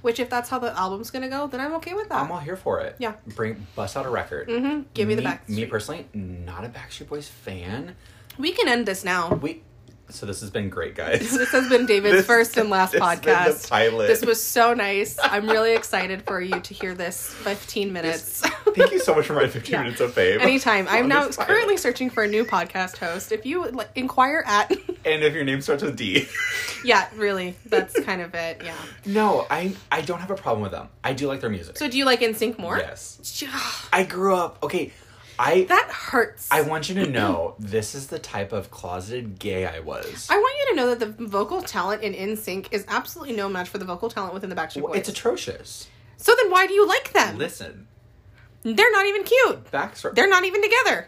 Speaker 2: Which, if that's how the album's gonna go, then I'm okay with that.
Speaker 1: I'm all here for it.
Speaker 2: Yeah.
Speaker 1: Bring bust out a record.
Speaker 2: hmm Give me, the back.
Speaker 1: Me personally, not a Backstreet Boys fan.
Speaker 2: we can end this now.
Speaker 1: We. So this has been great, guys.
Speaker 2: (laughs) This has been David's
Speaker 1: This-
Speaker 2: first and last
Speaker 1: this has been the
Speaker 2: podcast.
Speaker 1: pilot.
Speaker 2: This was so nice. I'm really excited for you to hear this 15 minutes.
Speaker 1: Thank you so much
Speaker 2: (laughs)
Speaker 1: for my 15
Speaker 2: Yeah.
Speaker 1: minutes of fame.
Speaker 2: Anytime. I'm
Speaker 1: On
Speaker 2: now
Speaker 1: this pilot.
Speaker 2: currently searching for a new podcast host. If you would like, inquire at, (laughs)
Speaker 1: And if your name starts with D. (laughs)
Speaker 2: yeah, really, that's kind of it. Yeah.
Speaker 1: no, I I don't have a problem with them. I do like their music.
Speaker 2: So do you like NSYNC more?
Speaker 1: yes.
Speaker 2: Yeah.
Speaker 1: I grew up. Okay. I
Speaker 2: (sighs) That hurts.
Speaker 1: I want you to know this is the type of closeted gay I was.
Speaker 2: I want you to know that the vocal talent in NSYNC is absolutely no match for the vocal talent within the Backstreet Boys.
Speaker 1: it's atrocious.
Speaker 2: so then why do you like them?
Speaker 1: Listen,
Speaker 2: They're not even cute.
Speaker 1: Backstory.
Speaker 2: They're not even together.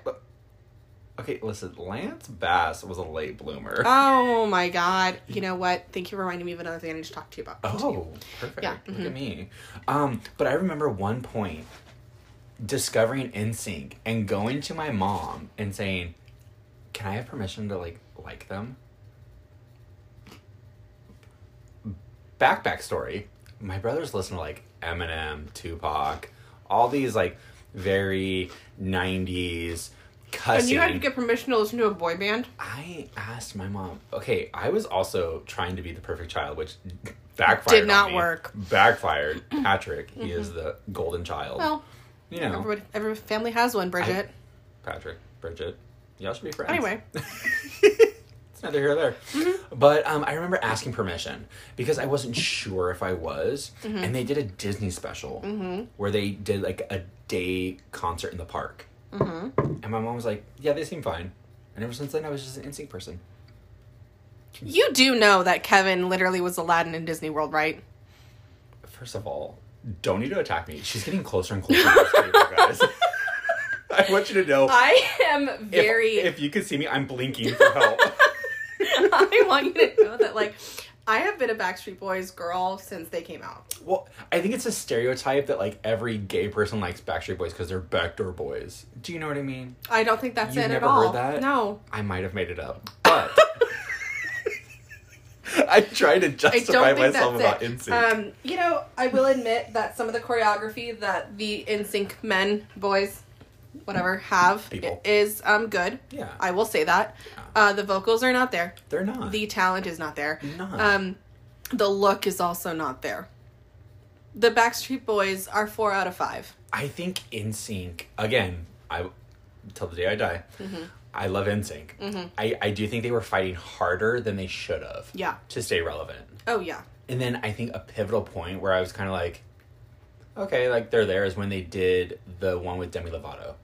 Speaker 1: okay, listen. Lance Bass was a late bloomer.
Speaker 2: Oh my god. You know what? Thank you for reminding me of another thing I need to talk to you about. Continue.
Speaker 1: Oh, perfect.
Speaker 2: Yeah, mm-hmm.
Speaker 1: Look at me. Um, but I remember one point discovering NSYNC and going to my mom and saying, "Can I have permission to like like them?" Back backstory. My brothers listen to like Eminem, Tupac, all these like very '90s cussing.
Speaker 2: And you had to get permission to listen to a boy band?
Speaker 1: I asked my mom. Okay, I was also trying to be the perfect child, which backfired.
Speaker 2: Did
Speaker 1: on
Speaker 2: not
Speaker 1: me.
Speaker 2: work. Mm-hmm. (clears throat)
Speaker 1: Backfired. Patrick, he is the golden child.
Speaker 2: Well,
Speaker 1: you know,
Speaker 2: everybody, every family has one, Bridget.
Speaker 1: Patrick, Bridget, y'all should be friends. (laughs)
Speaker 2: anyway, Mm-hmm.
Speaker 1: it's neither here nor there. But um, I remember asking permission because I wasn't sure if I was,
Speaker 2: Mm-hmm.
Speaker 1: and they did a Disney special where they did like a day concert in the park, mm-hmm. and my mom was like, "Yeah, they seem fine." And ever since then, I was just an instinct person.
Speaker 2: you do know that Kevin literally was Aladdin in Disney World, right?
Speaker 1: First of all, don't need to attack me. She's getting closer and closer to this table, guys. (laughs) I want you to know.
Speaker 2: I am
Speaker 1: if-
Speaker 2: very.
Speaker 1: If, you could see me, I'm blinking for
Speaker 2: (laughs)
Speaker 1: help.
Speaker 2: I want you to know that, like, I have been a Backstreet Boys girl since they came out.
Speaker 1: well, I think it's a stereotype that like every gay person likes Backstreet Boys because they're backdoor boys. Do you know what I mean?
Speaker 2: I don't think that's
Speaker 1: You've
Speaker 2: it
Speaker 1: never
Speaker 2: at all.
Speaker 1: heard that?
Speaker 2: No,
Speaker 1: I might have made it up,
Speaker 2: (laughs)
Speaker 1: but (laughs) I try to
Speaker 2: I
Speaker 1: justify
Speaker 2: don't think
Speaker 1: myself about
Speaker 2: that's it.
Speaker 1: NSYNC.
Speaker 2: Um, you know, I will admit that some of the choreography that the NSYNC men, boys, whatever, have
Speaker 1: People.
Speaker 2: i- is um good.
Speaker 1: Yeah.
Speaker 2: I will say that. Uh, the vocals are not there.
Speaker 1: they're not.
Speaker 2: The talent is not there.
Speaker 1: Not.
Speaker 2: Um, the look is also not there. The Backstreet Boys are four out of five.
Speaker 1: I think NSYNC again. I till the day I die.
Speaker 2: Mm-hmm.
Speaker 1: I love NSYNC. I I do think they were fighting harder than they should have.
Speaker 2: Yeah.
Speaker 1: To stay relevant,
Speaker 2: Oh yeah.
Speaker 1: and then I think a pivotal point where I was kind of like, okay, like they're there is when they did the one with Demi Lovato.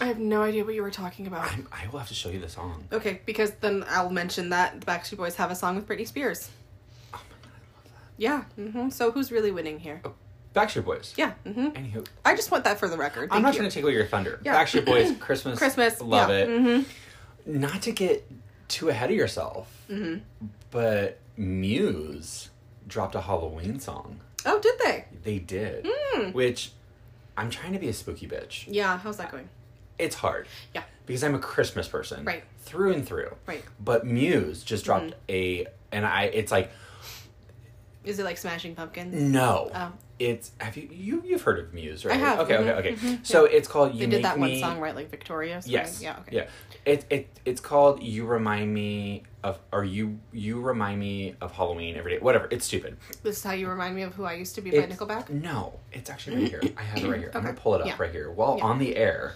Speaker 2: I have no idea what you were talking about.
Speaker 1: I'm, I will have to show you the song.
Speaker 2: Okay, because then I'll mention that the Backstreet Boys have a song with Britney Spears.
Speaker 1: Oh,
Speaker 2: Yeah. hmm So who's really winning here?
Speaker 1: Backstreet Boys.
Speaker 2: Yeah. hmm
Speaker 1: Anywho,
Speaker 2: I just want that for the record.
Speaker 1: I'm
Speaker 2: Thank
Speaker 1: not
Speaker 2: you.
Speaker 1: trying to tickle your thunder.
Speaker 2: Yeah.
Speaker 1: Backstreet
Speaker 2: (clears throat)
Speaker 1: Boys, Christmas,
Speaker 2: Christmas.
Speaker 1: love
Speaker 2: yeah.
Speaker 1: it.
Speaker 2: Mhm.
Speaker 1: Not to get too ahead of yourself,
Speaker 2: Mm-hmm.
Speaker 1: but Muse dropped a Halloween song.
Speaker 2: Oh, did they?
Speaker 1: They did.
Speaker 2: Mm.
Speaker 1: Which I'm trying to be a spooky bitch.
Speaker 2: Yeah. How's that going?
Speaker 1: It's hard
Speaker 2: Yeah.
Speaker 1: because I'm a Christmas person.
Speaker 2: Right.
Speaker 1: Through and through.
Speaker 2: Right. Mm-hmm.
Speaker 1: But Muse just dropped a and I it's like
Speaker 2: Is it like Smashing Pumpkins?
Speaker 1: no.
Speaker 2: Oh.
Speaker 1: It's have you you you've heard of Muse, right?
Speaker 2: have,
Speaker 1: Okay,
Speaker 2: mhm,
Speaker 1: okay, okay. So it's called You
Speaker 2: They
Speaker 1: Make
Speaker 2: did that one
Speaker 1: Me
Speaker 2: song, right? Like Victorious.
Speaker 1: Yes.
Speaker 2: Yeah. Okay.
Speaker 1: Yeah. It, it it's called You Remind Me of or You You Remind Me of Halloween every day. Whatever. It's stupid.
Speaker 2: This is how you remind me of who I used to be by
Speaker 1: It's-
Speaker 2: Nickelback.
Speaker 1: No,
Speaker 2: (laughs)
Speaker 1: it's actually right here. I have it right here. I'm gonna
Speaker 2: Okay.
Speaker 1: pull it up
Speaker 2: Yeah.
Speaker 1: right here while
Speaker 2: Yeah.
Speaker 1: on the air.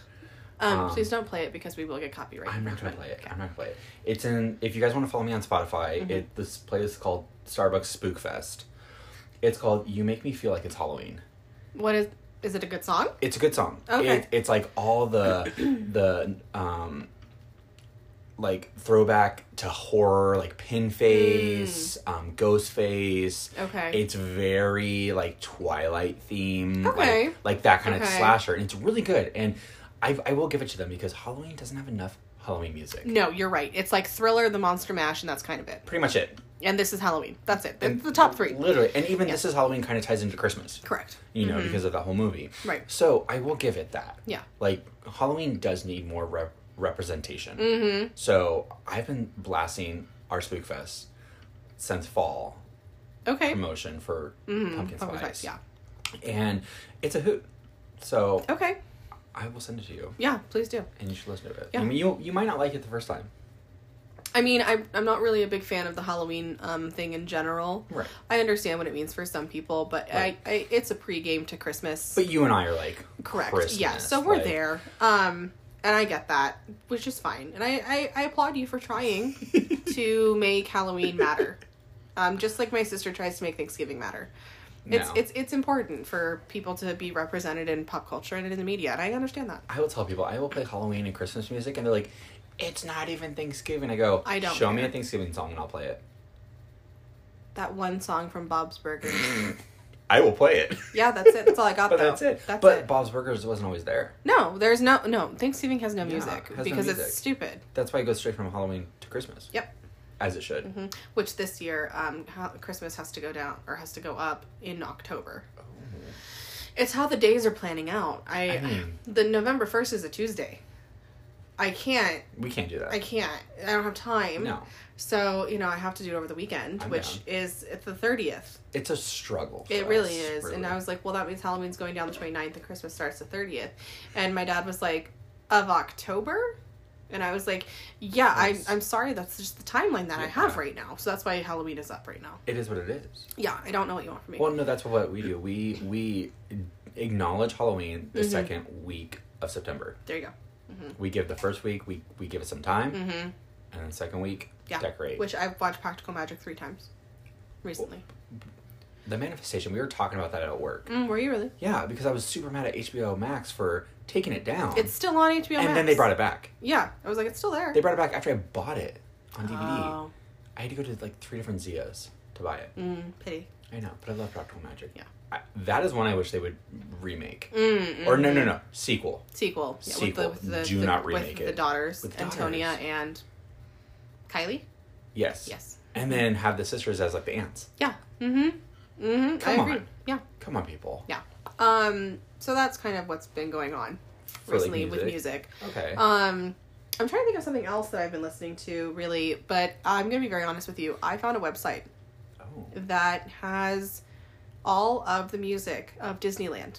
Speaker 2: Um,
Speaker 1: Um,
Speaker 2: please don't play it because we will get copyright.
Speaker 1: I'm not gonna
Speaker 2: infringement.
Speaker 1: play it.
Speaker 2: Okay.
Speaker 1: I'm not gonna play it. It's in. If you guys want to follow me on Spotify,
Speaker 2: Mm-hmm.
Speaker 1: it this playlist is called Starbucks Spookfest. It's called "You Make Me Feel Like It's Halloween."
Speaker 2: What is? Is it a good song?
Speaker 1: It's a good song.
Speaker 2: Okay.
Speaker 1: It, it's like all
Speaker 2: (clears throat)
Speaker 1: the the um like throwback to horror, like Pinface, um, Ghostface.
Speaker 2: Mm. Okay.
Speaker 1: It's very like Twilight theme,
Speaker 2: Okay.
Speaker 1: like, like that kind of
Speaker 2: Okay.
Speaker 1: slasher, and it's really good. And I I will give it to them because Halloween doesn't have enough Halloween music.
Speaker 2: No, you're right. It's like Thriller, The Monster Mash, and that's kind of it.
Speaker 1: Pretty much it.
Speaker 2: And this is Halloween. That's it. It's
Speaker 1: And
Speaker 2: the top three.
Speaker 1: Literally. And even this is Halloween kind of ties into Christmas.
Speaker 2: Correct.
Speaker 1: You know, because of that whole movie.
Speaker 2: Mm-hmm. Right.
Speaker 1: So I will give it that.
Speaker 2: Yeah.
Speaker 1: Like, Halloween does need more rep- representation. Mm-hmm. So I've been blasting our Spookfest since fall
Speaker 2: Okay.
Speaker 1: promotion for Pumpkin Spice.
Speaker 2: Mm-hmm. Pumpkin Spice, Yeah. Oh.
Speaker 1: And it's a hoot. So
Speaker 2: Okay.
Speaker 1: I will send it to you.
Speaker 2: Yeah. Please do.
Speaker 1: And you should listen to it.
Speaker 2: Yeah.
Speaker 1: I mean, you, you might not like it the first time.
Speaker 2: I mean, I'm I'm not really a big fan of the Halloween um thing in general.
Speaker 1: Right.
Speaker 2: I understand what it means for some people, but
Speaker 1: Right.
Speaker 2: I, I it's a pregame to Christmas.
Speaker 1: But you and I are like,
Speaker 2: Correct.
Speaker 1: Christmas,
Speaker 2: yeah. So we're
Speaker 1: like-
Speaker 2: there. Um, and I get that, which is fine. And I I, I applaud you for
Speaker 1: (laughs)
Speaker 2: trying to make Halloween matter. Um, just like my sister tries to make Thanksgiving matter. It's
Speaker 1: No.
Speaker 2: it's it's important for people to be represented in pop culture and in the media, and I understand that.
Speaker 1: I will tell people I will play Halloween and Christmas music, and they're like, "It's not even Thanksgiving." I go,
Speaker 2: I don't
Speaker 1: show me
Speaker 2: care."
Speaker 1: a Thanksgiving song and I'll play it."
Speaker 2: That one song from Bob's Burgers.
Speaker 1: I will play it.
Speaker 2: Yeah, that's it. That's all I got.
Speaker 1: But
Speaker 2: though.
Speaker 1: that's it.
Speaker 2: That's
Speaker 1: but
Speaker 2: it.
Speaker 1: Bob's Burgers wasn't always there.
Speaker 2: no, there's no no Thanksgiving has no music
Speaker 1: has no
Speaker 2: because
Speaker 1: music.
Speaker 2: it's stupid.
Speaker 1: That's why it goes straight from Halloween to Christmas.
Speaker 2: Yep.
Speaker 1: As it should.
Speaker 2: Mhm. Which this year, um, how Christmas has to go down or has to go up in October. It's how the days are planning out. I,
Speaker 1: Oh. I mean-
Speaker 2: the November first is a Tuesday. I can't.
Speaker 1: We can't do that.
Speaker 2: I can't. I don't have time.
Speaker 1: no.
Speaker 2: So you know, I have to do it over the weekend,
Speaker 1: I'm
Speaker 2: which is at the thirtieth.
Speaker 1: It's a struggle. for
Speaker 2: It really
Speaker 1: us,
Speaker 2: is. And
Speaker 1: really.
Speaker 2: I was like, well, that means Halloween's going down the 29th and Christmas starts the 30th. And my dad was like, of October? And I was like, yeah,
Speaker 1: Yes.
Speaker 2: I, I'm sorry. That's just the timeline that I have
Speaker 1: Yeah.
Speaker 2: right now. So that's why Halloween is up right now.
Speaker 1: It is what it is.
Speaker 2: Yeah, I don't know what you want from me.
Speaker 1: Well, no, that's what we do. We we acknowledge Halloween
Speaker 2: Mm-hmm.
Speaker 1: the second week of September.
Speaker 2: there you go. Mm.
Speaker 1: We give the first week. We we give it some time,
Speaker 2: Mm-hmm.
Speaker 1: and then second week
Speaker 2: Yeah.
Speaker 1: decorate.
Speaker 2: Which I've watched Practical Magic three times recently.
Speaker 1: the manifestation. We were talking about that at work.
Speaker 2: Mm, were you really?
Speaker 1: Yeah, because I was super mad at HBO Max for taking it down.
Speaker 2: It's still on HBO
Speaker 1: and
Speaker 2: Max.
Speaker 1: then they brought it back.
Speaker 2: Yeah, I was like, it's still there.
Speaker 1: They brought it back after I bought it on DVD.
Speaker 2: Oh,
Speaker 1: I had to go to like three different Zias to buy it.
Speaker 2: mm, pity.
Speaker 1: I know, but I love Practical Magic.
Speaker 2: Yeah.
Speaker 1: I, that is one I wish they would remake.
Speaker 2: Mm,
Speaker 1: Or no, no, no, sequel.
Speaker 2: sequel. Yeah,
Speaker 1: Sequel.
Speaker 2: With the, with the,
Speaker 1: Do
Speaker 2: the-
Speaker 1: not
Speaker 2: with
Speaker 1: remake
Speaker 2: The
Speaker 1: it.
Speaker 2: daughters,
Speaker 1: With
Speaker 2: Antonia
Speaker 1: daughters.
Speaker 2: and Kylie.
Speaker 1: Yes.
Speaker 2: Yes.
Speaker 1: And then have the sisters as like the aunts.
Speaker 2: Yeah. Mm-hmm. Mm-hmm.
Speaker 1: Come
Speaker 2: I agree.
Speaker 1: on.
Speaker 2: Yeah.
Speaker 1: Come on, people.
Speaker 2: Yeah. Um. So that's kind of what's been going on
Speaker 1: For, like,
Speaker 2: recently with music.
Speaker 1: music? Okay.
Speaker 2: Um. I'm trying to think of something else that I've been listening to, really, but I'm gonna be very honest with you. I found a website
Speaker 1: oh,
Speaker 2: that has all of the music of Disneyland.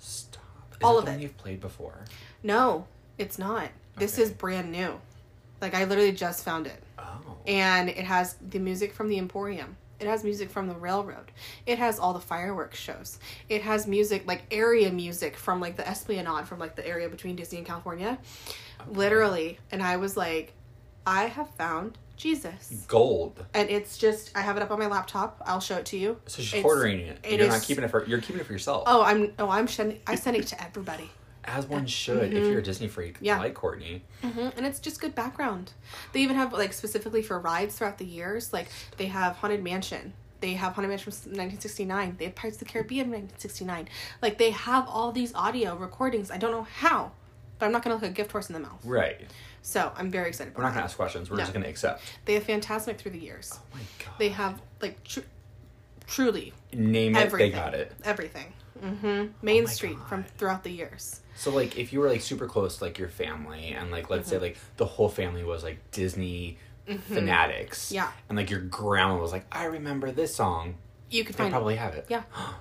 Speaker 1: stop. Is
Speaker 2: all
Speaker 1: that
Speaker 2: of
Speaker 1: the one
Speaker 2: it.
Speaker 1: you've played before.
Speaker 2: No, it's not. This
Speaker 1: Okay.
Speaker 2: is brand new. Like I literally just found it.
Speaker 1: Oh.
Speaker 2: and it has the music from the Emporium. It has music from the railroad. It has all the fireworks shows. It has music like area music from like the Esplanade from like the area between Disney and California. Literally, and I was like, I have found Jesus.
Speaker 1: Gold.
Speaker 2: And it's just I have it up on my laptop. I'll show it to you.
Speaker 1: Hmm. So she's
Speaker 2: It's-
Speaker 1: hoarding it.
Speaker 2: it
Speaker 1: you're
Speaker 2: is-
Speaker 1: not keeping it for. You're keeping it for yourself.
Speaker 2: Oh, I'm oh I'm sending I send it to everybody.
Speaker 1: As one should, if you're a Disney freak
Speaker 2: Mm-hmm. Yeah.
Speaker 1: like Courtney.
Speaker 2: hmm And it's just good background. They even have like specifically for rides throughout the years. Like they have Haunted Mansion. They have Haunted Mansion from 1969. They have Pirates of the Caribbean 1969. Like they have all these audio recordings. I don't know how, but I'm not gonna look a gift horse in the mouth.
Speaker 1: Right.
Speaker 2: So I'm very excited.
Speaker 1: We're
Speaker 2: About
Speaker 1: not gonna ask questions. We're
Speaker 2: No.
Speaker 1: just gonna accept.
Speaker 2: that. They have Fantasmic through the years.
Speaker 1: Oh my god.
Speaker 2: They have like tr- truly
Speaker 1: Name it.
Speaker 2: everything.
Speaker 1: They got it. Oh
Speaker 2: Everything. hmm Main
Speaker 1: my
Speaker 2: Street
Speaker 1: God.
Speaker 2: from throughout the years.
Speaker 1: So like, if you were like super close, to, like your family, and like let's say
Speaker 2: Mm-hmm.
Speaker 1: like the whole family was like Disney fanatics.
Speaker 2: Yeah.
Speaker 1: And like your grandma was like, I remember this song.
Speaker 2: You could
Speaker 1: They
Speaker 2: find
Speaker 1: probably have it.
Speaker 2: Yeah.
Speaker 1: Oh.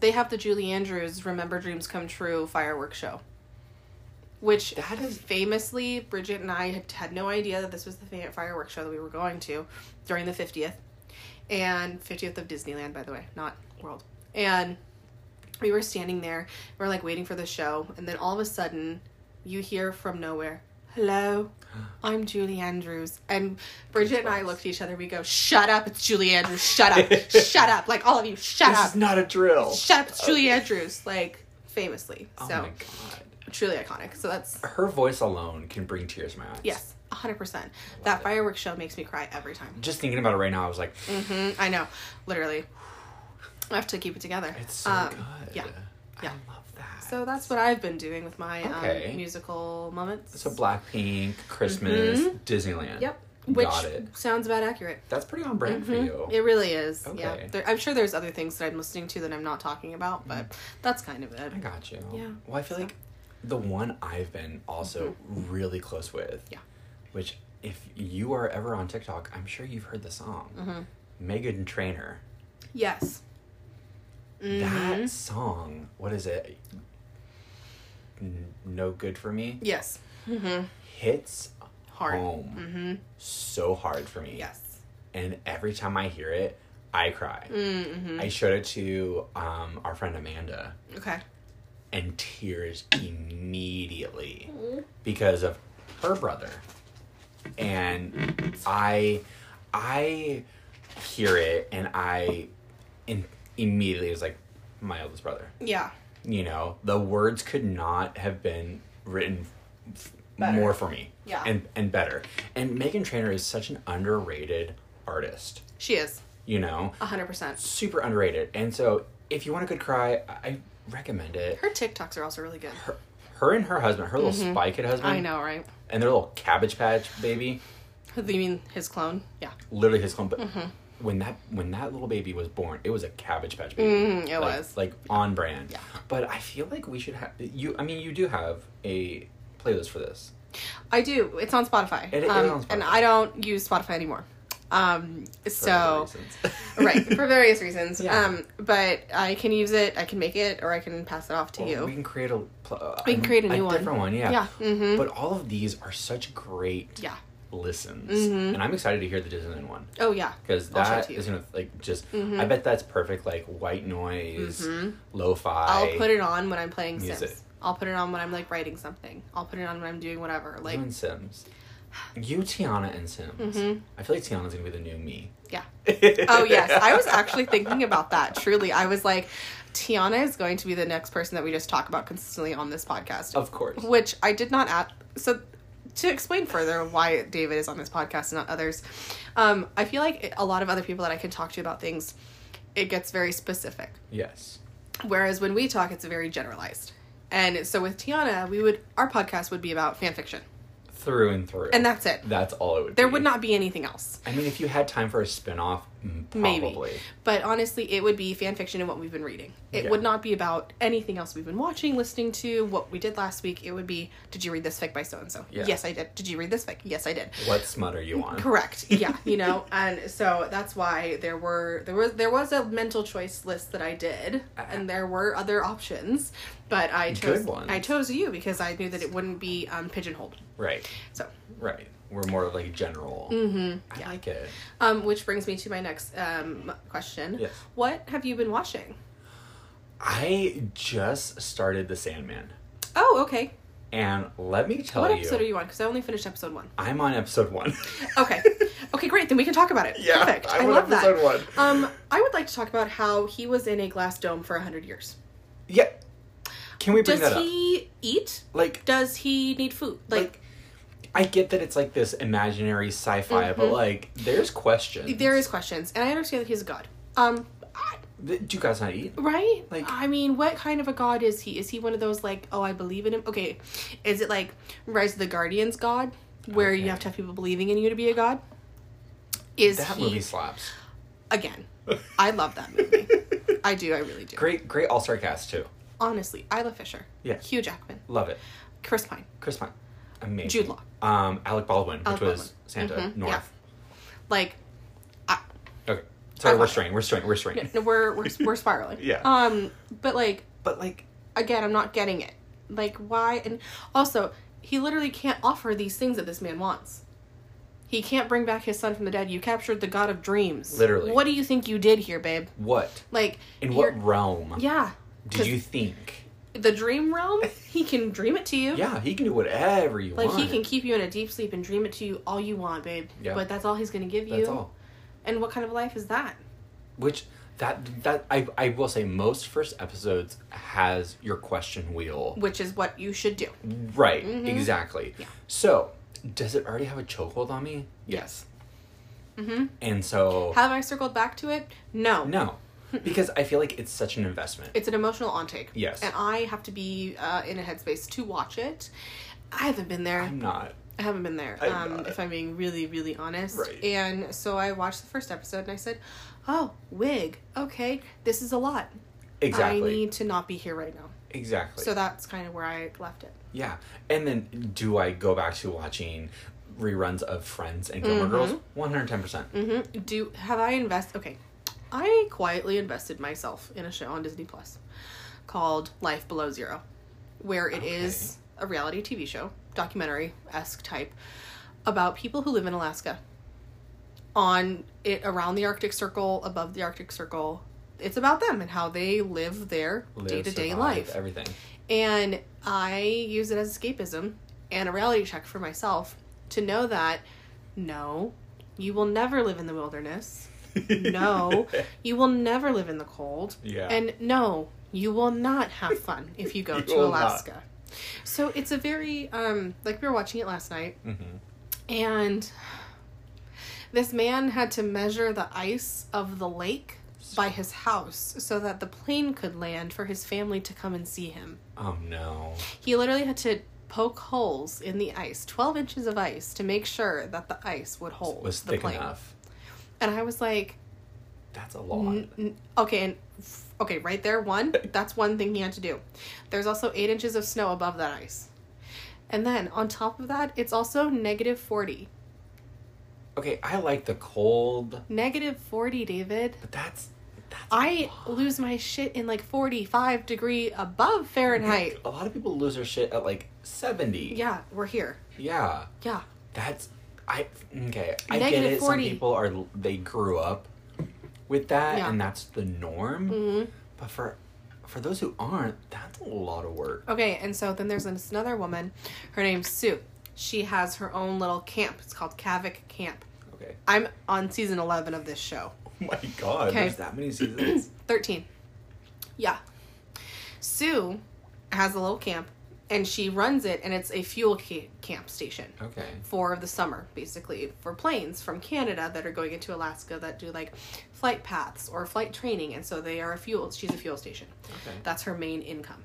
Speaker 2: They have the Julie Andrews Remember Dreams Come True fireworks show. Which
Speaker 1: That is-
Speaker 2: famously, Bridget and I had, had no idea that this was the fa- fireworks show that we were going to during the 50th. And 50th of Disneyland, by the way, not World. And we were standing there, we are like waiting for the show, and then all of a sudden, you hear from nowhere,
Speaker 1: (gasps)
Speaker 2: Hello, I'm Julie Andrews. And Bridget and I
Speaker 1: Goosebumps.
Speaker 2: looked at each other, we go, Shut up, it's Julie Andrews, shut
Speaker 1: (laughs)
Speaker 2: up, shut up, like all of you, shut
Speaker 1: This
Speaker 2: up
Speaker 1: is not a drill.
Speaker 2: shut up, it's Julie Andrews, like famously.
Speaker 1: Oh
Speaker 2: so
Speaker 1: my god.
Speaker 2: truly iconic. So that's
Speaker 1: Her voice alone can bring tears to my eyes.
Speaker 2: yes, hundred percent. That fireworks show makes me cry every time.
Speaker 1: Just thinking about it right now, I was like,
Speaker 2: hmm
Speaker 1: Mm-hmm.
Speaker 2: I know, literally. I have to keep it together.
Speaker 1: it's so
Speaker 2: Um,
Speaker 1: good.
Speaker 2: Yeah.
Speaker 1: I
Speaker 2: yeah.
Speaker 1: love that.
Speaker 2: So that's what I've been doing with my
Speaker 1: Okay.
Speaker 2: um, musical moments.
Speaker 1: So Blackpink, Christmas, Disneyland.
Speaker 2: Mm-hmm. Yep. Which
Speaker 1: Got it.
Speaker 2: sounds about accurate. Mm-hmm.
Speaker 1: That's pretty on brand for you.
Speaker 2: It really is. Yeah.
Speaker 1: Okay.
Speaker 2: There, I'm sure there's other things that I'm listening to that I'm not talking about, but that's kind of it.
Speaker 1: Mm-hmm. I got you.
Speaker 2: Yeah.
Speaker 1: Well, I feel like the one I've been also really close with.
Speaker 2: Mm-hmm. Yeah.
Speaker 1: Which, if you are ever on TikTok, I'm sure you've heard the song.
Speaker 2: Mm-hmm.
Speaker 1: Megan Trainer.
Speaker 2: Yes. Mm-hmm.
Speaker 1: That song. What is it? N- no good for me.
Speaker 2: Yes.
Speaker 1: Hits
Speaker 2: Hard. Mm-hmm.
Speaker 1: home so hard for me.
Speaker 2: Yes.
Speaker 1: and every time I hear it, I cry.
Speaker 2: Mm-hmm.
Speaker 1: I showed it to um, our friend Amanda,
Speaker 2: Okay.
Speaker 1: and tears immediately
Speaker 2: Mm-hmm.
Speaker 1: because of her brother, and I, I hear it and I, in, immediately was like, my oldest brother.
Speaker 2: Yeah.
Speaker 1: You know, the words could not have been written f-
Speaker 2: Better.
Speaker 1: more for me.
Speaker 2: Yeah.
Speaker 1: and and better. And Megan Trainor is such an underrated artist
Speaker 2: She is.
Speaker 1: you know
Speaker 2: hundred percent.
Speaker 1: super underrated and so if you want a good cry, I- I recommend it.
Speaker 2: Her TikToks are also really good.
Speaker 1: Her, her and her husband, her little spy kid husband,
Speaker 2: Mm-hmm. I know, right?
Speaker 1: and their little cabbage patch baby,
Speaker 2: You mean his clone? Yeah.
Speaker 1: literally his clone. But
Speaker 2: Mm-hmm.
Speaker 1: when that when that little baby was born, it was a cabbage patch baby.
Speaker 2: Mm, it
Speaker 1: like,
Speaker 2: was.
Speaker 1: like on brand. But I feel like we should have you. I mean, you do have a playlist for this.
Speaker 2: I do. It's on Spotify.
Speaker 1: It- it is
Speaker 2: um,
Speaker 1: on Spotify.
Speaker 2: And I don't use Spotify anymore. Um,
Speaker 1: for
Speaker 2: so,
Speaker 1: other
Speaker 2: (laughs)
Speaker 1: reasons.
Speaker 2: right, for various reasons.
Speaker 1: Yeah.
Speaker 2: Um, but I can use it, I can make it, or I can pass it off to
Speaker 1: Well,
Speaker 2: you.
Speaker 1: We can create a pl- uh,
Speaker 2: We can create a new one.
Speaker 1: different one. Yeah.
Speaker 2: Yeah, mhm.
Speaker 1: But all of these are such great
Speaker 2: yeah. Mm-hmm.
Speaker 1: listens, and I'm excited to hear the Disneyland one.
Speaker 2: Oh, yeah.
Speaker 1: because
Speaker 2: I'll show it
Speaker 1: that
Speaker 2: to you. Mm-hmm.
Speaker 1: is gonna like just i bet that's perfect like white noise lo-fi
Speaker 2: I'll put it on when I'm playing
Speaker 1: Music.
Speaker 2: Sims. I'll put it on when I'm like writing something. I'll put it on when I'm doing whatever.
Speaker 1: you
Speaker 2: Like,
Speaker 1: and sims you tiana and sims i feel like tiana's gonna be the new me
Speaker 2: yeah. Mm-hmm.
Speaker 1: (laughs)
Speaker 2: Oh, yes. I was actually thinking about that. Truly. I was like, Tiana is going to be the next person that we just talk about consistently on this podcast.
Speaker 1: of course
Speaker 2: which I did not add. So, to explain further why David is on this podcast and not others, um, I feel like a lot of other people that I can talk to about things, it gets very specific.
Speaker 1: yes
Speaker 2: Whereas when we talk, it's very generalized. And so with Tiana, we would our podcast would be about fan fiction,
Speaker 1: through and through
Speaker 2: and that's it.
Speaker 1: that's all it would
Speaker 2: There
Speaker 1: be.
Speaker 2: would not be anything else,
Speaker 1: i mean if you had time for a spin-off mm,
Speaker 2: maybe.
Speaker 1: probably
Speaker 2: But honestly, it would be fan fiction and what we've been reading. It
Speaker 1: Yeah.
Speaker 2: would not be about anything else we've been watching, listening to, what we did last week. It would be, did you read this fic by so and so?
Speaker 1: Yeah.
Speaker 2: Yes, I did. Did you read this fic? Yes, I did.
Speaker 1: what smut are you on
Speaker 2: Correct. Yeah, you know, (laughs) and so that's why there were there was there was a mental choice list that I did, and there were other options, but I chose
Speaker 1: ones.
Speaker 2: I chose you because I knew that it wouldn't be um, pigeonholed.
Speaker 1: right
Speaker 2: So,
Speaker 1: right we're more like general mm-hmm. i
Speaker 2: yeah.
Speaker 1: like it
Speaker 2: um, which brings me to my next um, question.
Speaker 1: Yes.
Speaker 2: What have you been watching?
Speaker 1: i just started the sandman
Speaker 2: Oh, okay.
Speaker 1: and let me tell
Speaker 2: what
Speaker 1: you,
Speaker 2: episode are you on? Because I only finished episode one.
Speaker 1: i'm on episode one
Speaker 2: Okay. okay, great. Then we can talk about it.
Speaker 1: Yeah,
Speaker 2: Perfect. I,
Speaker 1: I'm on
Speaker 2: love that.
Speaker 1: episode one.
Speaker 2: Um, I would like to talk about how he was in a glass dome for hundred years.
Speaker 1: Yeah. Can we bring
Speaker 2: Does
Speaker 1: that up?
Speaker 2: he eat?
Speaker 1: Like,
Speaker 2: does he need food? Like,
Speaker 1: I get that it's like this imaginary sci-fi, but like, there's questions.
Speaker 2: Mm-hmm. there is questions, and I understand that he's a god. Um, I-
Speaker 1: Th- Do you guys not eat?
Speaker 2: right?
Speaker 1: Like-
Speaker 2: I mean, what kind of a god is he? Is he one of those like, oh, I believe in him? Okay, is it like Rise of the Guardians god, where you
Speaker 1: Okay.
Speaker 2: have to have people believing in you to be a god? Is
Speaker 1: That
Speaker 2: he
Speaker 1: movie slaps.
Speaker 2: again? I love that movie. I do. I really do.
Speaker 1: Great, great all-star cast too.
Speaker 2: Honestly, Isla Fisher.
Speaker 1: Yeah.
Speaker 2: Hugh Jackman.
Speaker 1: Love it.
Speaker 2: Chris Pine.
Speaker 1: Chris Pine, amazing.
Speaker 2: Jude Law.
Speaker 1: Um, Alec Baldwin,
Speaker 2: Alec
Speaker 1: which was
Speaker 2: Baldwin.
Speaker 1: Santa
Speaker 2: Mhm,
Speaker 1: uh, North.
Speaker 2: Like, I,
Speaker 1: Okay. Sorry,
Speaker 2: I
Speaker 1: we're
Speaker 2: love it.
Speaker 1: straying. We're straying. We're straying.
Speaker 2: no, we're
Speaker 1: (laughs)
Speaker 2: we're we're spiraling.
Speaker 1: Yeah.
Speaker 2: Um, but like.
Speaker 1: But like,
Speaker 2: again, I'm not getting it. Like, why? And also, he literally can't offer these things that this man wants. He can't bring back his son from the dead. You captured the god of dreams.
Speaker 1: Literally.
Speaker 2: What do you think you did here, babe?
Speaker 1: what?
Speaker 2: Like,
Speaker 1: In
Speaker 2: you're-
Speaker 1: what realm
Speaker 2: Yeah.
Speaker 1: did
Speaker 2: 'Cause
Speaker 1: you think?
Speaker 2: The dream realm? He can dream it to you.
Speaker 1: Yeah, he can do whatever you
Speaker 2: Like,
Speaker 1: want.
Speaker 2: he can keep you in a deep sleep and dream it to you all you want, babe.
Speaker 1: Yeah.
Speaker 2: But that's all he's going to give you.
Speaker 1: That's all.
Speaker 2: And what kind of life is that?
Speaker 1: Which that that I I will say most first episodes has your question wheel
Speaker 2: Which is what you should do.
Speaker 1: Right,
Speaker 2: Mm-hmm.
Speaker 1: exactly. So, does it already have a chokehold on me? Yes. Mm-hmm. And so,
Speaker 2: Have I circled back to it? No.
Speaker 1: no, because I feel like it's such an investment.
Speaker 2: it's an emotional on take.
Speaker 1: Yes.
Speaker 2: And I have to be uh, in a headspace to watch it. I haven't been there.
Speaker 1: I'm not.
Speaker 2: I haven't been there.
Speaker 1: I'm
Speaker 2: um,
Speaker 1: not.
Speaker 2: if I'm being really, really honest.
Speaker 1: Right.
Speaker 2: And so I watched the first episode and I said, "Oh, wig. Okay, this is a lot.
Speaker 1: Exactly.
Speaker 2: I need to not be here right now."
Speaker 1: exactly.
Speaker 2: So that's kind of where I left it.
Speaker 1: yeah. And then, do I go back to watching reruns of Friends and Gilmore Girls? 110%. percent
Speaker 2: Mm-hmm. Do have I invest? Okay, I quietly invested myself in a show on Disney Plus called Life Below Zero, where it is a reality TV show, documentary esque type, about people who live in Alaska, on it around the Arctic Circle, above the Arctic Circle. It's about them and how they live their day to day life.
Speaker 1: Everything.
Speaker 2: And I use it as escapism and a reality check for myself to know that no, you will never live in the wilderness.
Speaker 1: (laughs)
Speaker 2: No, you will never live in the cold.
Speaker 1: Yeah.
Speaker 2: And no, you will not have fun if you go
Speaker 1: (laughs) You
Speaker 2: to
Speaker 1: will not.
Speaker 2: Alaska. So it's a very um like we were watching it last night
Speaker 1: Mhm.
Speaker 2: and this man had to measure the ice of the lake
Speaker 1: house.
Speaker 2: by his house so that the plane could land for his family to come and see him.
Speaker 1: Oh no.
Speaker 2: He literally had to poke holes in the ice, 12 inches of ice, to make sure that the ice would hold
Speaker 1: Was
Speaker 2: the
Speaker 1: thick
Speaker 2: plane.
Speaker 1: enough.
Speaker 2: And I was like,
Speaker 1: That's a lot.
Speaker 2: N- n- okay, and f- okay, right there, one. That's one thing he had to do. There's also eight inches of snow above that ice, and then on top of that, it's also negative forty.
Speaker 1: Okay, I like the cold,
Speaker 2: Negative forty, David.
Speaker 1: but that's that's a
Speaker 2: I
Speaker 1: lot.
Speaker 2: lose my shit in like forty-five degree above Fahrenheit.
Speaker 1: A lot of people lose their shit at like seventy.
Speaker 2: Yeah, we're here.
Speaker 1: Yeah.
Speaker 2: Yeah,
Speaker 1: That's I okay. I get
Speaker 2: Negative
Speaker 1: it. Some
Speaker 2: 40.
Speaker 1: people are they grew up with that,
Speaker 2: Yeah.
Speaker 1: and that's the norm.
Speaker 2: Mhm.
Speaker 1: But for for those who aren't, that's a lot of work.
Speaker 2: Okay, and so then there's this another woman. Her name's Sue. She has her own little camp. It's called Cavic Camp.
Speaker 1: Okay. (laughs)
Speaker 2: I'm on season eleven of this show.
Speaker 1: Oh my god.
Speaker 2: Okay.
Speaker 1: There's that many
Speaker 2: (coughs)
Speaker 1: seasons.
Speaker 2: 13. Yeah. Sue has a little camp and she runs it, and it's a fuel ca- camp station
Speaker 1: okay.
Speaker 2: for the summer, basically, for planes from Canada that are going into Alaska that do like flight paths or flight training. And so they are a fuel, she's a fuel station.
Speaker 1: Okay.
Speaker 2: That's her main income.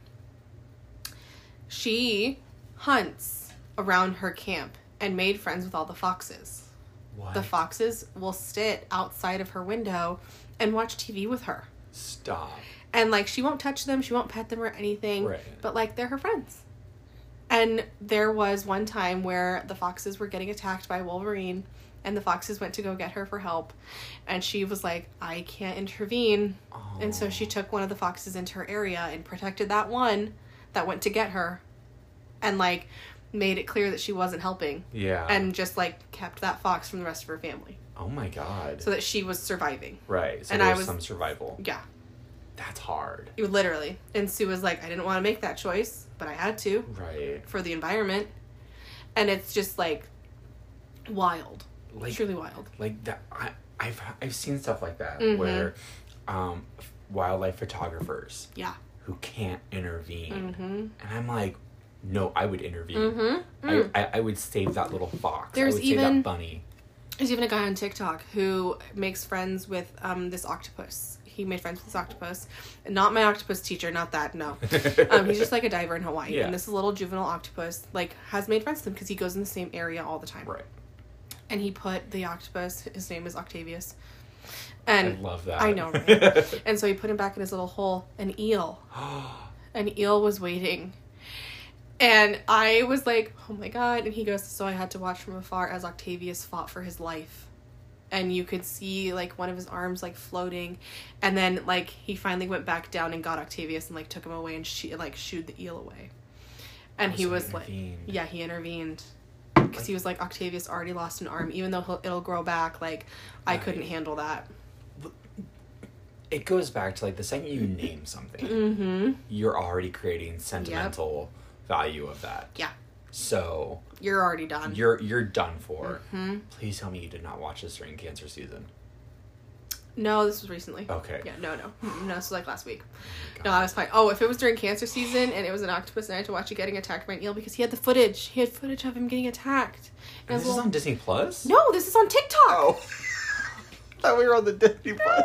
Speaker 2: She hunts around her camp and made friends with all the foxes.
Speaker 1: What?
Speaker 2: The foxes will sit outside of her window and watch TV with her
Speaker 1: Stop.
Speaker 2: and like she won't touch them she won't pet them or anything
Speaker 1: Right.
Speaker 2: but like they're her friends and there was one time where the foxes were getting attacked by wolverine and the foxes went to go get her for help and she was like i can't intervene and so she took one of the foxes into her area and protected that one that went to get her and like made it clear that she wasn't helping
Speaker 1: Yeah.
Speaker 2: and just like kept that fox from the rest of her family
Speaker 1: oh my god.
Speaker 2: so that she was surviving
Speaker 1: right. So
Speaker 2: and I
Speaker 1: there's
Speaker 2: was-
Speaker 1: some survival.
Speaker 2: yeah
Speaker 1: That's hard.
Speaker 2: You Literally. And Sue was like, I didn't want to make that choice, but I had to
Speaker 1: Right.
Speaker 2: for the environment. And it's just like wild.
Speaker 1: Like
Speaker 2: truly wild.
Speaker 1: like that I, I've I've seen stuff like that
Speaker 2: Mm-hmm.
Speaker 1: where um f- wildlife photographers
Speaker 2: Yeah.
Speaker 1: who can't intervene.
Speaker 2: hmm
Speaker 1: And I'm like, no, I would intervene.
Speaker 2: hmm
Speaker 1: I, I, I would save that little fox.
Speaker 2: There's
Speaker 1: I would save
Speaker 2: even-
Speaker 1: that bunny.
Speaker 2: There's even a guy on TikTok who makes friends with um, this octopus. He made friends with this octopus. Not my octopus teacher, not that, no.
Speaker 1: (laughs)
Speaker 2: um, he's just like a diver in Hawaii.
Speaker 1: Yeah.
Speaker 2: And this little juvenile octopus, like, has made friends with him because he goes in the same area all the time.
Speaker 1: Right.
Speaker 2: And he put the octopus, his name is Octavius.
Speaker 1: I
Speaker 2: And
Speaker 1: love that.
Speaker 2: I
Speaker 1: (laughs)
Speaker 2: know,
Speaker 1: (gasps)
Speaker 2: right? and so he put him back in his little hole. An eel. An eel was waiting. And I was like, oh my god. And he goes, so I had to watch from afar as Octavius fought for his life. And you could see like one of his arms like floating. And then like he finally went back down and got Octavius and like took him away and she like shooed the eel away. And he
Speaker 1: Also
Speaker 2: was like,
Speaker 1: Oh, intervened.
Speaker 2: yeah, he intervened. Because he was like, Octavius already lost an arm, even though he'll, it'll grow back. Like, I
Speaker 1: Right.
Speaker 2: couldn't handle that.
Speaker 1: it goes back to like the second you name something,
Speaker 2: Mm.
Speaker 1: you're already creating sentimental value of that.
Speaker 2: Yeah,
Speaker 1: So
Speaker 2: you're already done.
Speaker 1: you're you're done for.
Speaker 2: Mm-hmm.
Speaker 1: Please tell me you did not watch this during cancer season.
Speaker 2: No, this was recently.
Speaker 1: Okay.
Speaker 2: Yeah, no, no. No, this was like last week.
Speaker 1: God.
Speaker 2: No, I was fine. Oh, if it was during cancer season and it was an octopus and I had to watch it getting attacked by an eel because he had the footage. He had footage of him getting attacked. And I
Speaker 1: And
Speaker 2: was
Speaker 1: this is
Speaker 2: like,
Speaker 1: on Disney Plus.
Speaker 2: no, this is on TikTok.
Speaker 1: Oh. (laughs) thought we were on the Disney Plus.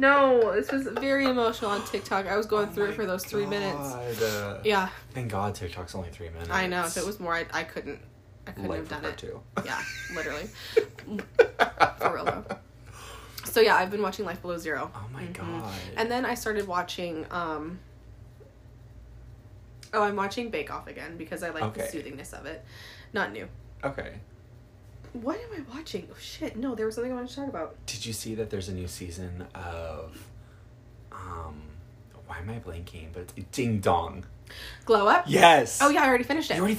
Speaker 2: No, this was very emotional on TikTok. I was (laughs) going through it for those three minutes.
Speaker 1: Oh God, uh,
Speaker 2: Yeah,
Speaker 1: Thank God TikTok's only three minutes.
Speaker 2: I know. If it was more, I, I couldn't. I couldn't
Speaker 1: Life
Speaker 2: have done
Speaker 1: of
Speaker 2: it.
Speaker 1: part two.
Speaker 2: Yeah,
Speaker 1: (laughs)
Speaker 2: literally. (laughs) for real though. So yeah, I've been watching Life Below Zero. Mm-hmm.
Speaker 1: Oh my god.
Speaker 2: And then I started watching. um Oh, I'm watching Bake Off again because I like the
Speaker 1: Okay.
Speaker 2: soothingness of it. Not new.
Speaker 1: okay.
Speaker 2: What am I watching? Oh shit! No, there was something I wanted to talk about.
Speaker 1: Did you see that there's a new season of um why am I blanking? But it's Ding Dong.
Speaker 2: Glow Up.
Speaker 1: Yes.
Speaker 2: Oh yeah, I already finished it.
Speaker 1: You already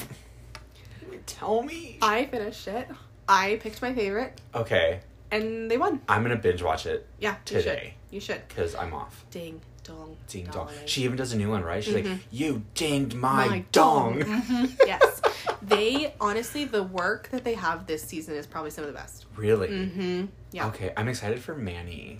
Speaker 1: tell me.
Speaker 2: I finished it. I picked my favorite,
Speaker 1: Okay.
Speaker 2: and they won.
Speaker 1: I'm gonna binge watch it
Speaker 2: Yeah,
Speaker 1: Today.
Speaker 2: You should. You should.
Speaker 1: because I'm off.
Speaker 2: Ding dong.
Speaker 1: Ding dong.
Speaker 2: dolly.
Speaker 1: She even does a new one, right? She's like, "You dinged my,
Speaker 2: My
Speaker 1: dong."
Speaker 2: Mhm, (laughs) yes. They honestly, the work that they have this season is probably some of the best.
Speaker 1: Really?
Speaker 2: Mm-hmm. Yeah.
Speaker 1: Okay, I'm excited for Manny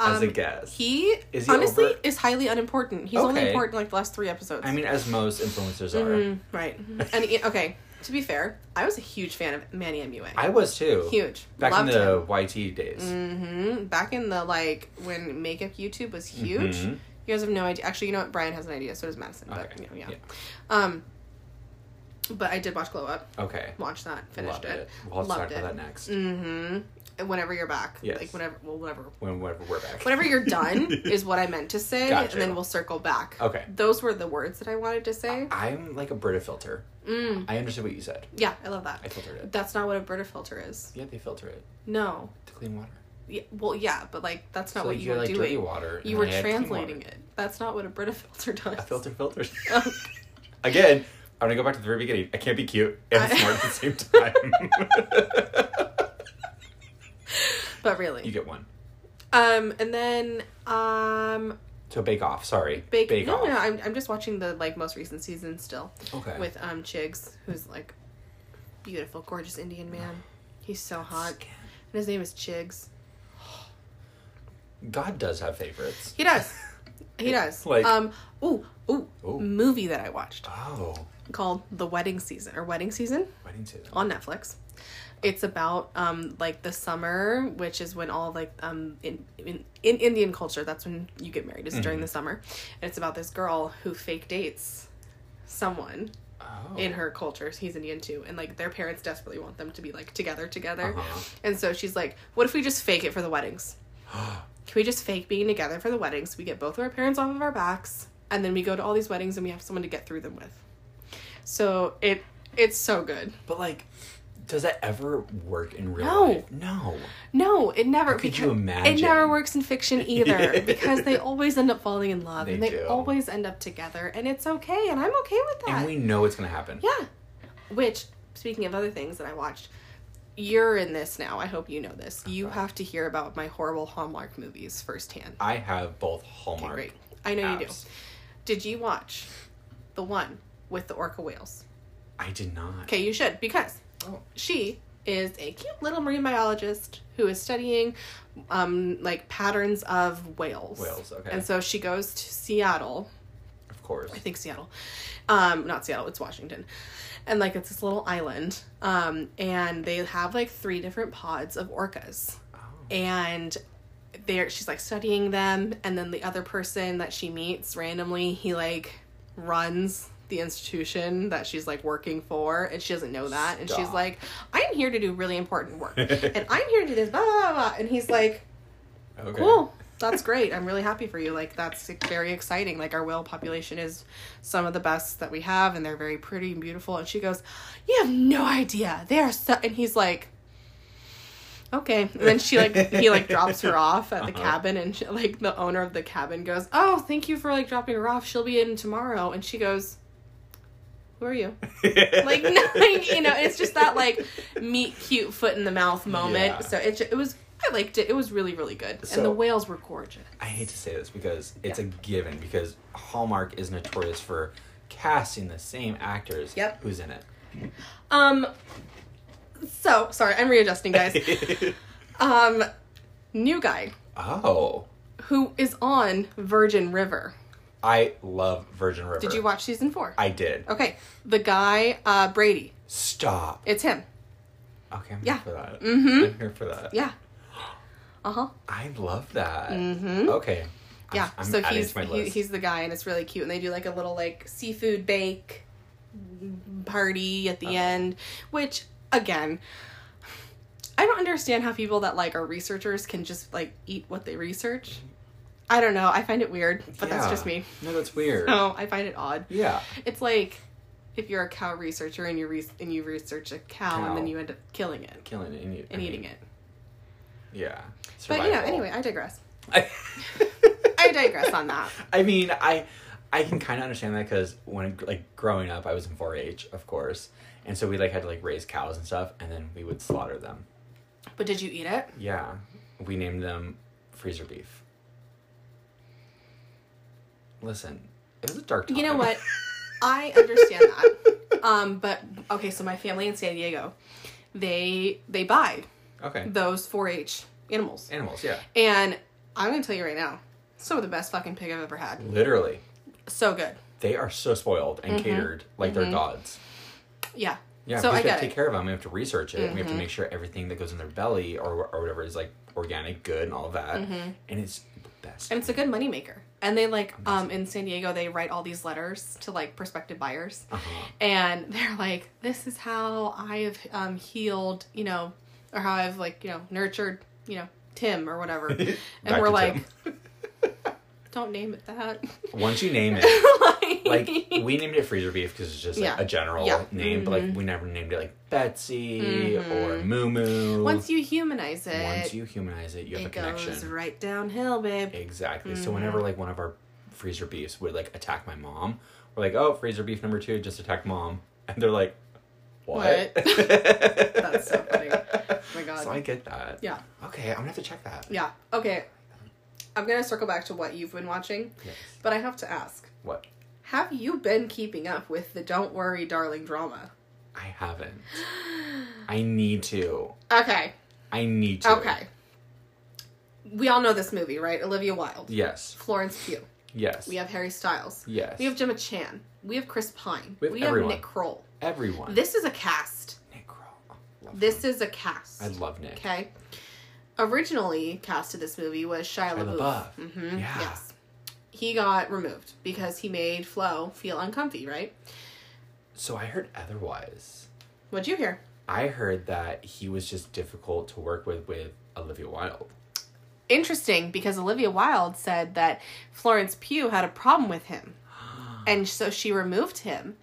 Speaker 1: as a
Speaker 2: Um,
Speaker 1: guest.
Speaker 2: He,
Speaker 1: Is he
Speaker 2: honestly
Speaker 1: over-
Speaker 2: is highly unimportant. He's only
Speaker 1: Okay.
Speaker 2: important like the last three episodes. Mm-hmm.
Speaker 1: I mean, as most influencers are.
Speaker 2: Mm, right. And he- okay, To be fair, I was a huge fan of Manny MUA.
Speaker 1: I was too.
Speaker 2: huge.
Speaker 1: Back
Speaker 2: Loved
Speaker 1: in the YT days.
Speaker 2: him. Mhm. Back in the like when makeup YouTube was huge.
Speaker 1: Mhm.
Speaker 2: You guys have no idea. Actually, you know what? Brian has an idea. So does Madison. But
Speaker 1: Okay.
Speaker 2: you know, yeah. Um. But I did watch Glow Up.
Speaker 1: Okay.
Speaker 2: Watched that. Finished
Speaker 1: Loved it.
Speaker 2: it.
Speaker 1: We'll have to talk
Speaker 2: Loved
Speaker 1: about that
Speaker 2: it. Mm.
Speaker 1: next.
Speaker 2: Mm-hmm. Whenever you're back.
Speaker 1: Yes.
Speaker 2: Like whenever. Well, whatever.
Speaker 1: When whenever we're back.
Speaker 2: Whenever you're
Speaker 1: (laughs)
Speaker 2: done is what I meant to say,
Speaker 1: Gotcha.
Speaker 2: and then we'll circle back.
Speaker 1: Okay. Ah,
Speaker 2: Those were the words that I wanted to say.
Speaker 1: I'm like a Brita filter.
Speaker 2: Mm.
Speaker 1: I understood what you said.
Speaker 2: Yeah, I love
Speaker 1: I
Speaker 2: that.
Speaker 1: filtered it.
Speaker 2: That's not what a Brita filter is.
Speaker 1: Yeah, they filter it
Speaker 2: No.
Speaker 1: to clean water.
Speaker 2: Yeah, well, yeah, but like that's not
Speaker 1: so
Speaker 2: what
Speaker 1: you
Speaker 2: you
Speaker 1: had
Speaker 2: were
Speaker 1: like dirty
Speaker 2: doing.
Speaker 1: water.
Speaker 2: You were translating it. That's not what a Brita (laughs) filter does.
Speaker 1: A filter
Speaker 2: (laughs)
Speaker 1: filters.
Speaker 2: Oh.
Speaker 1: (laughs) Again, I'm gonna go back to the very beginning. I can't be cute and
Speaker 2: I-
Speaker 1: smart at the same time.
Speaker 2: but
Speaker 1: (laughs) you
Speaker 2: really.
Speaker 1: get one.
Speaker 2: Um, and then um,
Speaker 1: So Bake Off. Sorry,
Speaker 2: Bake.
Speaker 1: Bake
Speaker 2: no,
Speaker 1: Off.
Speaker 2: no, no, I'm I'm just watching the like most recent season still
Speaker 1: okay.
Speaker 2: with um Chigs, who's like beautiful, gorgeous Indian man. He's so hot, and his name is Chigs.
Speaker 1: God does have favorites.
Speaker 2: He does. He does.
Speaker 1: Like-
Speaker 2: um, ooh, ooh,
Speaker 1: Ooh.
Speaker 2: movie that I watched
Speaker 1: Oh,
Speaker 2: called The Wedding Season or Wedding Season.
Speaker 1: wedding season.
Speaker 2: on Netflix. It's about um like the summer, which is when all like um in in, in Indian culture, that's when you get married is
Speaker 1: Mm-hmm.
Speaker 2: during the summer. And it's about this girl who fake dates someone
Speaker 1: Oh.
Speaker 2: in her culture. He's Indian too, and like their parents desperately want them to be like together together.
Speaker 1: Uh-huh.
Speaker 2: And so she's like, "What if we just fake it for the weddings?
Speaker 1: (gasps)
Speaker 2: Can we just fake being together for the weddings? We get both of our parents off of our backs, and then we go to all these weddings, and we have someone to get through them with." So it it's so good.
Speaker 1: But like, does that ever work in real
Speaker 2: No.
Speaker 1: life? No.
Speaker 2: No, it never.
Speaker 1: could
Speaker 2: beca-
Speaker 1: you imagine?
Speaker 2: It never works in fiction either
Speaker 1: (laughs) Yeah.
Speaker 2: because they always end up falling in love
Speaker 1: They
Speaker 2: and they
Speaker 1: do.
Speaker 2: always end up together, and it's okay, and I'm okay with that.
Speaker 1: And we know it's gonna happen.
Speaker 2: yeah. Which, speaking of other things that I watched, you're in this now. I hope you know this.
Speaker 1: Uh-huh.
Speaker 2: You have to hear about my horrible Hallmark movies firsthand.
Speaker 1: I have both Hallmark.
Speaker 2: Great. I know you do.
Speaker 1: apps.
Speaker 2: Did you watch the one with the orca whales?
Speaker 1: I did not.
Speaker 2: Okay, you should because
Speaker 1: Oh.
Speaker 2: she is a cute little marine biologist who is studying um like patterns of whales.
Speaker 1: Whales, okay.
Speaker 2: And so she goes to Seattle.
Speaker 1: Of course.
Speaker 2: I think Seattle. Um not Seattle, it's Washington. And like it's this little island. Um and they have like three different pods of orcas
Speaker 1: Oh.
Speaker 2: and there she's like studying them and then the other person that she meets randomly he like runs the institution that she's like working for and she doesn't know that and she's
Speaker 1: Stop.
Speaker 2: like i'm here to do really important
Speaker 1: (laughs)
Speaker 2: work and i'm here to do this blah blah blah and he's like
Speaker 1: Okay. (laughs)
Speaker 2: cool that's great i'm really happy for you like that's very exciting like our whale population is some of the best that we have and they're very pretty and beautiful and she goes you have no idea they're so and he's like okay and then she
Speaker 1: (laughs)
Speaker 2: like he like drops her off at the
Speaker 1: Uh-huh.
Speaker 2: cabin and she, like the owner of the cabin goes oh thank you for like dropping her off she'll be in tomorrow and she goes who are you like (laughs) nothing you know it's just that like meet cute foot in the mouth moment
Speaker 1: Yeah.
Speaker 2: so it, ju- it was i liked it it was really really good
Speaker 1: So-
Speaker 2: and the whales were gorgeous
Speaker 1: I hate to say this because it's a given because Hallmark is notorious for casting the same actors
Speaker 2: Yep.
Speaker 1: who's in it. (laughs)
Speaker 2: um so sorry i'm readjusting guys
Speaker 1: (laughs)
Speaker 2: um new guy
Speaker 1: oh.
Speaker 2: who is on virgin river
Speaker 1: I love Virgin River.
Speaker 2: did you watch season four
Speaker 1: I did.
Speaker 2: okay the guy uh brady
Speaker 1: Stop.
Speaker 2: it's him
Speaker 1: Okay, I'm
Speaker 2: Yeah.
Speaker 1: here for that.
Speaker 2: Mhm.
Speaker 1: I'm here for that.
Speaker 2: yeah (gasps) uh-huh
Speaker 1: I love that.
Speaker 2: Mhm.
Speaker 1: Okay. I'm-
Speaker 2: yeah
Speaker 1: I'm
Speaker 2: so
Speaker 1: adding
Speaker 2: he's
Speaker 1: to my
Speaker 2: he,
Speaker 1: list.
Speaker 2: he's the guy and it's really cute and they do like a little like seafood bake party at the
Speaker 1: Uh-huh.
Speaker 2: end which again i don't understand how people that like are researchers can just like eat what they research i don't know i find it weird but that's
Speaker 1: Yeah.
Speaker 2: just me (laughs) Oh.
Speaker 1: No, that's weird.
Speaker 2: no i find it odd
Speaker 1: Yeah.
Speaker 2: it's like if you're a cow researcher and you re- and you research a cow, and then
Speaker 1: Cow.
Speaker 2: you end up killing it
Speaker 1: Killing it and, eat-
Speaker 2: and
Speaker 1: I
Speaker 2: eating
Speaker 1: mean,
Speaker 2: it
Speaker 1: Yeah.
Speaker 2: but you know
Speaker 1: Survival.
Speaker 2: anyway i digress
Speaker 1: (laughs) I,
Speaker 2: i digress on
Speaker 1: (laughs)
Speaker 2: that
Speaker 1: I mean, I I can kind of understand that because when like growing up, I was in 4-H, of course, and so we like had to like raise cows and stuff, and then we would slaughter them.
Speaker 2: but did you eat it
Speaker 1: Yeah, we named them freezer beef. Listen, it was a dark time.
Speaker 2: You know what? I understand that. Um, but okay, so my family in San Diego, they they buy
Speaker 1: (laughs) okay,
Speaker 2: those 4-H animals,
Speaker 1: animals. Yeah,
Speaker 2: and I'm gonna tell you right now, some of the best fucking pig I've ever had.
Speaker 1: literally,
Speaker 2: So good.
Speaker 1: they are so spoiled and catered like they're gods.
Speaker 2: Yeah.
Speaker 1: Yeah,
Speaker 2: Mm-hmm. So
Speaker 1: because
Speaker 2: I
Speaker 1: we have
Speaker 2: get
Speaker 1: to take
Speaker 2: it. Mm-hmm.
Speaker 1: care of them. We have to research it. and We have to make sure everything that goes in their belly or, or whatever is like organic, good, and all that. And it's the best.
Speaker 2: Mm-hmm. and it's a good moneymaker. And they like um in San Diego they write all these letters to like prospective buyers,
Speaker 1: Uh-huh.
Speaker 2: and (laughs) they're like, "This is how I have um healed, you know, or how I've like you know nurtured, you know, Tim or
Speaker 1: (laughs)
Speaker 2: whatever." and
Speaker 1: Back
Speaker 2: we're
Speaker 1: to
Speaker 2: like,
Speaker 1: Tim. (laughs)
Speaker 2: "Don't name it that." (laughs)
Speaker 1: once you name it, like
Speaker 2: like,
Speaker 1: we named it freezer beef because it's just like,
Speaker 2: Yeah.
Speaker 1: a general
Speaker 2: Yeah. Mm-hmm.
Speaker 1: name, but like we never named it like Betsy or Moo Moo.
Speaker 2: once you humanize it,
Speaker 1: Once you humanize it, you have a
Speaker 2: it
Speaker 1: connection.
Speaker 2: goes right downhill, babe.
Speaker 1: Exactly. So whenever
Speaker 2: Mm-hmm.
Speaker 1: like one of our freezer beefs would like attack my mom, we're like, "Oh, freezer beef number two just attacked mom," (laughs) and they're like, "What?"
Speaker 2: That's so funny. Oh my god.
Speaker 1: (laughs) so I get that.
Speaker 2: yeah.
Speaker 1: Okay, I'm gonna have to check that.
Speaker 2: Yeah. Okay. I'm gonna circle back to what you've been watching,
Speaker 1: Yes.
Speaker 2: but I have to ask:
Speaker 1: What?
Speaker 2: Have you been keeping up with the "Don't Worry, Darling" drama?
Speaker 1: I haven't. I need to.
Speaker 2: Okay.
Speaker 1: I need to.
Speaker 2: Okay. We all know this movie, right? Olivia Wilde,
Speaker 1: Yes.
Speaker 2: Florence Pugh.
Speaker 1: Yes.
Speaker 2: We have Harry Styles.
Speaker 1: Yes.
Speaker 2: We have Gemma Chan. We have Chris Pine.
Speaker 1: We have everyone.
Speaker 2: Nick Kroll.
Speaker 1: everyone.
Speaker 2: This is a cast.
Speaker 1: Nick Kroll. Oh, love
Speaker 2: This
Speaker 1: him.
Speaker 2: is a cast.
Speaker 1: I love Nick.
Speaker 2: Okay. Originally cast to this movie was Shia
Speaker 1: Shia
Speaker 2: LaBeouf.
Speaker 1: LaBeouf.
Speaker 2: Mhm,
Speaker 1: Yeah.
Speaker 2: Yes. He got removed because he made Flo feel uncomfy, right?
Speaker 1: So I heard otherwise.
Speaker 2: What'd you hear?
Speaker 1: I heard that he was just difficult to work with with Olivia Wilde.
Speaker 2: Interesting because Olivia Wilde said that Florence Pugh had a problem with him.
Speaker 1: (gasps)
Speaker 2: And so she removed him.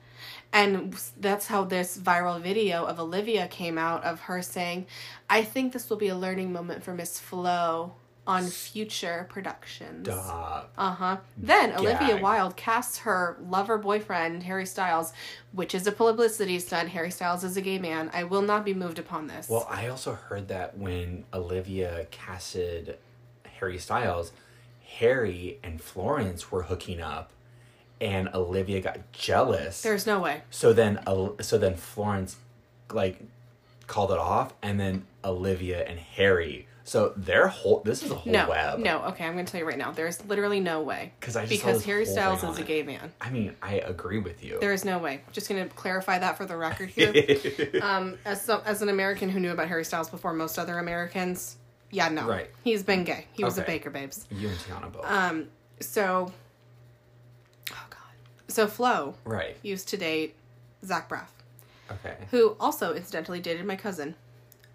Speaker 2: And that's how this viral video of Olivia came out of her saying, I think this will be a learning moment for Miss Flo on future productions.
Speaker 1: Duh.
Speaker 2: Uh huh. Then Olivia
Speaker 1: Gag.
Speaker 2: Wilde casts her lover boyfriend Harry Styles, which is a publicity stunt. Harry Styles is a gay man. I will not be moved upon this.
Speaker 1: Well, I also heard that when Olivia casted Harry Styles, Harry and Florence were hooking up, and Olivia got jealous.
Speaker 2: There's no way.
Speaker 1: so then, Ol- so then Florence, like, called it off, and then Olivia and Harry. So their whole this is a whole
Speaker 2: No.
Speaker 1: web.
Speaker 2: No. Okay, I'm going to tell you right now. There's literally no way.
Speaker 1: 'Cause I just saw
Speaker 2: because
Speaker 1: this
Speaker 2: Harry
Speaker 1: whole
Speaker 2: Styles
Speaker 1: thing
Speaker 2: is a
Speaker 1: on it.
Speaker 2: gay man.
Speaker 1: I mean, I agree with you.
Speaker 2: There is no way. Just going to clarify that for the record here.
Speaker 1: (laughs)
Speaker 2: um, as some, as an American who knew about Harry Styles before most other Americans, yeah, no.
Speaker 1: Right.
Speaker 2: He's been gay. He was a
Speaker 1: Okay.
Speaker 2: baker, babes.
Speaker 1: you and Tiana both.
Speaker 2: Uh, So. Oh God. So Flo
Speaker 1: right.
Speaker 2: used to date Zach Braff,
Speaker 1: Okay.
Speaker 2: who also incidentally dated my cousin.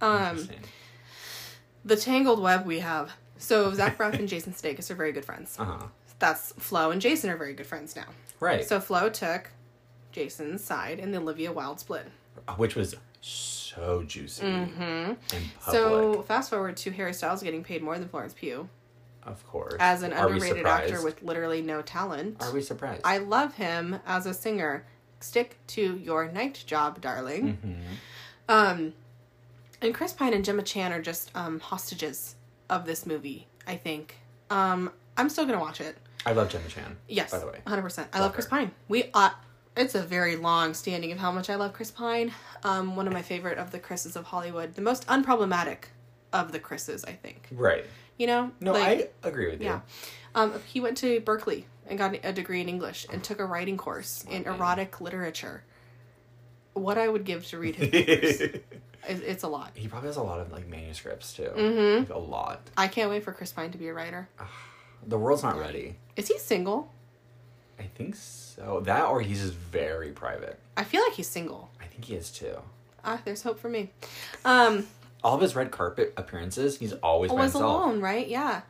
Speaker 2: Um,
Speaker 1: Interesting.
Speaker 2: the tangled web we have. So Zach Braff
Speaker 1: (laughs)
Speaker 2: and Jason Sudeikis are very good friends.
Speaker 1: Uh huh.
Speaker 2: That's Flo and Jason are very good friends now.
Speaker 1: Right.
Speaker 2: So Flo took Jason's side in the Olivia Wilde split.
Speaker 1: which was so juicy and public.
Speaker 2: Mm-hmm. So fast forward to Harry Styles getting paid more than Florence Pugh
Speaker 1: of course,
Speaker 2: as an
Speaker 1: Are we
Speaker 2: underrated
Speaker 1: surprised?
Speaker 2: actor with literally no talent.
Speaker 1: Are we surprised?
Speaker 2: I love him as a singer. Stick to your night job, darling.
Speaker 1: Mm-hmm.
Speaker 2: Um, and Chris Pine and Gemma Chan are just um, hostages of this movie. I think. Um, I'm still gonna watch it.
Speaker 1: I love Gemma Chan.
Speaker 2: Yes,
Speaker 1: By the way.
Speaker 2: 100. percent I love
Speaker 1: her.
Speaker 2: Chris Pine. We uh, it's a very long standing of how much I love Chris Pine. Um, one of my favorite of the Chris's of Hollywood, the most unproblematic of the Chris's, I think.
Speaker 1: Right.
Speaker 2: You know,
Speaker 1: No,
Speaker 2: Like,
Speaker 1: I agree with you.
Speaker 2: yeah. Um, he went to Berkeley and got a degree in English and took a writing course in
Speaker 1: man.
Speaker 2: erotic literature. What I would give to read his papers.
Speaker 1: (laughs)
Speaker 2: It- it's a lot.
Speaker 1: he probably has a lot of like manuscripts too.
Speaker 2: Mhm.
Speaker 1: Like, a lot.
Speaker 2: I can't wait for Chris Pine to be a writer.
Speaker 1: The world's not ready.
Speaker 2: Is he single?
Speaker 1: I think so. That or he's just very private.
Speaker 2: I feel like he's single.
Speaker 1: I think he is too.
Speaker 2: Ah, there's hope for me. Um,
Speaker 1: All of his red carpet appearances, he's always by
Speaker 2: was
Speaker 1: himself.
Speaker 2: Oh, alone, right? Yeah.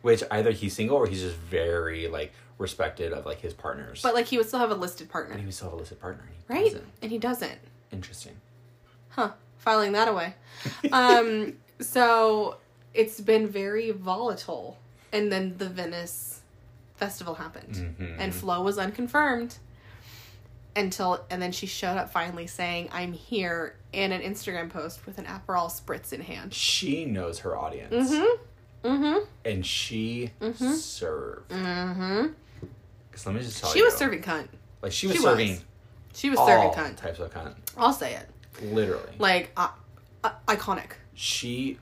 Speaker 1: Which either he's single or he's just very like respected of like his partners.
Speaker 2: But like he would still have a listed
Speaker 1: and he
Speaker 2: partner,
Speaker 1: was still have a listed partner. and he
Speaker 2: right?
Speaker 1: doesn't.
Speaker 2: And he doesn't.
Speaker 1: Interesting.
Speaker 2: Huh. Filing that away.
Speaker 1: (laughs)
Speaker 2: um so it's been very volatile. And then the Venice festival happened.
Speaker 1: Mhm.
Speaker 2: And Flo was unconfirmed until and then she showed up finally saying, I'm here in an Instagram post with an Aperol spritz in hand.
Speaker 1: She knows her audience.
Speaker 2: Mm-hmm. Mm-hmm.
Speaker 1: and she served.
Speaker 2: Mm-hmm.
Speaker 1: 'Cause let me just tell
Speaker 2: She
Speaker 1: you, Oh,
Speaker 2: was serving cunt.
Speaker 1: Like she was
Speaker 2: she was
Speaker 1: serving
Speaker 2: She was serving
Speaker 1: all
Speaker 2: cunt.
Speaker 1: types of cunt.
Speaker 2: I'll say it.
Speaker 1: Literally,
Speaker 2: Like uh, uh, iconic.
Speaker 1: she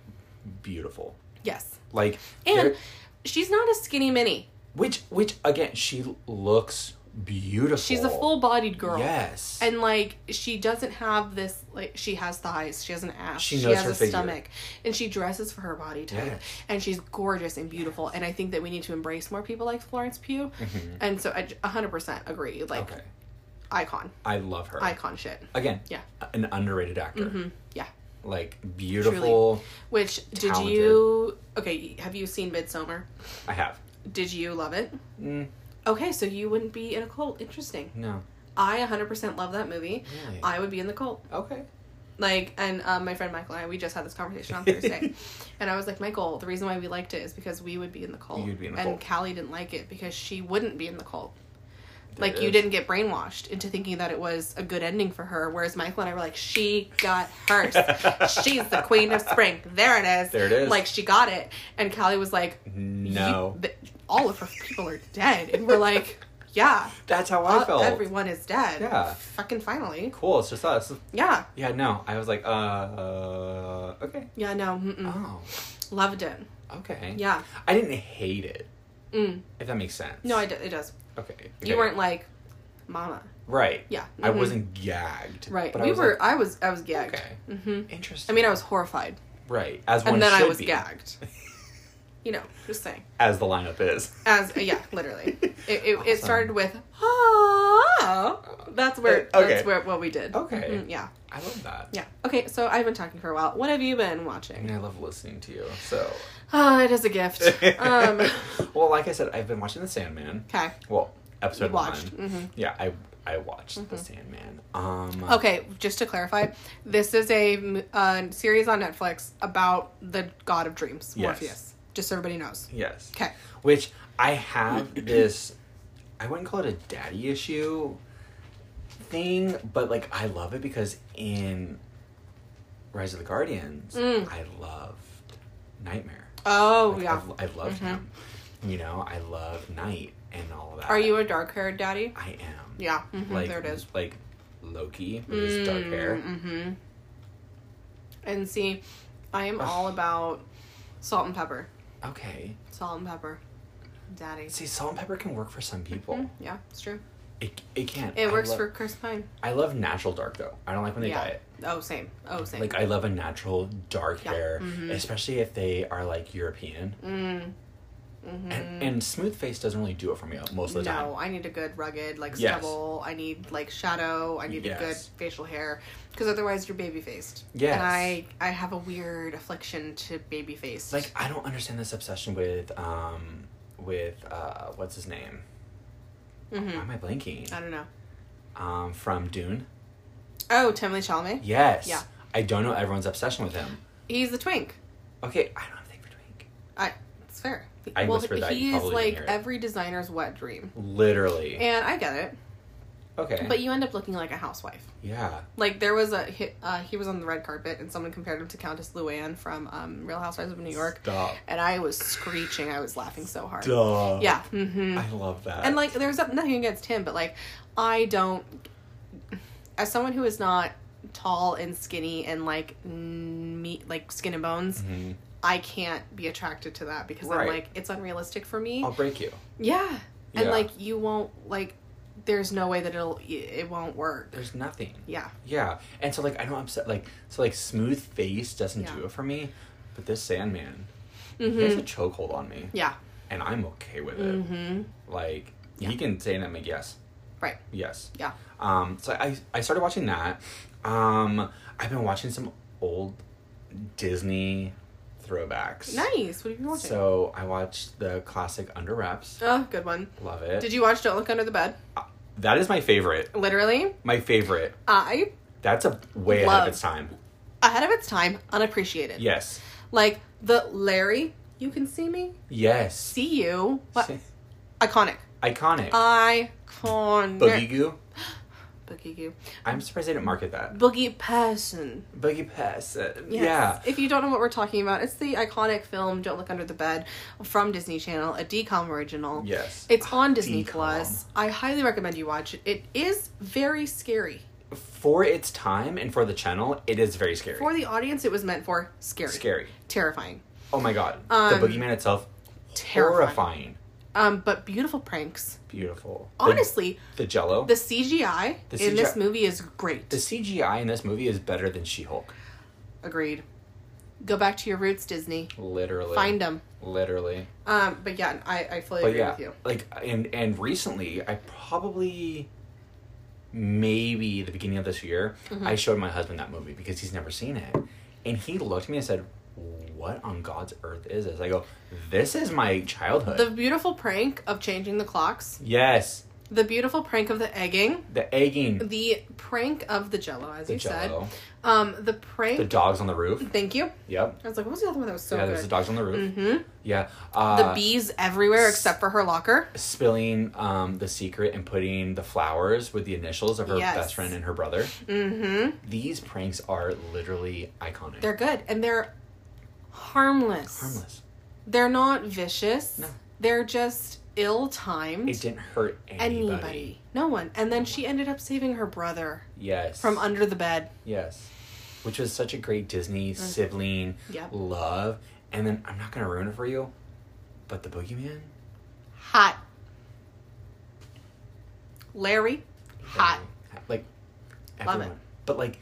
Speaker 1: beautiful.
Speaker 2: Yes.
Speaker 1: Like
Speaker 2: And
Speaker 1: there-
Speaker 2: she's not a skinny mini.
Speaker 1: which which again, she looks beautiful.
Speaker 2: She's a full bodied girl.
Speaker 1: Oh. Yes.
Speaker 2: And like she doesn't have this like she has thighs, she has an ass,
Speaker 1: She
Speaker 2: she,
Speaker 1: knows
Speaker 2: has
Speaker 1: her
Speaker 2: a
Speaker 1: figure.
Speaker 2: stomach. And she dresses for her body type.
Speaker 1: Yes.
Speaker 2: And she's gorgeous and beautiful. And I think that we need to embrace more people like Florence Pugh. And so I j- 100% agree. Like
Speaker 1: Mm-hmm. okay.
Speaker 2: icon.
Speaker 1: I love her.
Speaker 2: Icon shit.
Speaker 1: Again,
Speaker 2: Yeah. Mm-hmm. Mm,
Speaker 1: an underrated actor.
Speaker 2: Yeah.
Speaker 1: Like beautiful.
Speaker 2: Which did
Speaker 1: Talented.
Speaker 2: you Okay, have you seen Midsummer?
Speaker 1: I have.
Speaker 2: Did you love it?
Speaker 1: Mm,
Speaker 2: Okay, so you wouldn't be in a cult. Interesting.
Speaker 1: no.
Speaker 2: I 100% love that movie.
Speaker 1: Really?
Speaker 2: I would be in the cult.
Speaker 1: Okay.
Speaker 2: Like, and um, my friend Michael and I, we just had this conversation on
Speaker 1: (laughs)
Speaker 2: Thursday. and I was like, Michael, the reason why we liked it is because we would be in the cult.
Speaker 1: You'd be in the
Speaker 2: and
Speaker 1: cult.
Speaker 2: Callie didn't like it because she wouldn't be in the cult.
Speaker 1: There
Speaker 2: like,
Speaker 1: it
Speaker 2: you
Speaker 1: is.
Speaker 2: didn't get brainwashed into thinking that it was a good ending for her. Whereas Michael and I were like, she got
Speaker 1: (laughs)
Speaker 2: hers. She's the queen of spring. There it is.
Speaker 1: There it is.
Speaker 2: Like, she got it. And Callie was like, "You-
Speaker 1: No.
Speaker 2: th- all of her people are dead. And we're like, yeah.
Speaker 1: That's how I
Speaker 2: uh,
Speaker 1: felt.
Speaker 2: Everyone is dead.
Speaker 1: Yeah.
Speaker 2: Fucking finally.
Speaker 1: Cool. It's just us.
Speaker 2: Yeah.
Speaker 1: Yeah. No. I was like, uh, uh okay.
Speaker 2: Yeah, no. Mm-mm.
Speaker 1: Oh.
Speaker 2: Loved it.
Speaker 1: Okay.
Speaker 2: Yeah.
Speaker 1: I didn't hate it.
Speaker 2: Mm.
Speaker 1: If that makes sense.
Speaker 2: No, I d- it does.
Speaker 1: Okay.
Speaker 2: You
Speaker 1: okay.
Speaker 2: weren't like, mama.
Speaker 1: Right.
Speaker 2: Yeah.
Speaker 1: I
Speaker 2: mhm.
Speaker 1: wasn't gagged.
Speaker 2: Right.
Speaker 1: But I
Speaker 2: we
Speaker 1: was
Speaker 2: were.
Speaker 1: like,
Speaker 2: I was. I was gagged.
Speaker 1: okay.
Speaker 2: hmm I
Speaker 1: Interesting.
Speaker 2: mean, I was horrified,
Speaker 1: right. As one
Speaker 2: and then I
Speaker 1: should
Speaker 2: was
Speaker 1: be, (laughs)
Speaker 2: gagged. You know, just saying.
Speaker 1: As the lineup is.
Speaker 2: As uh, yeah,
Speaker 1: (laughs)
Speaker 2: literally, it it,
Speaker 1: Awesome.
Speaker 2: it started with oh, that's where
Speaker 1: Uh, okay.
Speaker 2: that's where what we did.
Speaker 1: Okay.
Speaker 2: Mhm, yeah,
Speaker 1: I love that.
Speaker 2: yeah. Okay, so I've been talking for a while. What have you been
Speaker 1: I mean,
Speaker 2: watching?
Speaker 1: I love listening to you. So.
Speaker 2: Ah, it is a
Speaker 1: (laughs)
Speaker 2: gift. um, (laughs)
Speaker 1: well, like I said, I've been watching The Sandman.
Speaker 2: okay,
Speaker 1: Well,
Speaker 2: you
Speaker 1: episode
Speaker 2: watched.
Speaker 1: one.
Speaker 2: hmm
Speaker 1: Yeah, I I watched The Sandman. Um,
Speaker 2: Okay, just to clarify, this is a, m- a series on Netflix about the god of dreams,
Speaker 1: Yes.
Speaker 2: Morpheus. Just so everybody knows.
Speaker 1: Yes.
Speaker 2: Okay.
Speaker 1: Which I have this, I wouldn't call it a daddy issue thing, but like I love it because in Rise of the Guardians,
Speaker 2: Mm.
Speaker 1: I loved Nightmare.
Speaker 2: Oh,
Speaker 1: Like,
Speaker 2: yeah. Mm-hmm.
Speaker 1: I, I loved him. You know, I love Night and all of that.
Speaker 2: Are you a dark haired daddy?
Speaker 1: I am.
Speaker 2: Yeah. mhm,
Speaker 1: Like,
Speaker 2: there it is.
Speaker 1: Like Loki with his dark hair.
Speaker 2: Mm-hmm. And see, I am
Speaker 1: Ugh.
Speaker 2: all about salt and pepper.
Speaker 1: Okay.
Speaker 2: Salt and pepper. Daddy.
Speaker 1: See, salt and pepper can work for some people.
Speaker 2: Mm, Yeah, it's true.
Speaker 1: It, it can.
Speaker 2: It
Speaker 1: I
Speaker 2: works
Speaker 1: love-
Speaker 2: for Chris Pine.
Speaker 1: I love natural dark though. I don't like when they
Speaker 2: yeah.
Speaker 1: dye it.
Speaker 2: Oh, same. Oh, same.
Speaker 1: Like I love a natural dark
Speaker 2: Yeah.
Speaker 1: hair,
Speaker 2: Mhm.
Speaker 1: especially if they are like European.
Speaker 2: mm. Mm-hmm.
Speaker 1: And, and smooth face doesn't really do it for me most of the
Speaker 2: no,
Speaker 1: time.
Speaker 2: I need a good rugged like
Speaker 1: Yes.
Speaker 2: stubble. I need like shadow. I need a good
Speaker 1: Yes.
Speaker 2: facial hair because otherwise you're baby faced.
Speaker 1: Yes.
Speaker 2: And I I have a weird affliction to baby faced.
Speaker 1: Like I don't understand this obsession with um with uh what's his name?
Speaker 2: hmm
Speaker 1: Why am I blanking?
Speaker 2: I don't know.
Speaker 1: Um, from Dune.
Speaker 2: Oh, Timothy Chalamet.
Speaker 1: Yes.
Speaker 2: Yeah.
Speaker 1: I don't know everyone's obsession with him.
Speaker 2: He's the twink.
Speaker 1: Okay, I don't have a thing for Twink.
Speaker 2: I. It's fair.
Speaker 1: I whispered that, you
Speaker 2: he's
Speaker 1: probably didn't
Speaker 2: like
Speaker 1: hear it.
Speaker 2: every designer's wet dream,
Speaker 1: Literally.
Speaker 2: and I get it.
Speaker 1: okay.
Speaker 2: But you end up looking like a housewife.
Speaker 1: yeah.
Speaker 2: Like there was a hit, uh, he was on the red carpet, and someone compared him to Countess Luann from um, Real Housewives of New York,
Speaker 1: Stop.
Speaker 2: and I was screeching. I was laughing so hard.
Speaker 1: Duh.
Speaker 2: Yeah. hmm
Speaker 1: I love that.
Speaker 2: And like, there's nothing against him, but like, I don't. As someone who is not tall and skinny and like n- meat, like skin and bones,
Speaker 1: Mhm.
Speaker 2: I can't be attracted to that because
Speaker 1: Right.
Speaker 2: I'm like, it's unrealistic for me.
Speaker 1: I'll break you.
Speaker 2: yeah. And
Speaker 1: Yeah.
Speaker 2: like, you won't like. There's no way that it'll it won't work.
Speaker 1: There's nothing.
Speaker 2: Yeah.
Speaker 1: Yeah, and so like I don't upset like so like smooth face doesn't
Speaker 2: Yeah.
Speaker 1: do it for me, but this Sandman, he has a
Speaker 2: Mm-hmm.
Speaker 1: chokehold on me,
Speaker 2: Yeah.
Speaker 1: and I'm okay with it.
Speaker 2: Mm-hmm.
Speaker 1: Like
Speaker 2: Yeah.
Speaker 1: he can say that, I'm like yes,
Speaker 2: Right.
Speaker 1: yes,
Speaker 2: Yeah.
Speaker 1: Um, so I I started watching that. Um, I've been watching some old Disney throwbacks.
Speaker 2: Nice. What have you been watching?
Speaker 1: So I watched the classic Under Wraps.
Speaker 2: oh, good one.
Speaker 1: Love it.
Speaker 2: Did you watch Don't Look Under the Bed?
Speaker 1: that is my favorite.
Speaker 2: Literally,
Speaker 1: My favorite.
Speaker 2: I
Speaker 1: That's a way ahead
Speaker 2: Love.
Speaker 1: of its time.
Speaker 2: ahead of its time, unappreciated.
Speaker 1: Yes.
Speaker 2: Like the Larry, you can see me,
Speaker 1: Yes.
Speaker 2: see you. What?
Speaker 1: Si-
Speaker 2: Iconic.
Speaker 1: Iconic.
Speaker 2: Um, Iconic.
Speaker 1: Boogie Goo.
Speaker 2: Boogie Goo.
Speaker 1: I'm surprised they didn't market that.
Speaker 2: Boogie person.
Speaker 1: Boogie Pass. uh,
Speaker 2: Yes.
Speaker 1: Yeah.
Speaker 2: If you don't know what we're talking about, it's the iconic film Don't Look Under the Bed from Disney Channel, a DCOM original.
Speaker 1: Yes.
Speaker 2: It's on Disney
Speaker 1: DCOM.
Speaker 2: Plus. I highly recommend you watch it. It is very scary.
Speaker 1: For its time and for the channel, it is very scary.
Speaker 2: For the audience, it was meant for scary.
Speaker 1: scary.
Speaker 2: Terrifying.
Speaker 1: Oh my god.
Speaker 2: Um,
Speaker 1: the Boogeyman itself,
Speaker 2: Terrifying.
Speaker 1: horrifying.
Speaker 2: Um, but beautiful pranks.
Speaker 1: Beautiful. The-
Speaker 2: Honestly,
Speaker 1: the, Jello.
Speaker 2: the
Speaker 1: The,
Speaker 2: CGI
Speaker 1: The
Speaker 2: in this
Speaker 1: CGI
Speaker 2: movie is great.
Speaker 1: CGI in this movie is better than She Hulk.
Speaker 2: Agreed. Go back to your roots, Disney.
Speaker 1: Literally.
Speaker 2: Find them.
Speaker 1: Literally.
Speaker 2: Um, but yeah, I, I fully
Speaker 1: But
Speaker 2: agree
Speaker 1: yeah,
Speaker 2: with you.
Speaker 1: like and and recently, I probably maybe the beginning of this year,
Speaker 2: Mm-hmm.
Speaker 1: I showed my husband that movie because he's never seen it, and he looked at me and said, "What on God's earth is this?" I go, "This is my childhood."
Speaker 2: The beautiful prank of changing the clocks,
Speaker 1: yes,
Speaker 2: the beautiful prank of the egging,
Speaker 1: the egging,
Speaker 2: the prank of the jello, as
Speaker 1: the
Speaker 2: you
Speaker 1: jello,
Speaker 2: said. Um, the prank.
Speaker 1: the dogs on the roof.
Speaker 2: thank you.
Speaker 1: Yep.
Speaker 2: I was like, what was the other one that was so
Speaker 1: yeah, there's the
Speaker 2: good?
Speaker 1: dogs on the roof.
Speaker 2: mm-hmm.
Speaker 1: Yeah. Uh,
Speaker 2: The bees everywhere except for her locker.
Speaker 1: spilling um, the secret and putting the flowers with the initials of her
Speaker 2: Yes.
Speaker 1: best friend and her brother.
Speaker 2: Mm-hmm.
Speaker 1: These pranks are literally iconic.
Speaker 2: They're good and they're harmless.
Speaker 1: harmless.
Speaker 2: They're not vicious.
Speaker 1: No.
Speaker 2: They're just ill timed.
Speaker 1: It didn't hurt anybody.
Speaker 2: Anybody. No one. And then she ended up saving her brother
Speaker 1: Yes.
Speaker 2: from under the bed.
Speaker 1: yes, which was such a great Disney
Speaker 2: Mm-hmm.
Speaker 1: sibling
Speaker 2: Yep.
Speaker 1: love. And then I'm not gonna ruin it for you, but the boogeyman,
Speaker 2: Hot. Larry. Hot.
Speaker 1: like
Speaker 2: Love
Speaker 1: everyone, but like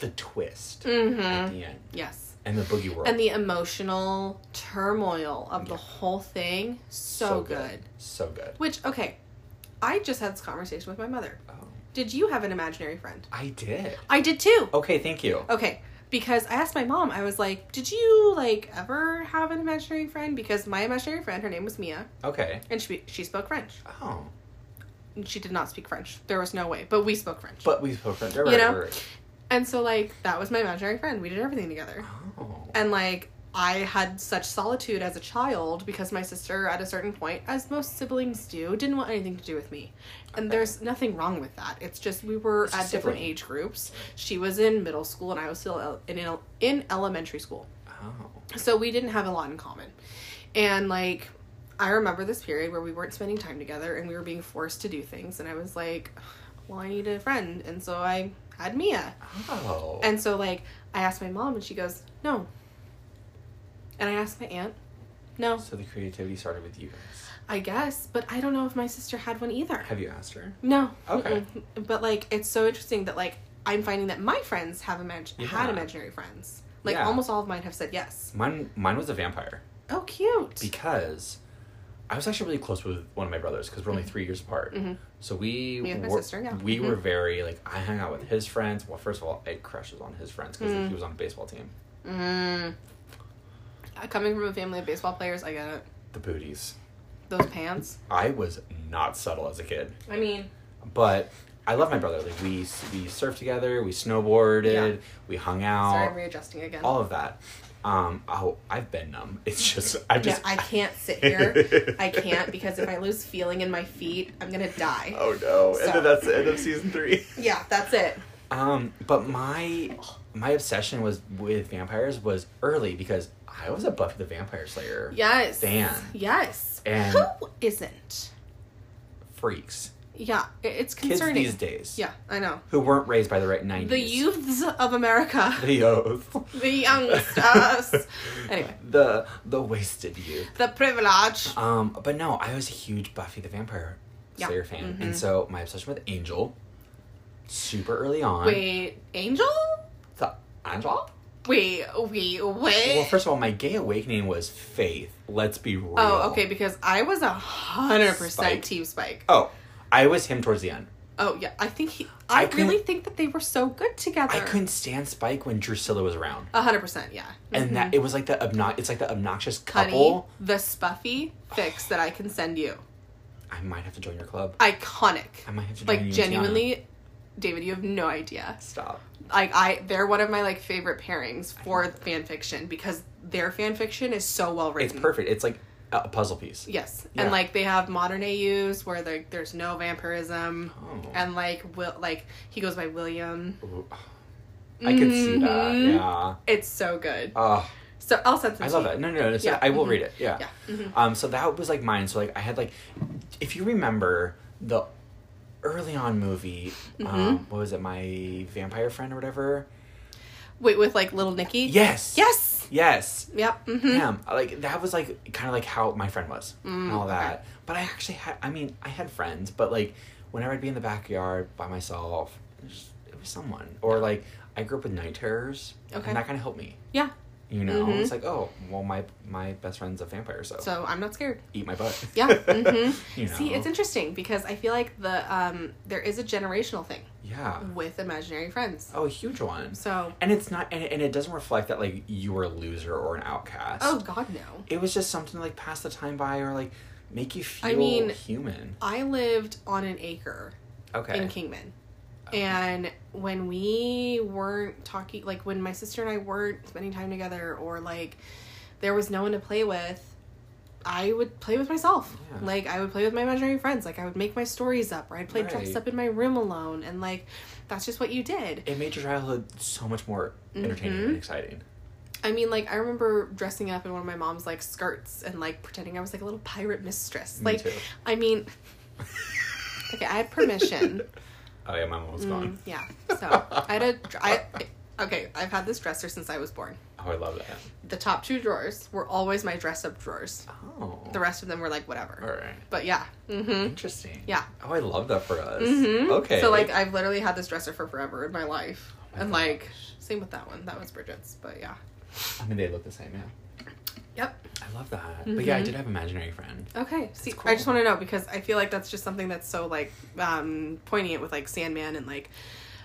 Speaker 1: the twist at
Speaker 2: Mm-hmm.
Speaker 1: the end
Speaker 2: Yes.
Speaker 1: and the boogie world.
Speaker 2: And the emotional turmoil of the
Speaker 1: Yeah.
Speaker 2: whole thing. So, good.
Speaker 1: so good.
Speaker 2: Which, okay. I just had this conversation with my mother.
Speaker 1: Oh,
Speaker 2: Did you have an imaginary friend?
Speaker 1: I did.
Speaker 2: I did too.
Speaker 1: Okay, thank you.
Speaker 2: Okay, because I asked my mom, I was like, "Did you like ever have an imaginary friend?" Because my imaginary friend, her name was Mia,
Speaker 1: Okay.
Speaker 2: and she she spoke French.
Speaker 1: Oh,
Speaker 2: And she did not speak French. There was no way, but we spoke French.
Speaker 1: but we spoke French.
Speaker 2: You know? and so like that was my imaginary friend. We did everything together.
Speaker 1: Oh.
Speaker 2: And like I had such solitude as a child because my sister at a certain point, as most siblings do, didn't want anything to do with me. And
Speaker 1: Okay.
Speaker 2: there's nothing wrong with that. It's just we were
Speaker 1: It's a
Speaker 2: at different
Speaker 1: sibling.
Speaker 2: age groups. She was in middle school and I was still el- in el- in elementary school.
Speaker 1: Oh.
Speaker 2: so we didn't have a lot in common and like i remember this period where we weren't spending time together and we were being forced to do things and i was like well i need a friend and so i had mia
Speaker 1: Oh.
Speaker 2: and so like i asked my mom and she goes no and i asked my aunt no
Speaker 1: so the creativity started with you guys.
Speaker 2: i guess but i don't know if my sister had one either
Speaker 1: Have you asked her?
Speaker 2: no
Speaker 1: Okay.
Speaker 2: Mm-mm. but like it's so interesting that like i'm finding that my friends have imag- had
Speaker 1: Yeah.
Speaker 2: imaginary friends like
Speaker 1: Yeah.
Speaker 2: almost all of mine have said yes
Speaker 1: Mine, mine was a vampire
Speaker 2: oh cute
Speaker 1: because I was actually really close with one of my brothers because we're only three years apart.
Speaker 2: Mhm.
Speaker 1: So we
Speaker 2: Me with my
Speaker 1: were,
Speaker 2: sister, yeah.
Speaker 1: we were
Speaker 2: Mhm.
Speaker 1: very like I hung out with his friends. Well, first of all, it crushes on his friends because
Speaker 2: Mm.
Speaker 1: he was on the baseball team.
Speaker 2: Mm. Uh, Coming from a family of baseball players, I get it.
Speaker 1: The booties.
Speaker 2: Those pants.
Speaker 1: I was not subtle as a kid.
Speaker 2: I mean,
Speaker 1: but I love my brother. Like we we surfed together, we snowboarded,
Speaker 2: Yeah.
Speaker 1: we hung out,
Speaker 2: sorry, I'm readjusting again.
Speaker 1: all of that. Um, oh, I've been numb. It's just I
Speaker 2: yeah,
Speaker 1: just
Speaker 2: I can't sit here. I can't because if I lose feeling in my feet, I'm gonna die.
Speaker 1: (laughs) Oh no! And
Speaker 2: So-
Speaker 1: then that's the end of season three.
Speaker 2: (laughs) Yeah, that's it.
Speaker 1: Um, but my my obsession was with vampires was early because I was a Buffy the Vampire Slayer
Speaker 2: Yes.
Speaker 1: fan.
Speaker 2: Yes.
Speaker 1: And-
Speaker 2: Who isn't?
Speaker 1: Freaks
Speaker 2: Yeah, i- it's
Speaker 1: kids
Speaker 2: concerning.
Speaker 1: these days.
Speaker 2: Yeah, I know.
Speaker 1: Who weren't raised by the right nineties.
Speaker 2: The youths of America,
Speaker 1: (laughs) The youth.
Speaker 2: the youngsters. anyway,
Speaker 1: The the wasted youth.
Speaker 2: the privilege.
Speaker 1: Um, but no, I was a huge Buffy the Vampire
Speaker 2: Yeah. Mm-hmm.
Speaker 1: Slayer fan, and so my obsession with Angel, super early on.
Speaker 2: Wait, Angel?
Speaker 1: The Angel.
Speaker 2: Wait, wait, wait.
Speaker 1: Well, first of all, my gay awakening was Faith. Let's be real.
Speaker 2: Eh. Oh, okay, because I was a hundred percent
Speaker 1: Spike.
Speaker 2: Team Spike.
Speaker 1: Oh, I was him towards the end.
Speaker 2: Oh yeah, I think he. I,
Speaker 1: I couldn't-
Speaker 2: really think that they were so good together.
Speaker 1: I couldn't stand Spike when Drusilla was around,
Speaker 2: A hundred percent, yeah.
Speaker 1: and that it was like the obnox. It's like the obnoxious
Speaker 2: Mm-hmm. Honey,
Speaker 1: couple.
Speaker 2: the Spuffy fix that I can send you.
Speaker 1: I might have to join your club.
Speaker 2: Iconic.
Speaker 1: I might have to join
Speaker 2: Like
Speaker 1: you and Tiana.
Speaker 2: genuinely, David, you have no idea.
Speaker 1: Stop.
Speaker 2: Like I, they're one of my like favorite pairings for fan fiction because their fan fiction is so well
Speaker 1: It's
Speaker 2: written.
Speaker 1: perfect. It's like a a puzzle piece.
Speaker 2: Yes,
Speaker 1: Yeah.
Speaker 2: and like they have modern AUs where like there's no vampirism,
Speaker 1: Oh.
Speaker 2: and like will like he goes by William.
Speaker 1: Ooh. I could see that.
Speaker 2: Mhm.
Speaker 1: Yeah.
Speaker 2: It's so good.
Speaker 1: Oh,
Speaker 2: So I'll send some.
Speaker 1: I
Speaker 2: to
Speaker 1: love
Speaker 2: you.
Speaker 1: that. No, no, no. it's-
Speaker 2: Yeah.
Speaker 1: I will
Speaker 2: Mhm.
Speaker 1: read it. Yeah.
Speaker 2: Yeah. Mhm.
Speaker 1: Um, so that was like mine. So like I had like, if you remember the early on movie,
Speaker 2: Mm-hmm.
Speaker 1: um, what was it? My vampire friend or whatever.
Speaker 2: Wait, with like little Nikki?
Speaker 1: Yes.
Speaker 2: Yes.
Speaker 1: Yes.
Speaker 2: Yep. Mm-hmm. Mm,
Speaker 1: Damn, like that was like kind of like how my friend was and all that. But I actually had, I mean, I had friends, but like whenever I'd be in the backyard by myself, it was, it was someone. Or like I grew up with night terrors,
Speaker 2: Okay.
Speaker 1: and that kind of helped me.
Speaker 2: Yeah.
Speaker 1: You know,
Speaker 2: Mhm.
Speaker 1: it's like oh, well, my my best friend's a vampire, so,
Speaker 2: So I'm not scared.
Speaker 1: eat my butt.
Speaker 2: Yeah. hmm
Speaker 1: (laughs) You
Speaker 2: See,
Speaker 1: know?
Speaker 2: it's interesting because I feel like the um there is a generational thing
Speaker 1: yeah.
Speaker 2: with imaginary friends.
Speaker 1: Oh, a huge one.
Speaker 2: So
Speaker 1: And it's not, and, it- and it doesn't reflect that like you were a loser or an outcast.
Speaker 2: oh god no.
Speaker 1: it was just something to, like pass the time by or like make you feel
Speaker 2: I mean-
Speaker 1: human.
Speaker 2: I lived on an acre
Speaker 1: Okay.
Speaker 2: in Kingman. And when we weren't talking, like when my sister and I weren't spending time together, or like there was no one to play with, I would play with myself.
Speaker 1: Yeah.
Speaker 2: Like I would play with my imaginary friends. Like I would make my stories up, or I'd play dressed
Speaker 1: Right.
Speaker 2: up in my room alone. And like that's just what you did.
Speaker 1: it made your childhood so much more
Speaker 2: Mm-hmm.
Speaker 1: entertaining and exciting.
Speaker 2: I mean, like I remember dressing up in one of my mom's like skirts and like pretending I was like a little pirate mistress.
Speaker 1: Me
Speaker 2: like,
Speaker 1: too.
Speaker 2: I
Speaker 1: (laughs)
Speaker 2: mean, okay, I had permission.
Speaker 1: Oh yeah, my mom was gone.
Speaker 2: Mm, yeah, so I had a. I, okay, I've had this dresser since I was born.
Speaker 1: Oh, I love that.
Speaker 2: The top two drawers were always my dress up drawers.
Speaker 1: Oh.
Speaker 2: The rest of them were like whatever.
Speaker 1: All right.
Speaker 2: But yeah, mm-hmm.
Speaker 1: Interesting.
Speaker 2: Yeah.
Speaker 1: Oh, I love that for us.
Speaker 2: Mhm.
Speaker 1: Okay. Oh
Speaker 2: So like I've literally had this dresser for forever in my life,
Speaker 1: my
Speaker 2: and like
Speaker 1: gosh.
Speaker 2: same with that one. That was Bridget's, but yeah.
Speaker 1: I mean, they look the same. Yeah.
Speaker 2: Yep.
Speaker 1: I love that. But yeah, I
Speaker 2: Mhm.
Speaker 1: did have imaginary friend.
Speaker 2: Okay. See,
Speaker 1: cool.
Speaker 2: I just want to know because I feel like that's just something that's so like um poignant with like Sandman and like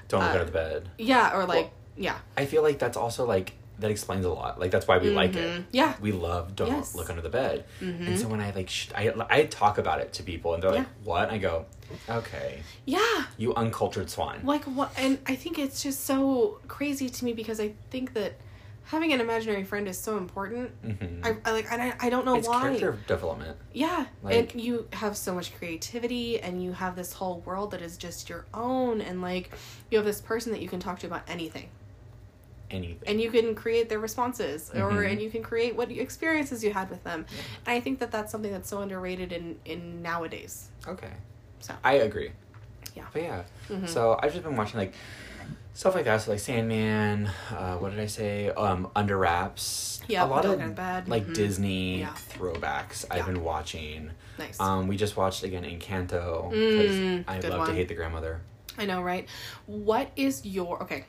Speaker 1: Don't look
Speaker 2: Uh,
Speaker 1: out of the bed.
Speaker 2: yeah or like
Speaker 1: Well,
Speaker 2: yeah.
Speaker 1: I feel like that's also like that explains a lot. Like that's why we like it.
Speaker 2: Mhm. Yeah.
Speaker 1: We love don't
Speaker 2: Yes. Mm-hmm.
Speaker 1: look under the bed. And so when I like sh- I I talk about it to people and they're like,
Speaker 2: Yeah.
Speaker 1: "What?" I go, "Okay,
Speaker 2: Yeah.
Speaker 1: you uncultured swan."
Speaker 2: Like what and I think it's just so crazy to me because I think that having an imaginary friend is so important.
Speaker 1: Mhm.
Speaker 2: I, I like and I, I don't know
Speaker 1: It's
Speaker 2: why.
Speaker 1: character development.
Speaker 2: Yeah.
Speaker 1: Like-
Speaker 2: and you have so much creativity and you have this whole world that is just your own and like you have this person that you can talk to about anything.
Speaker 1: Anything.
Speaker 2: and you can create their responses or
Speaker 1: Mhm.
Speaker 2: and you can create what experiences you had with them and i think that that's something that's so underrated in in nowadays
Speaker 1: Okay.
Speaker 2: So. mm-hmm.
Speaker 1: I agree.
Speaker 2: Yeah.
Speaker 1: But yeah. So I've just been watching like stuff like that. So like Sandman. Uh, what did I say? Um, Under Wraps.
Speaker 2: Yeah,
Speaker 1: A lot
Speaker 2: Don't
Speaker 1: of
Speaker 2: Go to Bed.
Speaker 1: like
Speaker 2: Mhm.
Speaker 1: Disney
Speaker 2: Yeah.
Speaker 1: throwbacks.
Speaker 2: Yeah.
Speaker 1: I've been watching.
Speaker 2: nice
Speaker 1: Um, we just watched again Encanto
Speaker 2: Mm,
Speaker 1: I
Speaker 2: good
Speaker 1: love to
Speaker 2: one.
Speaker 1: hate the grandmother.
Speaker 2: i know right what is your okay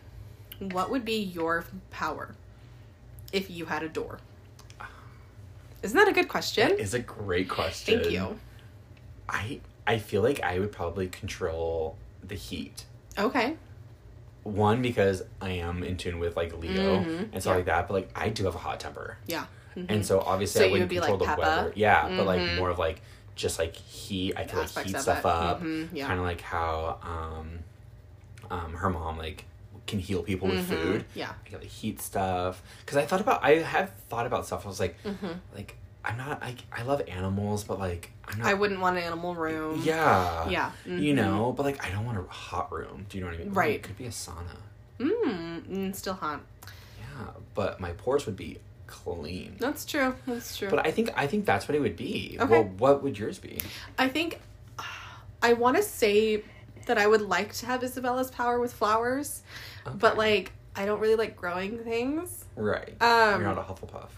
Speaker 2: what would be your power if you had a door isn't that a good question
Speaker 1: Is a great question.
Speaker 2: thank you
Speaker 1: I I feel like I would probably control the heat.
Speaker 2: okay
Speaker 1: One because I am in tune with like Leo
Speaker 2: Mhm.
Speaker 1: and stuff like that, but like I do have a hot temper.
Speaker 2: yeah Mhm.
Speaker 1: And so obviously
Speaker 2: So
Speaker 1: I
Speaker 2: you
Speaker 1: wouldn't
Speaker 2: would be
Speaker 1: control
Speaker 2: like
Speaker 1: the
Speaker 2: Peppa?
Speaker 1: weather. Yeah, but like
Speaker 2: Mhm.
Speaker 1: more of like just like heat. I could like
Speaker 2: Aspects
Speaker 1: heat
Speaker 2: of
Speaker 1: stuff
Speaker 2: it.
Speaker 1: up.
Speaker 2: Mhm, yeah.
Speaker 1: Kind of like how um, um, her mom like can heal people with food.
Speaker 2: Mm-hmm. yeah
Speaker 1: I could like heat stuff because I thought about I have thought about stuff. I was like,
Speaker 2: Mm-hmm.
Speaker 1: like I'm not like I love animals, but like I'm not.
Speaker 2: i wouldn't want an animal room
Speaker 1: Yeah.
Speaker 2: yeah
Speaker 1: You
Speaker 2: mhm.
Speaker 1: know, but like I don't want a hot room. Do you know what I mean? Ooh,
Speaker 2: Right.
Speaker 1: it could be a sauna.
Speaker 2: mm, mm, still hot
Speaker 1: Yeah, but my pores would be clean.
Speaker 2: that's true that's true
Speaker 1: But I think I think that's what it would be.
Speaker 2: Okay.
Speaker 1: Well, what would yours be?
Speaker 2: I think I want to say that I would like to have Isabella's power with flowers, but
Speaker 1: Okay.
Speaker 2: like I don't really like growing things.
Speaker 1: right,
Speaker 2: Um,
Speaker 1: you're not a
Speaker 2: (laughs)
Speaker 1: Hufflepuff.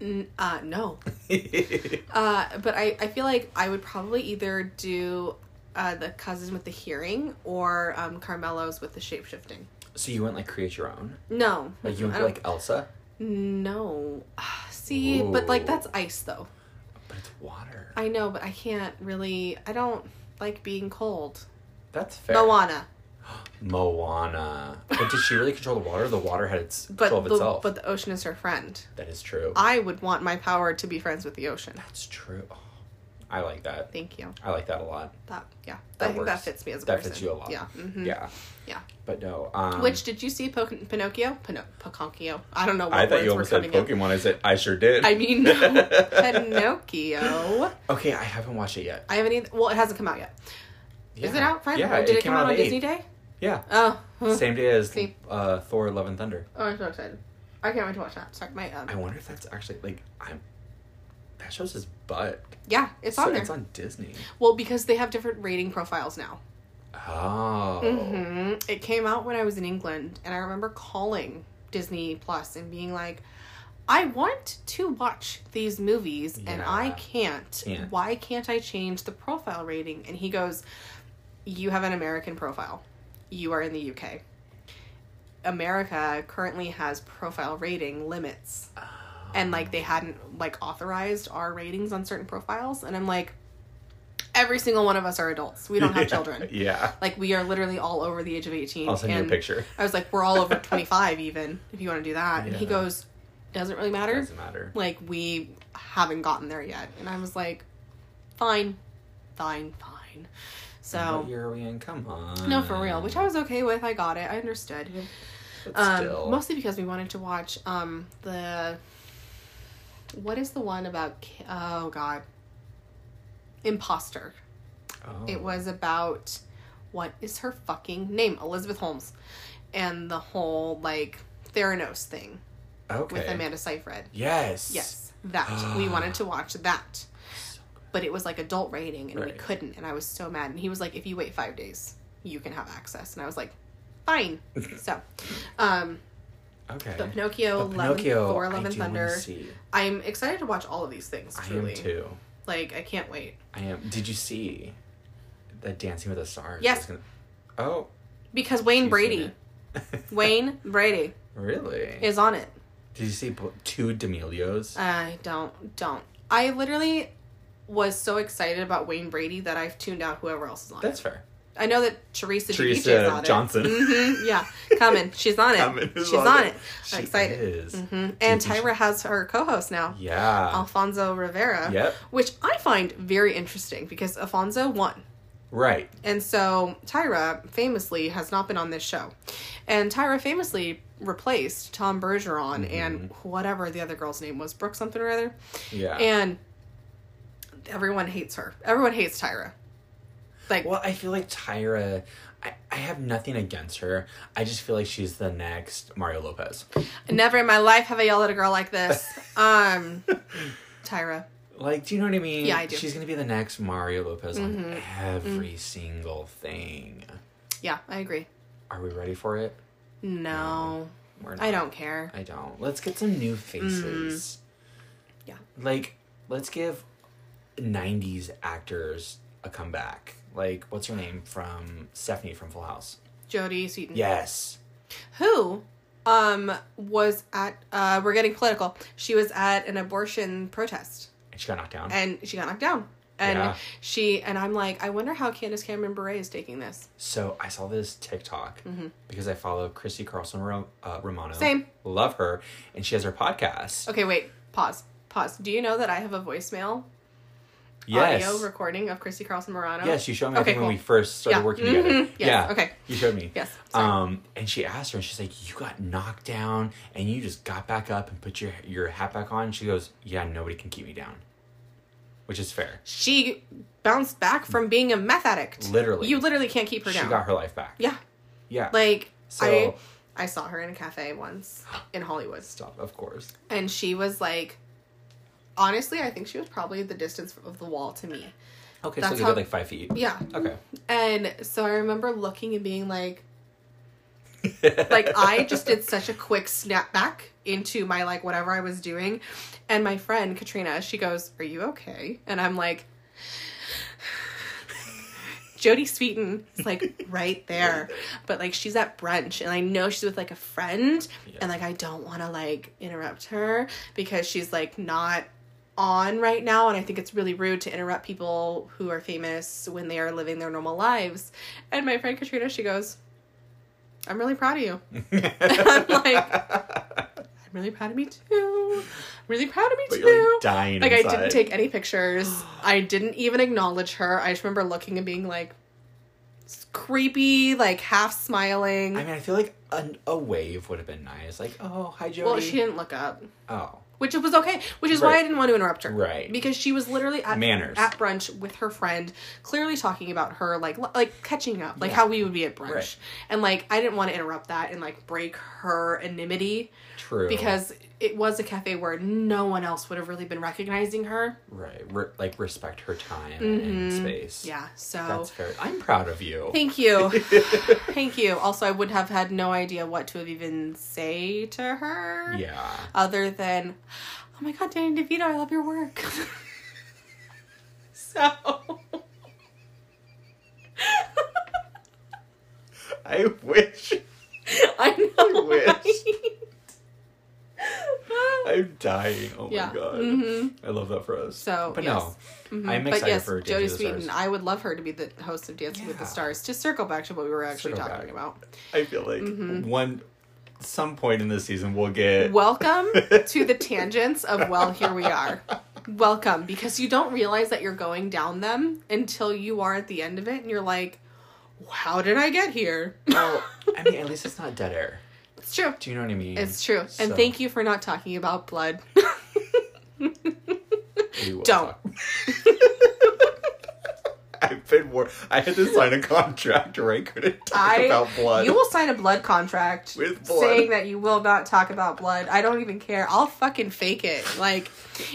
Speaker 2: N- uh, no.
Speaker 1: okay.
Speaker 2: Uh, but I, I feel like I would probably either do uh, the cousin with the hearing or um, Carmelo's with the shape shifting.
Speaker 1: So you wouldn't like create your own?
Speaker 2: No.
Speaker 1: Like you
Speaker 2: I
Speaker 1: would be
Speaker 2: don't-
Speaker 1: like Elsa,
Speaker 2: No. (sighs) See, but like
Speaker 1: Ooh.
Speaker 2: that's ice though.
Speaker 1: but it's water.
Speaker 2: I know, but I can't really. I don't like being cold.
Speaker 1: That's fair.
Speaker 2: Moana.
Speaker 1: Moana. But did she really control the water? The water had its
Speaker 2: But
Speaker 1: control of
Speaker 2: the,
Speaker 1: itself.
Speaker 2: but Uh, the ocean is her friend.
Speaker 1: that is true.
Speaker 2: I would want my power to be friends with the ocean.
Speaker 1: That's true. Oh, I like that.
Speaker 2: Thank you.
Speaker 1: I like that a lot.
Speaker 2: That yeah.
Speaker 1: That
Speaker 2: I think that
Speaker 1: works.
Speaker 2: fits me as a
Speaker 1: That
Speaker 2: person.
Speaker 1: fits you a lot.
Speaker 2: Yeah. hmm
Speaker 1: Yeah.
Speaker 2: Yeah.
Speaker 1: But no. Um,
Speaker 2: Which did you see Po- Pinocchio? Pino- Pinocchio. I don't know what
Speaker 1: I thought
Speaker 2: words
Speaker 1: you
Speaker 2: were
Speaker 1: almost said
Speaker 2: coming up.
Speaker 1: Pokemon. I said I sure
Speaker 2: (laughs)
Speaker 1: did.
Speaker 2: I mean Pinocchio.
Speaker 1: okay, I haven't watched it yet.
Speaker 2: I haven't even well it hasn't come out yet. Is it
Speaker 1: Yeah.
Speaker 2: out finally?
Speaker 1: Yeah,
Speaker 2: Or did it, come out on
Speaker 1: the
Speaker 2: Disney
Speaker 1: 8th.
Speaker 2: Day?
Speaker 1: Yeah,
Speaker 2: (laughs) Oh. huh.
Speaker 1: same day as
Speaker 2: See.
Speaker 1: uh, Thor: Love and Thunder.
Speaker 2: Oh I'm so excited. I can't wait to watch that. Sorry, my um,
Speaker 1: I wonder if that's actually like I'm. That show's his butt.
Speaker 2: Yeah, it's
Speaker 1: so
Speaker 2: on there.
Speaker 1: It's on Disney.
Speaker 2: Well, because they have different rating profiles now.
Speaker 1: Oh.
Speaker 2: hmm It came out when I was in England, and I remember calling Disney Plus and being like, I want to watch these movies and
Speaker 1: Yeah.
Speaker 2: I can't.
Speaker 1: Can't.
Speaker 2: Why can't I change the profile rating? And he goes, You have an American profile. You are in the UK. America currently has profile rating limits. And
Speaker 1: Oh.
Speaker 2: like they hadn't like authorized our ratings on certain profiles. And I'm like, every single one of us are adults. We don't have children.
Speaker 1: (laughs) Yeah.
Speaker 2: Like we are literally all over the age of 18
Speaker 1: I'll send you a picture.
Speaker 2: I was like, we're all over (laughs) 25 even, if you want to do that. And he
Speaker 1: Yeah.
Speaker 2: goes, doesn't really matter.
Speaker 1: Doesn't matter.
Speaker 2: Like, we haven't gotten there yet. And I was like, fine, fine, fine.
Speaker 1: What
Speaker 2: So,
Speaker 1: year are we in? Come on.
Speaker 2: no, for real, which I was okay with. I got it. I understood.
Speaker 1: But
Speaker 2: Um,
Speaker 1: still.
Speaker 2: mostly because we wanted to watch um, the. What is the one about. ki- Oh, God. Imposter.
Speaker 1: Oh.
Speaker 2: It was about what is her fucking name? Elizabeth Holmes. And the whole like Theranos thing
Speaker 1: okay.
Speaker 2: with Amanda Seyfried.
Speaker 1: Yes.
Speaker 2: Yes, that. we wanted
Speaker 1: (gasps)
Speaker 2: to watch that. But it was like adult rating and we
Speaker 1: Right.
Speaker 2: couldn't. And I was so mad. And he was like, if you wait five days, you can have access. And I was like, fine.
Speaker 1: (laughs)
Speaker 2: so, um,
Speaker 1: Okay.
Speaker 2: but Pinocchio,
Speaker 1: But
Speaker 2: Love
Speaker 1: Pinocchio,
Speaker 2: and Thor,
Speaker 1: I
Speaker 2: Love and
Speaker 1: do wanna
Speaker 2: Thunder.
Speaker 1: see.
Speaker 2: I'm excited to watch all of these things,
Speaker 1: I
Speaker 2: truly.
Speaker 1: am too.
Speaker 2: Like, I can't wait.
Speaker 1: I am. Did you see the Dancing with the Stars?
Speaker 2: Yes.
Speaker 1: is gonna- Oh.
Speaker 2: Because Wayne
Speaker 1: you've
Speaker 2: Brady,
Speaker 1: seen it. (laughs)
Speaker 2: Wayne Brady
Speaker 1: really?
Speaker 2: is on it.
Speaker 1: Did you see bo- two D'Amelios?
Speaker 2: I don't don't. I literally was so excited about Wayne Brady that I've tuned out whoever else is on
Speaker 1: That's fair.
Speaker 2: it. I know that Teresa,
Speaker 1: Teresa
Speaker 2: Teresa on
Speaker 1: Johnson. (laughs)
Speaker 2: it. hmm (laughs) yeah, coming. She's on it.
Speaker 1: Coming is
Speaker 2: She's
Speaker 1: on
Speaker 2: on,
Speaker 1: it.
Speaker 2: it.
Speaker 1: She
Speaker 2: I'm excited.
Speaker 1: is.
Speaker 2: hmm And
Speaker 1: Dude, you
Speaker 2: Tyra has her co-host now,
Speaker 1: Yeah.
Speaker 2: Alfonso Rivera.
Speaker 1: Yep.
Speaker 2: Which I find very interesting because Alfonso won.
Speaker 1: Right.
Speaker 2: And so Tyra famously has not been on this show. And Tyra famously replaced Tom Bergeron and
Speaker 1: Mm-hmm.
Speaker 2: whatever the other girl's name was, Brooke something or other.
Speaker 1: Yeah.
Speaker 2: And everyone hates her. Everyone hates Tyra. Like
Speaker 1: well, I feel like Tyra. I, I have nothing against her. I just feel like she's the next Mario Lopez.
Speaker 2: never in my life have I yelled at a girl like this. Um Tyra.
Speaker 1: Like, do you know what I mean?
Speaker 2: Yeah, I do. Mm-hmm.
Speaker 1: She's gonna be the next Mario Lopez on every single thing.
Speaker 2: Yeah, I agree.
Speaker 1: Are we ready for it?
Speaker 2: No.
Speaker 1: We're
Speaker 2: I don't care.
Speaker 1: I don't. Let's get some new faces.
Speaker 2: Mm. Yeah.
Speaker 1: Like, let's give '90s actors a comeback. Like, what's her name from Stephanie from Full House?
Speaker 2: Mm-hmm. Jodie Sweetin.
Speaker 1: Yes.
Speaker 2: Who um was at uh we're getting political. She was at an abortion protest
Speaker 1: And she got knocked down.
Speaker 2: and she got knocked down. And
Speaker 1: Yeah.
Speaker 2: she and I'm like, I wonder how Candace Cameron Bure is taking this.
Speaker 1: So I saw this TikTok because I follow Christy Carlson Ro- uh, Romano.
Speaker 2: Mm-hmm. Same.
Speaker 1: Love her, and she has her podcast.
Speaker 2: Okay, wait, pause. Pause. Do you know that I have a voicemail
Speaker 1: yes.
Speaker 2: audio recording of Christy Carlson Morano.
Speaker 1: yes, you showed me I
Speaker 2: Okay,
Speaker 1: think, when
Speaker 2: cool.
Speaker 1: we first started
Speaker 2: Yeah.
Speaker 1: working
Speaker 2: Mhm.
Speaker 1: together.
Speaker 2: Yes,
Speaker 1: Yeah.
Speaker 2: okay.
Speaker 1: You showed me.
Speaker 2: Yes, sorry.
Speaker 1: Um, and she asked her, and she's like, "You got knocked down, and you just got back up and put your your hat back on." And she goes, "Yeah, nobody can keep me down," which is fair.
Speaker 2: She bounced back from being a meth addict.
Speaker 1: Literally.
Speaker 2: You literally can't keep her
Speaker 1: She
Speaker 2: down.
Speaker 1: got her life back.
Speaker 2: yeah.
Speaker 1: Yeah.
Speaker 2: Like I
Speaker 1: So-
Speaker 2: I saw her in a cafe once in Hollywood.
Speaker 1: Stop. Of course.
Speaker 2: And she was like honestly, I think she was probably the distance of the wall to me.
Speaker 1: Okay, so
Speaker 2: That's
Speaker 1: they
Speaker 2: how-
Speaker 1: got like five feet.
Speaker 2: Yeah.
Speaker 1: Okay.
Speaker 2: And so I remember looking and being like like I just did such a quick snap back into my like whatever I was doing. And my friend Katrina, she goes, Are you okay? And I'm like Jodie Sweetin is like right there. But like she's at brunch and I know she's with like a friend and like I don't wanna like interrupt her because she's like not on right now and I think it's really rude to interrupt people who are famous when they are living their normal lives. And my friend Katrina, she goes, I'm really proud of you.
Speaker 1: (laughs)
Speaker 2: I'm like, I'm really proud of me too. I'm really proud of me
Speaker 1: But
Speaker 2: too.
Speaker 1: you're like dying
Speaker 2: Like, I
Speaker 1: inside.
Speaker 2: didn't take any pictures. I didn't even acknowledge her. I just remember looking and being like, s- creepy, like half smiling.
Speaker 1: I mean, I feel like an, a wave would have been nice. Like, oh, hi, Jody.
Speaker 2: well, she didn't look up,
Speaker 1: Oh,
Speaker 2: which was okay, which is why
Speaker 1: Right.
Speaker 2: I didn't want to interrupt her.
Speaker 1: Right.
Speaker 2: Because she was literally at
Speaker 1: Manners.
Speaker 2: at brunch with her friend, clearly talking about her like li- like catching up, like how we would be at brunch.
Speaker 1: Right.
Speaker 2: And like I didn't want to interrupt that and like break her anonymity
Speaker 1: true.
Speaker 2: because it was a cafe where no one else would have really been recognizing her.
Speaker 1: Right. Re- like respect her time and space.
Speaker 2: Yeah, so
Speaker 1: That's fair. I'm proud of you.
Speaker 2: Thank
Speaker 1: (laughs)
Speaker 2: you. Thank you. Also, I would have had no idea what to have even say to her.
Speaker 1: yeah.
Speaker 2: Other than, oh my God, Danny DeVito, I love your work. (laughs) so.
Speaker 1: (laughs)
Speaker 2: (laughs)
Speaker 1: I wish.
Speaker 2: I know. (laughs)
Speaker 1: wish. (laughs)
Speaker 2: right?
Speaker 1: I'm dying. Oh
Speaker 2: Yeah. Mm-hmm.
Speaker 1: my god. I love that for us.
Speaker 2: So,
Speaker 1: but
Speaker 2: yes. Mm-hmm.
Speaker 1: no, I'm
Speaker 2: but
Speaker 1: excited
Speaker 2: yes,
Speaker 1: for
Speaker 2: Jodie
Speaker 1: Dancing with the
Speaker 2: Sweetin.
Speaker 1: Stars.
Speaker 2: I would love her to be the host of Dancing with the
Speaker 1: Yeah.
Speaker 2: Stars. Just circle back to what we were actually
Speaker 1: Circle
Speaker 2: talking
Speaker 1: back.
Speaker 2: about.
Speaker 1: I feel like
Speaker 2: Mm-hmm.
Speaker 1: one, some point in this season we'll get.
Speaker 2: Welcome to the tangents of well, here we are. Welcome, because you don't realize that you're going down them until you are at the end of it, and you're like, "How did I get here?"
Speaker 1: (laughs) well, I mean, at least it's not dead air.
Speaker 2: It's true.
Speaker 1: Do you know what I mean?
Speaker 2: It's true. And
Speaker 1: So-
Speaker 2: thank you for not talking about
Speaker 1: (laughs)
Speaker 2: blood.
Speaker 1: We will
Speaker 2: Don't.
Speaker 1: talk. (laughs) I've been war. I had to sign a contract where I couldn't talk
Speaker 2: I
Speaker 1: about blood.
Speaker 2: you will sign a blood contract
Speaker 1: With blood.
Speaker 2: saying that you will not talk about blood. I don't even care. I'll fucking fake it. Like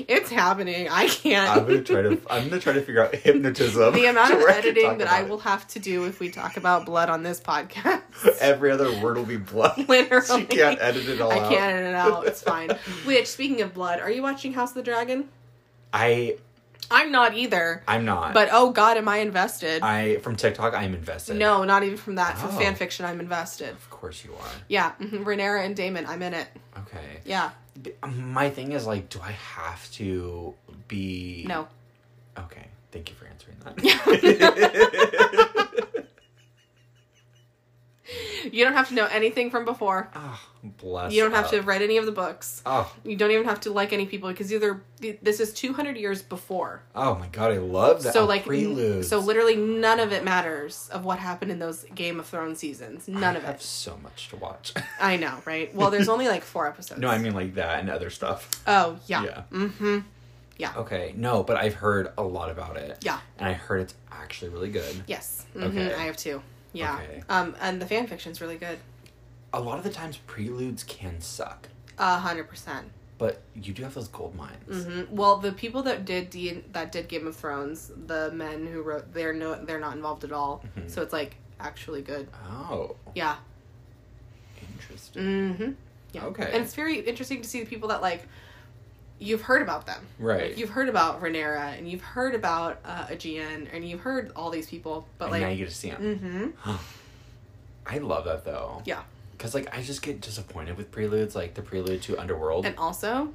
Speaker 2: it's happening. I
Speaker 1: I'm
Speaker 2: can't.
Speaker 1: gonna try to. I'm gonna try to figure out hypnotism.
Speaker 2: the amount
Speaker 1: to
Speaker 2: of
Speaker 1: where can
Speaker 2: editing
Speaker 1: talk
Speaker 2: that I
Speaker 1: about
Speaker 2: will
Speaker 1: it.
Speaker 2: have to do if we talk about blood on this podcast.
Speaker 1: Every other word will be blood.
Speaker 2: (laughs) Literally.
Speaker 1: She can't edit it all
Speaker 2: I
Speaker 1: out.
Speaker 2: can't edit it out.
Speaker 1: (laughs)
Speaker 2: It's fine. Which, speaking of blood, are you watching House of the Dragon?
Speaker 1: I.
Speaker 2: I'm not either.
Speaker 1: I'm not.
Speaker 2: But oh god, am I invested?
Speaker 1: I from TikTok. I'm invested.
Speaker 2: no, not even from that. From
Speaker 1: Oh.
Speaker 2: fan fiction, I'm invested.
Speaker 1: Of course you are.
Speaker 2: Yeah, mhm, Renera and Damon, I'm in it.
Speaker 1: Okay.
Speaker 2: Yeah,
Speaker 1: B- um, My thing is like, do I have to be?
Speaker 2: no.
Speaker 1: Okay. Thank you for answering
Speaker 2: (laughs)
Speaker 1: that.
Speaker 2: You don't have to know anything from before.
Speaker 1: Ah, bless.
Speaker 2: You don't have
Speaker 1: up.
Speaker 2: to have read any of the books.
Speaker 1: Oh,
Speaker 2: You don't even have to like any people because either this is 200 years before.
Speaker 1: oh my god, I love that.
Speaker 2: So
Speaker 1: Oh,
Speaker 2: like n-
Speaker 1: prelude.
Speaker 2: so literally none of it matters of what happened in those Game of Thrones seasons. None
Speaker 1: I
Speaker 2: of
Speaker 1: have
Speaker 2: it.
Speaker 1: so much to watch. (laughs)
Speaker 2: I know, right? Well, there's only like four episodes.
Speaker 1: no, I mean like that and other stuff.
Speaker 2: Oh, yeah.
Speaker 1: Yeah.
Speaker 2: Mhm. Yeah.
Speaker 1: Okay. No, but I've heard a lot about it.
Speaker 2: Yeah.
Speaker 1: And I heard it's actually really good.
Speaker 2: Yes. hmm
Speaker 1: Okay.
Speaker 2: I have two. Yeah.
Speaker 1: Okay.
Speaker 2: Um and the fan fiction's really good.
Speaker 1: A lot of the times preludes can suck,
Speaker 2: A hundred percent.
Speaker 1: but you do have those gold mines.
Speaker 2: Mhm. Well, the people that did D- that did Game of Thrones, the men who wrote, they're no, they're not involved at all.
Speaker 1: Mm-hmm.
Speaker 2: So it's like actually good.
Speaker 1: Oh,
Speaker 2: Yeah.
Speaker 1: interesting.
Speaker 2: Mm-hmm. Yeah.
Speaker 1: Okay.
Speaker 2: And it's very interesting to see the people that like you've heard about them.
Speaker 1: Right.
Speaker 2: Like, you've heard about Renera and you've heard about uh, Aegean and you've heard all these people, but
Speaker 1: and now
Speaker 2: like,
Speaker 1: you get to see them.
Speaker 2: mm-hmm.
Speaker 1: I love that though.
Speaker 2: Yeah.
Speaker 1: Because like I just get disappointed with preludes, like the prelude to Underworld,
Speaker 2: And also,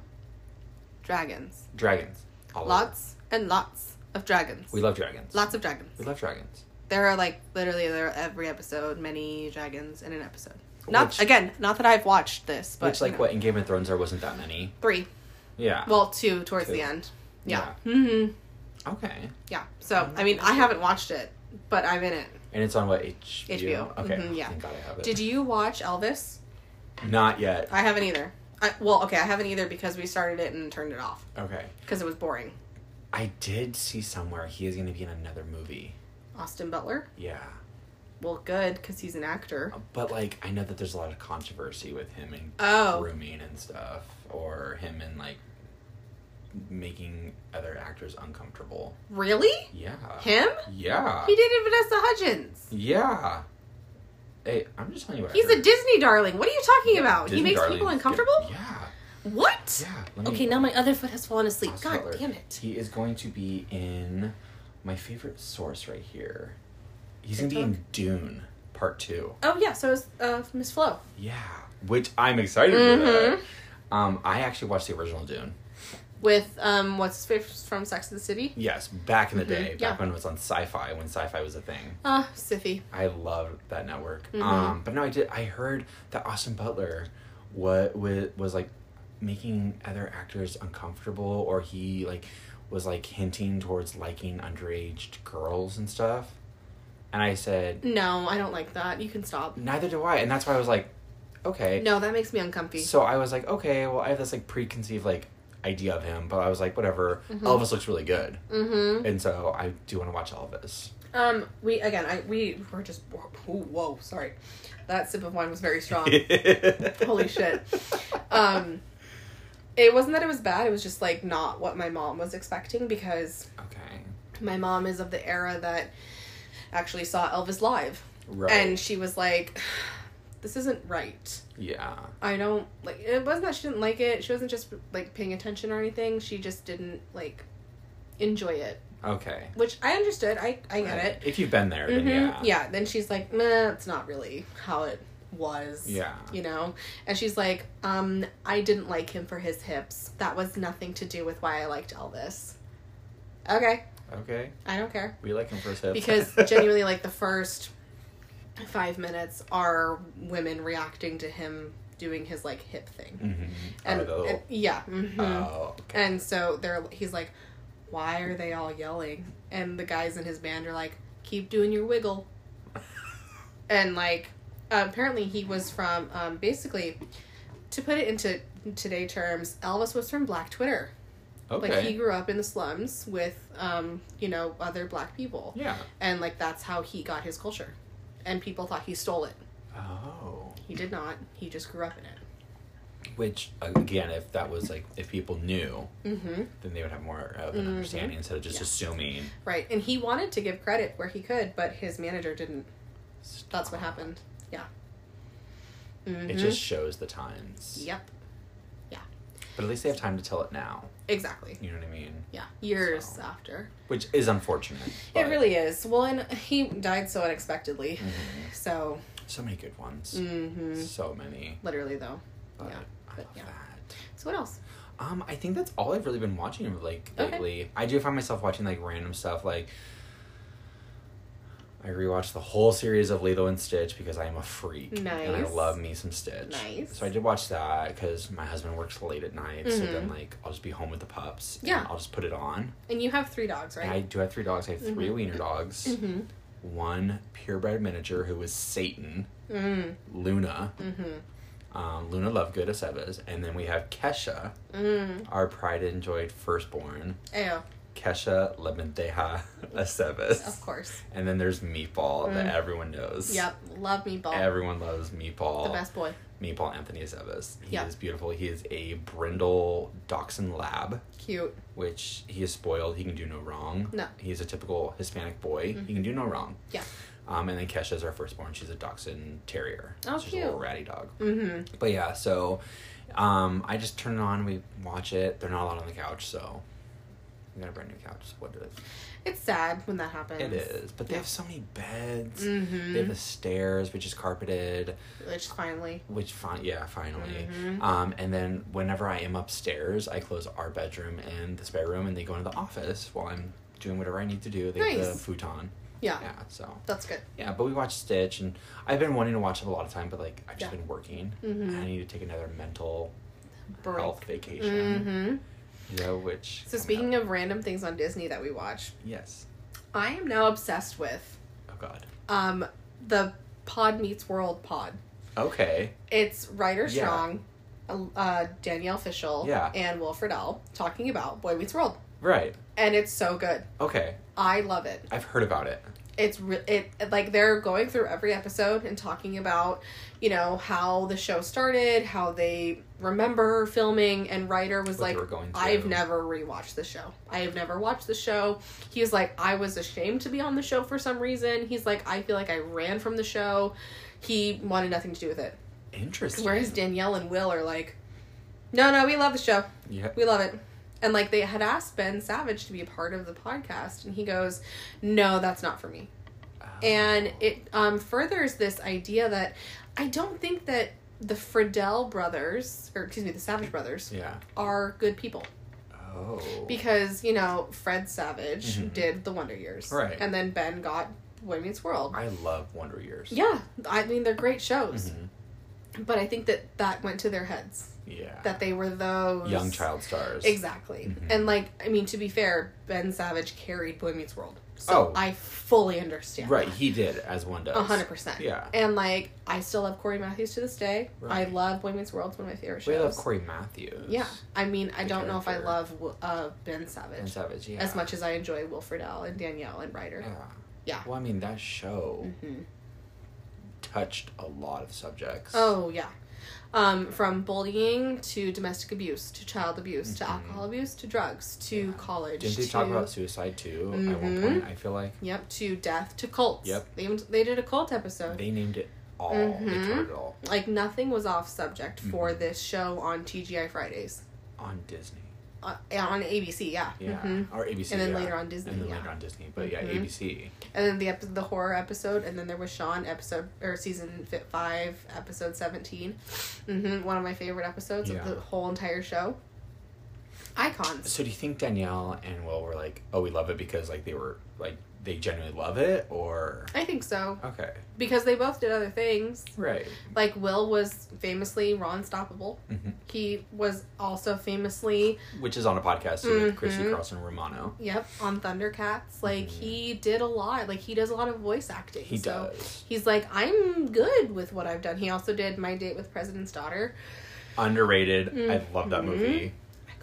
Speaker 2: dragons.
Speaker 1: dragons. All of them.
Speaker 2: Lots and lots of dragons.
Speaker 1: We love dragons.
Speaker 2: lots of dragons.
Speaker 1: we love dragons.
Speaker 2: There are like literally there are every episode many dragons in an episode. Not
Speaker 1: Which-
Speaker 2: again, not that I've watched this, but
Speaker 1: Which like
Speaker 2: you know.
Speaker 1: what in Game of Thrones there wasn't that many.
Speaker 2: three.
Speaker 1: Yeah.
Speaker 2: Well, two towards
Speaker 1: Two.
Speaker 2: the end. Yeah. hmm
Speaker 1: Okay.
Speaker 2: Yeah. So I mean, I haven't watched it, but I'm in it.
Speaker 1: And it's on what HBO?
Speaker 2: HBO.
Speaker 1: Okay.
Speaker 2: Mhm, yeah.
Speaker 1: Thank God I have it.
Speaker 2: Did you watch Elvis?
Speaker 1: Not yet.
Speaker 2: I haven't either. I, well, okay, I haven't either because we started it and turned it off
Speaker 1: Okay.
Speaker 2: because it was boring.
Speaker 1: I did see somewhere he is going to be in another movie.
Speaker 2: Austin Butler.
Speaker 1: Yeah.
Speaker 2: Well, good because he's an actor.
Speaker 1: But like I know that there's a lot of controversy with him and
Speaker 2: Oh.
Speaker 1: grooming and stuff or him and like making other actors uncomfortable.
Speaker 2: Really?
Speaker 1: Yeah.
Speaker 2: Him?
Speaker 1: Yeah.
Speaker 2: He did it, Vanessa Hudgens.
Speaker 1: Yeah. Hey, I'm just telling you what I
Speaker 2: He's a
Speaker 1: heard.
Speaker 2: Disney darling. What are you talking about?
Speaker 1: Disney
Speaker 2: he makes
Speaker 1: darlings
Speaker 2: people
Speaker 1: get-
Speaker 2: uncomfortable.
Speaker 1: Yeah.
Speaker 2: What?
Speaker 1: Yeah. Let me-
Speaker 2: Okay, now my other foot has fallen asleep.
Speaker 1: Austin
Speaker 2: God
Speaker 1: Butler.
Speaker 2: damn it.
Speaker 1: He is going to be in my favorite source right here. He's going to be
Speaker 2: TikTok?
Speaker 1: in Dune Part 2.
Speaker 2: Oh yeah, so is uh, Miss Flo.
Speaker 1: Yeah, which I'm excited for that.
Speaker 2: Mm-hmm.
Speaker 1: Um, I actually watched the original Dune.
Speaker 2: With um what's his face from Sex and the City?
Speaker 1: Yes, back in the day,
Speaker 2: Mm-hmm. yeah.
Speaker 1: back when it was on Sci-Fi, when Sci-Fi was a thing.
Speaker 2: Ah, Siffy.
Speaker 1: I loved that network.
Speaker 2: Mm-hmm.
Speaker 1: Um, but no, I did. I heard that Austin Butler, what was, was like, making other actors uncomfortable, or he like was like hinting towards liking underage girls and stuff. And I said,
Speaker 2: No, I don't like that. You can stop.
Speaker 1: neither do I. And that's why I was like, okay.
Speaker 2: No, that makes me uncomfy.
Speaker 1: So I was like, okay, well, I have this like preconceived like idea of him, but I was like, whatever. Elvis looks really good,
Speaker 2: mm-hmm.
Speaker 1: and so I do want to watch Elvis.
Speaker 2: Um, we again, I we were just whoa, whoa, sorry,
Speaker 1: (laughs)
Speaker 2: that sip of wine was very strong. Holy shit. Um, It wasn't that it was bad. It was just like not what my mom was expecting because
Speaker 1: Okay.
Speaker 2: my mom is of the era that actually saw Elvis live.
Speaker 1: Right.
Speaker 2: And she was like, this isn't right.
Speaker 1: yeah.
Speaker 2: I don't like it wasn't that she didn't like it. She wasn't just like paying attention or anything. She just didn't like enjoy it,
Speaker 1: Okay.
Speaker 2: which I understood. I I get
Speaker 1: Right.
Speaker 2: it.
Speaker 1: If you've been there,
Speaker 2: Mhm.
Speaker 1: then yeah.
Speaker 2: yeah. Then she's like, "Nah, it's not really how it was."
Speaker 1: Yeah.
Speaker 2: You know, and she's like, "Um, I didn't like him for his hips. That was nothing to do with why I liked Elvis." Okay,
Speaker 1: Okay.
Speaker 2: I don't care
Speaker 1: We like him for his hips. (laughs)
Speaker 2: because genuinely, like the first five minutes are women reacting to him doing his like hip thing
Speaker 1: Mhm.
Speaker 2: and,
Speaker 1: Oh, the little-
Speaker 2: and- yeah mhm.
Speaker 1: oh, okay.
Speaker 2: and so they're he's like why are they all yelling and the guys in his band are like keep doing your
Speaker 1: (laughs)
Speaker 2: wiggle and like uh, apparently he was from um, basically to put it into today terms elvis was from black twitter
Speaker 1: okay.
Speaker 2: like he grew up in the slums with um, you know other black people
Speaker 1: yeah.
Speaker 2: and like that's how he got his culture and people thought he stole it
Speaker 1: Oh.
Speaker 2: he did not he just grew up in it
Speaker 1: Which again, if that was like if people knew,
Speaker 2: mm-hmm
Speaker 1: then they would have more of an
Speaker 2: Mhm.
Speaker 1: understanding instead of just
Speaker 2: Yeah.
Speaker 1: assuming.
Speaker 2: Right, and he wanted to give credit where he could, but his manager didn't. That's what
Speaker 1: Stop.
Speaker 2: happened. Yeah. Mm-hmm.
Speaker 1: It just shows the times.
Speaker 2: Yep.
Speaker 1: But at least they have time to tell it now.
Speaker 2: Exactly.
Speaker 1: You know what I mean?
Speaker 2: Yeah. Years
Speaker 1: So.
Speaker 2: after.
Speaker 1: Which is unfortunate.
Speaker 2: It
Speaker 1: but-
Speaker 2: really is. Well, and he died so unexpectedly.
Speaker 1: Mhm.
Speaker 2: So,
Speaker 1: So many good ones.
Speaker 2: mhm.
Speaker 1: So many.
Speaker 2: literally though.
Speaker 1: But
Speaker 2: Yeah,
Speaker 1: I
Speaker 2: but
Speaker 1: love
Speaker 2: yeah.
Speaker 1: that.
Speaker 2: So what else?
Speaker 1: Um, I think that's all I've really been watching like
Speaker 2: Okay.
Speaker 1: lately. I do find myself watching like random stuff like I rewatched the whole series of Lilo and Stitch because I'm a freak and I
Speaker 2: Nice.
Speaker 1: love me some Stitch.
Speaker 2: Nice.
Speaker 1: So I did watch that because my husband works late at night, so
Speaker 2: Mhm.
Speaker 1: then like I'll just be home with the pups. and
Speaker 2: Yeah.
Speaker 1: I'll just put it on.
Speaker 2: And you have three dogs,
Speaker 1: And I
Speaker 2: right?
Speaker 1: do have three dogs. I have three
Speaker 2: Mhm.
Speaker 1: wiener dogs.
Speaker 2: Mm-hmm.
Speaker 1: One purebred miniature who was Satan,
Speaker 2: Mm-hmm.
Speaker 1: Luna,
Speaker 2: Mm-hmm.
Speaker 1: um, Luna Lovegood, a Sebas, and then we have Kesha,
Speaker 2: Mm.
Speaker 1: our pride and joy firstborn.
Speaker 2: Ew.
Speaker 1: Kesha (laughs) Lementeja Aceves.
Speaker 2: Of course.
Speaker 1: And then there's Meatball
Speaker 2: Mm.
Speaker 1: that everyone knows.
Speaker 2: Yep. Love meatball.
Speaker 1: Everyone loves Meatball.
Speaker 2: the best boy.
Speaker 1: Meatball Anthony Aceves. He
Speaker 2: Yeah.
Speaker 1: is beautiful. He is a brindle dachshund lab,
Speaker 2: Cute.
Speaker 1: which he is spoiled. He can do no wrong.
Speaker 2: No. Mm-hmm.
Speaker 1: He's a typical Hispanic boy. He can do no wrong.
Speaker 2: Yeah.
Speaker 1: Um, and then Kesha is our firstborn. She's a dachshund terrier.
Speaker 2: Oh,
Speaker 1: She's a little
Speaker 2: cute.
Speaker 1: ratty dog.
Speaker 2: Mm-hmm.
Speaker 1: But yeah, so um, I just turn it on. We watch it. They're not allowed on the couch, so we got a brand new couch. so What if
Speaker 2: It's sad when that happens.
Speaker 1: it is? But they have so many beds. They have
Speaker 2: Mm-hmm.
Speaker 1: the stairs, which is carpeted,
Speaker 2: Which finally.
Speaker 1: which fine, yeah, finally.
Speaker 2: Mhm.
Speaker 1: Um, and then whenever I am upstairs, I close our bedroom and the spare room, and they go into the office while I'm doing whatever I need to do. They have the
Speaker 2: Nice. Ah.
Speaker 1: futon.
Speaker 2: Yeah.
Speaker 1: Yeah, so
Speaker 2: That's good.
Speaker 1: yeah, but we watched Stitch, and I've been wanting to watch it a lot of time, but like I've just
Speaker 2: Yeah.
Speaker 1: been working.
Speaker 2: Mhm.
Speaker 1: I need to take another mental
Speaker 2: Break.
Speaker 1: health vacation.
Speaker 2: hmm
Speaker 1: Yeah, which.
Speaker 2: So speaking of random things on Disney that we watch,
Speaker 1: Yes.
Speaker 2: I am now obsessed with
Speaker 1: Oh God.
Speaker 2: um the Pod Meets World pod.
Speaker 1: Okay.
Speaker 2: It's Ryder
Speaker 1: Yeah.
Speaker 2: Strong, uh, Danielle Fishel,
Speaker 1: Yeah.
Speaker 2: and Wilfred L talking about Boy Meets World,
Speaker 1: Right.
Speaker 2: and it's so good.
Speaker 1: Okay.
Speaker 2: I love it.
Speaker 1: I've heard about it.
Speaker 2: It's re- it like they're going through every episode and talking about you know how the show started, how they remember filming, and Ryder was
Speaker 1: What they
Speaker 2: like,
Speaker 1: were going
Speaker 2: I've
Speaker 1: through.
Speaker 2: never rewatched the show. I have never watched the show. He was like, I was ashamed to be on the show for some reason. He's like, I feel like I ran from the show. He wanted nothing to do with it.
Speaker 1: Interesting.
Speaker 2: Whereas Danielle and Will are like, no, no, we love the show.
Speaker 1: Yeah.
Speaker 2: We love it. And like they had asked Ben Savage to be a part of the podcast, and he goes, no, that's not for me and
Speaker 1: Oh.
Speaker 2: it um, furthers this idea that I don't think that the Friedel brothers, or excuse me, the Savage brothers,
Speaker 1: Yeah.
Speaker 2: are good people
Speaker 1: Oh.
Speaker 2: because you know Fred Savage
Speaker 1: Mhm.
Speaker 2: did the Wonder Years,
Speaker 1: Right.
Speaker 2: And then Ben got Boy Meets World.
Speaker 1: I love Wonder Years.
Speaker 2: Yeah, I mean they're great shows,
Speaker 1: Mhm.
Speaker 2: but I think that that went to their heads
Speaker 1: Yeah.
Speaker 2: that they were those
Speaker 1: Young child stars.
Speaker 2: Exactly,
Speaker 1: Mhm.
Speaker 2: and like I mean to be fair, Ben Savage carried Boy Meets World, so
Speaker 1: Oh.
Speaker 2: I fully understand.
Speaker 1: Right.
Speaker 2: that.
Speaker 1: He did, as one does.
Speaker 2: A hundred percent.
Speaker 1: Yeah.
Speaker 2: And like, I still love Corey Matthews to this day.
Speaker 1: Right.
Speaker 2: I love Boy Meets World. It's one of my favorite shows.
Speaker 1: We love Corey Matthews.
Speaker 2: Yeah. I mean, I
Speaker 1: The
Speaker 2: don't know if I
Speaker 1: character.
Speaker 2: love Wi- uh, Ben Savage
Speaker 1: And Savage. Yeah.
Speaker 2: as much as I enjoy Wilfred L. and Danielle and Ryder.
Speaker 1: Yeah.
Speaker 2: Yeah.
Speaker 1: Well, I mean, that show
Speaker 2: hmm
Speaker 1: touched a lot of subjects.
Speaker 2: Oh yeah. um, from bullying to domestic abuse to child abuse to alcohol abuse to drugs to college
Speaker 1: Mm-hmm. Didn't
Speaker 2: to
Speaker 1: they talk about suicide too at one
Speaker 2: Mhm.
Speaker 1: point? I feel like
Speaker 2: yep to death to cults.
Speaker 1: Yep.
Speaker 2: They even, they did a cult episode.
Speaker 1: they named it all. They
Speaker 2: Mhm.
Speaker 1: covered it all
Speaker 2: like nothing was off subject
Speaker 1: Mm-hmm.
Speaker 2: for this show on TGI Fridays
Speaker 1: on Disney.
Speaker 2: uh, on ABC. Yeah.
Speaker 1: Yeah,
Speaker 2: hmm
Speaker 1: or ABC.
Speaker 2: And then
Speaker 1: yeah.
Speaker 2: later on Disney.
Speaker 1: And then
Speaker 2: yeah.
Speaker 1: later on Disney, but yeah,
Speaker 2: Mhm.
Speaker 1: ABC.
Speaker 2: And then the epi- the horror episode, and then there was Sean episode or season fi- five, episode 17 Mm-hmm, one of my favorite episodes
Speaker 1: Yeah.
Speaker 2: of the whole entire show. Icons.
Speaker 1: So do you think Danielle and Will were like, oh, we love it because like they were like they genuinely love it, or
Speaker 2: I think so
Speaker 1: okay,
Speaker 2: because they both did other things.
Speaker 1: right?
Speaker 2: Like Will was famously Ron Stoppable.
Speaker 1: Mhm.
Speaker 2: He was also famously
Speaker 1: Which is on a podcast too with Christy
Speaker 2: Mhm.
Speaker 1: Carlson Romano.
Speaker 2: yep on Thundercats. Like he did a lot. Like he does a lot of voice acting.
Speaker 1: He
Speaker 2: so
Speaker 1: does
Speaker 2: He's like I'm good with what I've done. He also did My Date with President's Daughter.
Speaker 1: underrated. I love that
Speaker 2: Mhm.
Speaker 1: movie.
Speaker 2: Iconic.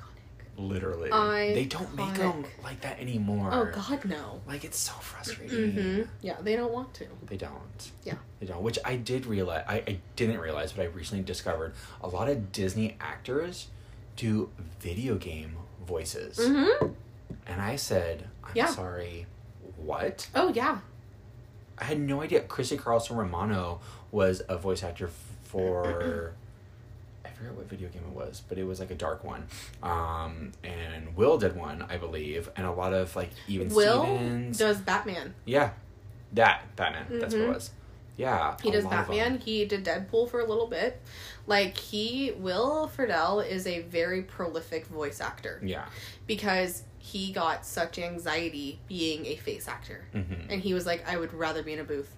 Speaker 1: Literally,
Speaker 2: Iconic.
Speaker 1: they don't make them like that anymore.
Speaker 2: Oh God, no.
Speaker 1: Like it's so frustrating.
Speaker 2: hmm Yeah, they don't want to.
Speaker 1: They don't.
Speaker 2: Yeah.
Speaker 1: They don't. Which I did realize. I, I didn't realize, but I recently discovered a lot of Disney actors do video game voices,
Speaker 2: Mm-hmm.
Speaker 1: and I said, "I'm
Speaker 2: Yeah.
Speaker 1: sorry, what?"
Speaker 2: Oh yeah.
Speaker 1: I had no idea. Chrissy Carlson Romano was a voice actor for. I forget what video game it was, but it was like a dark one. Um, and Will did one, I believe, and a lot of like even
Speaker 2: Will
Speaker 1: Stevens.
Speaker 2: does Batman.
Speaker 1: yeah, that Batman. That's what it
Speaker 2: Mhm.
Speaker 1: was. Yeah,
Speaker 2: He
Speaker 1: a
Speaker 2: does
Speaker 1: lot of 'em.
Speaker 2: Batman. He did Deadpool for a little bit. Like he Will Friedle is a very prolific voice actor
Speaker 1: Yeah.
Speaker 2: because he got such anxiety being a face actor.
Speaker 1: Mm-hmm.
Speaker 2: And he was like, I would rather be in a booth.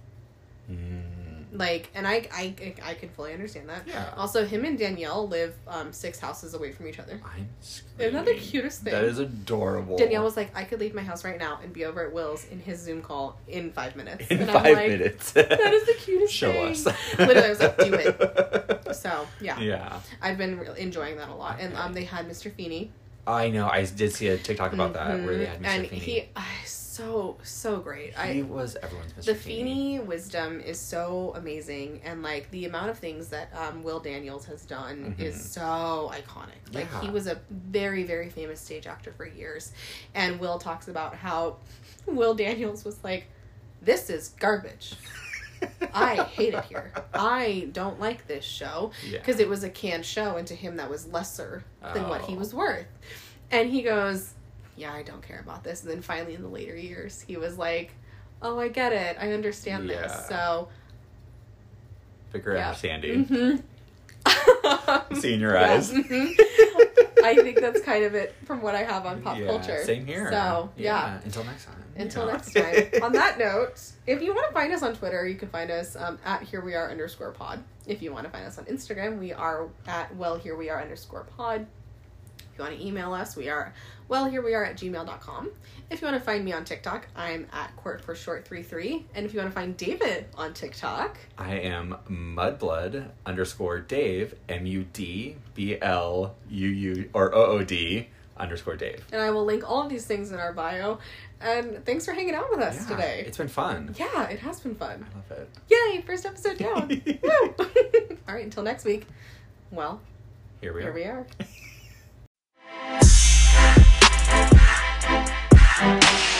Speaker 2: Like, and I, I, I can fully understand that.
Speaker 1: Yeah.
Speaker 2: Also, him and Danielle live um, six houses away from each other.
Speaker 1: I'm
Speaker 2: Isn't
Speaker 1: screaming.
Speaker 2: that the cutest thing?
Speaker 1: That is adorable.
Speaker 2: Danielle was like, I could leave my house right now and be over at Will's in his Zoom call in five minutes.
Speaker 1: in
Speaker 2: and
Speaker 1: 5
Speaker 2: I'm like,
Speaker 1: minutes.
Speaker 2: That is the cutest
Speaker 1: Show
Speaker 2: thing.
Speaker 1: us.
Speaker 2: Literally, I was like, do it.
Speaker 1: it.
Speaker 2: So yeah,
Speaker 1: (laughs) Yeah,
Speaker 2: I've been re- enjoying that a lot. And um,
Speaker 1: Okay.
Speaker 2: they had Mr. Feeney.
Speaker 1: I know. I did see a TikTok about that where they had
Speaker 2: Mhm.
Speaker 1: Mr.
Speaker 2: And
Speaker 1: Feeney.
Speaker 2: he, uh, so so great.
Speaker 1: He
Speaker 2: I
Speaker 1: was everyone's Mr.
Speaker 2: the
Speaker 1: Feeney.
Speaker 2: Feeney wisdom is so amazing, and like the amount of things that um, Will Daniels has done is so iconic. Like he
Speaker 1: Mm-hmm. Yeah.
Speaker 2: was a very very famous stage actor for years, and Will talks about how Will Daniels was like, "This is garbage."
Speaker 1: (laughs)
Speaker 2: I hate it here. I don't like this show (laughs)
Speaker 1: Yeah.
Speaker 2: because it was a canned show, and to him that was lesser than what he
Speaker 1: Oh.
Speaker 2: was worth. And he goes, "Yeah, I don't care about this." And then finally, in the later years, he was like, "Oh, I get it. I understand
Speaker 1: Yeah.
Speaker 2: this." So,
Speaker 1: Figure
Speaker 2: Yeah.
Speaker 1: out Sandy. (laughs)
Speaker 2: mm-hmm.
Speaker 1: See in your
Speaker 2: Yeah,
Speaker 1: eyes.
Speaker 2: mhm. I think that's kind of it from what I have on pop
Speaker 1: Yeah,
Speaker 2: culture.
Speaker 1: Same here.
Speaker 2: So, yeah.
Speaker 1: Until next time.
Speaker 2: Until
Speaker 1: Yeah.
Speaker 2: next time.
Speaker 1: (laughs)
Speaker 2: on that note, if you want to find us on Twitter, you can find us um, at here we are underscore pod. If you want to find us on Instagram, we are at well here we are underscore pod. If you want to email us, we are well here we are at gmail.com. If you want to find me on TikTok, I'm at court for short 33. And if you want to find David on TikTok,
Speaker 1: I am mudblood underscore Dave M U D B L U U or O O D underscore Dave.
Speaker 2: and I will link all of these things in our bio. And thanks for hanging out with us
Speaker 1: Yeah,
Speaker 2: today.
Speaker 1: It's been fun.
Speaker 2: yeah, it has been fun.
Speaker 1: I love it.
Speaker 2: Yay, first episode down.
Speaker 1: (laughs)
Speaker 2: Woo! (laughs) all right, until next week. Well,
Speaker 1: Here we
Speaker 2: here
Speaker 1: are.
Speaker 2: we are.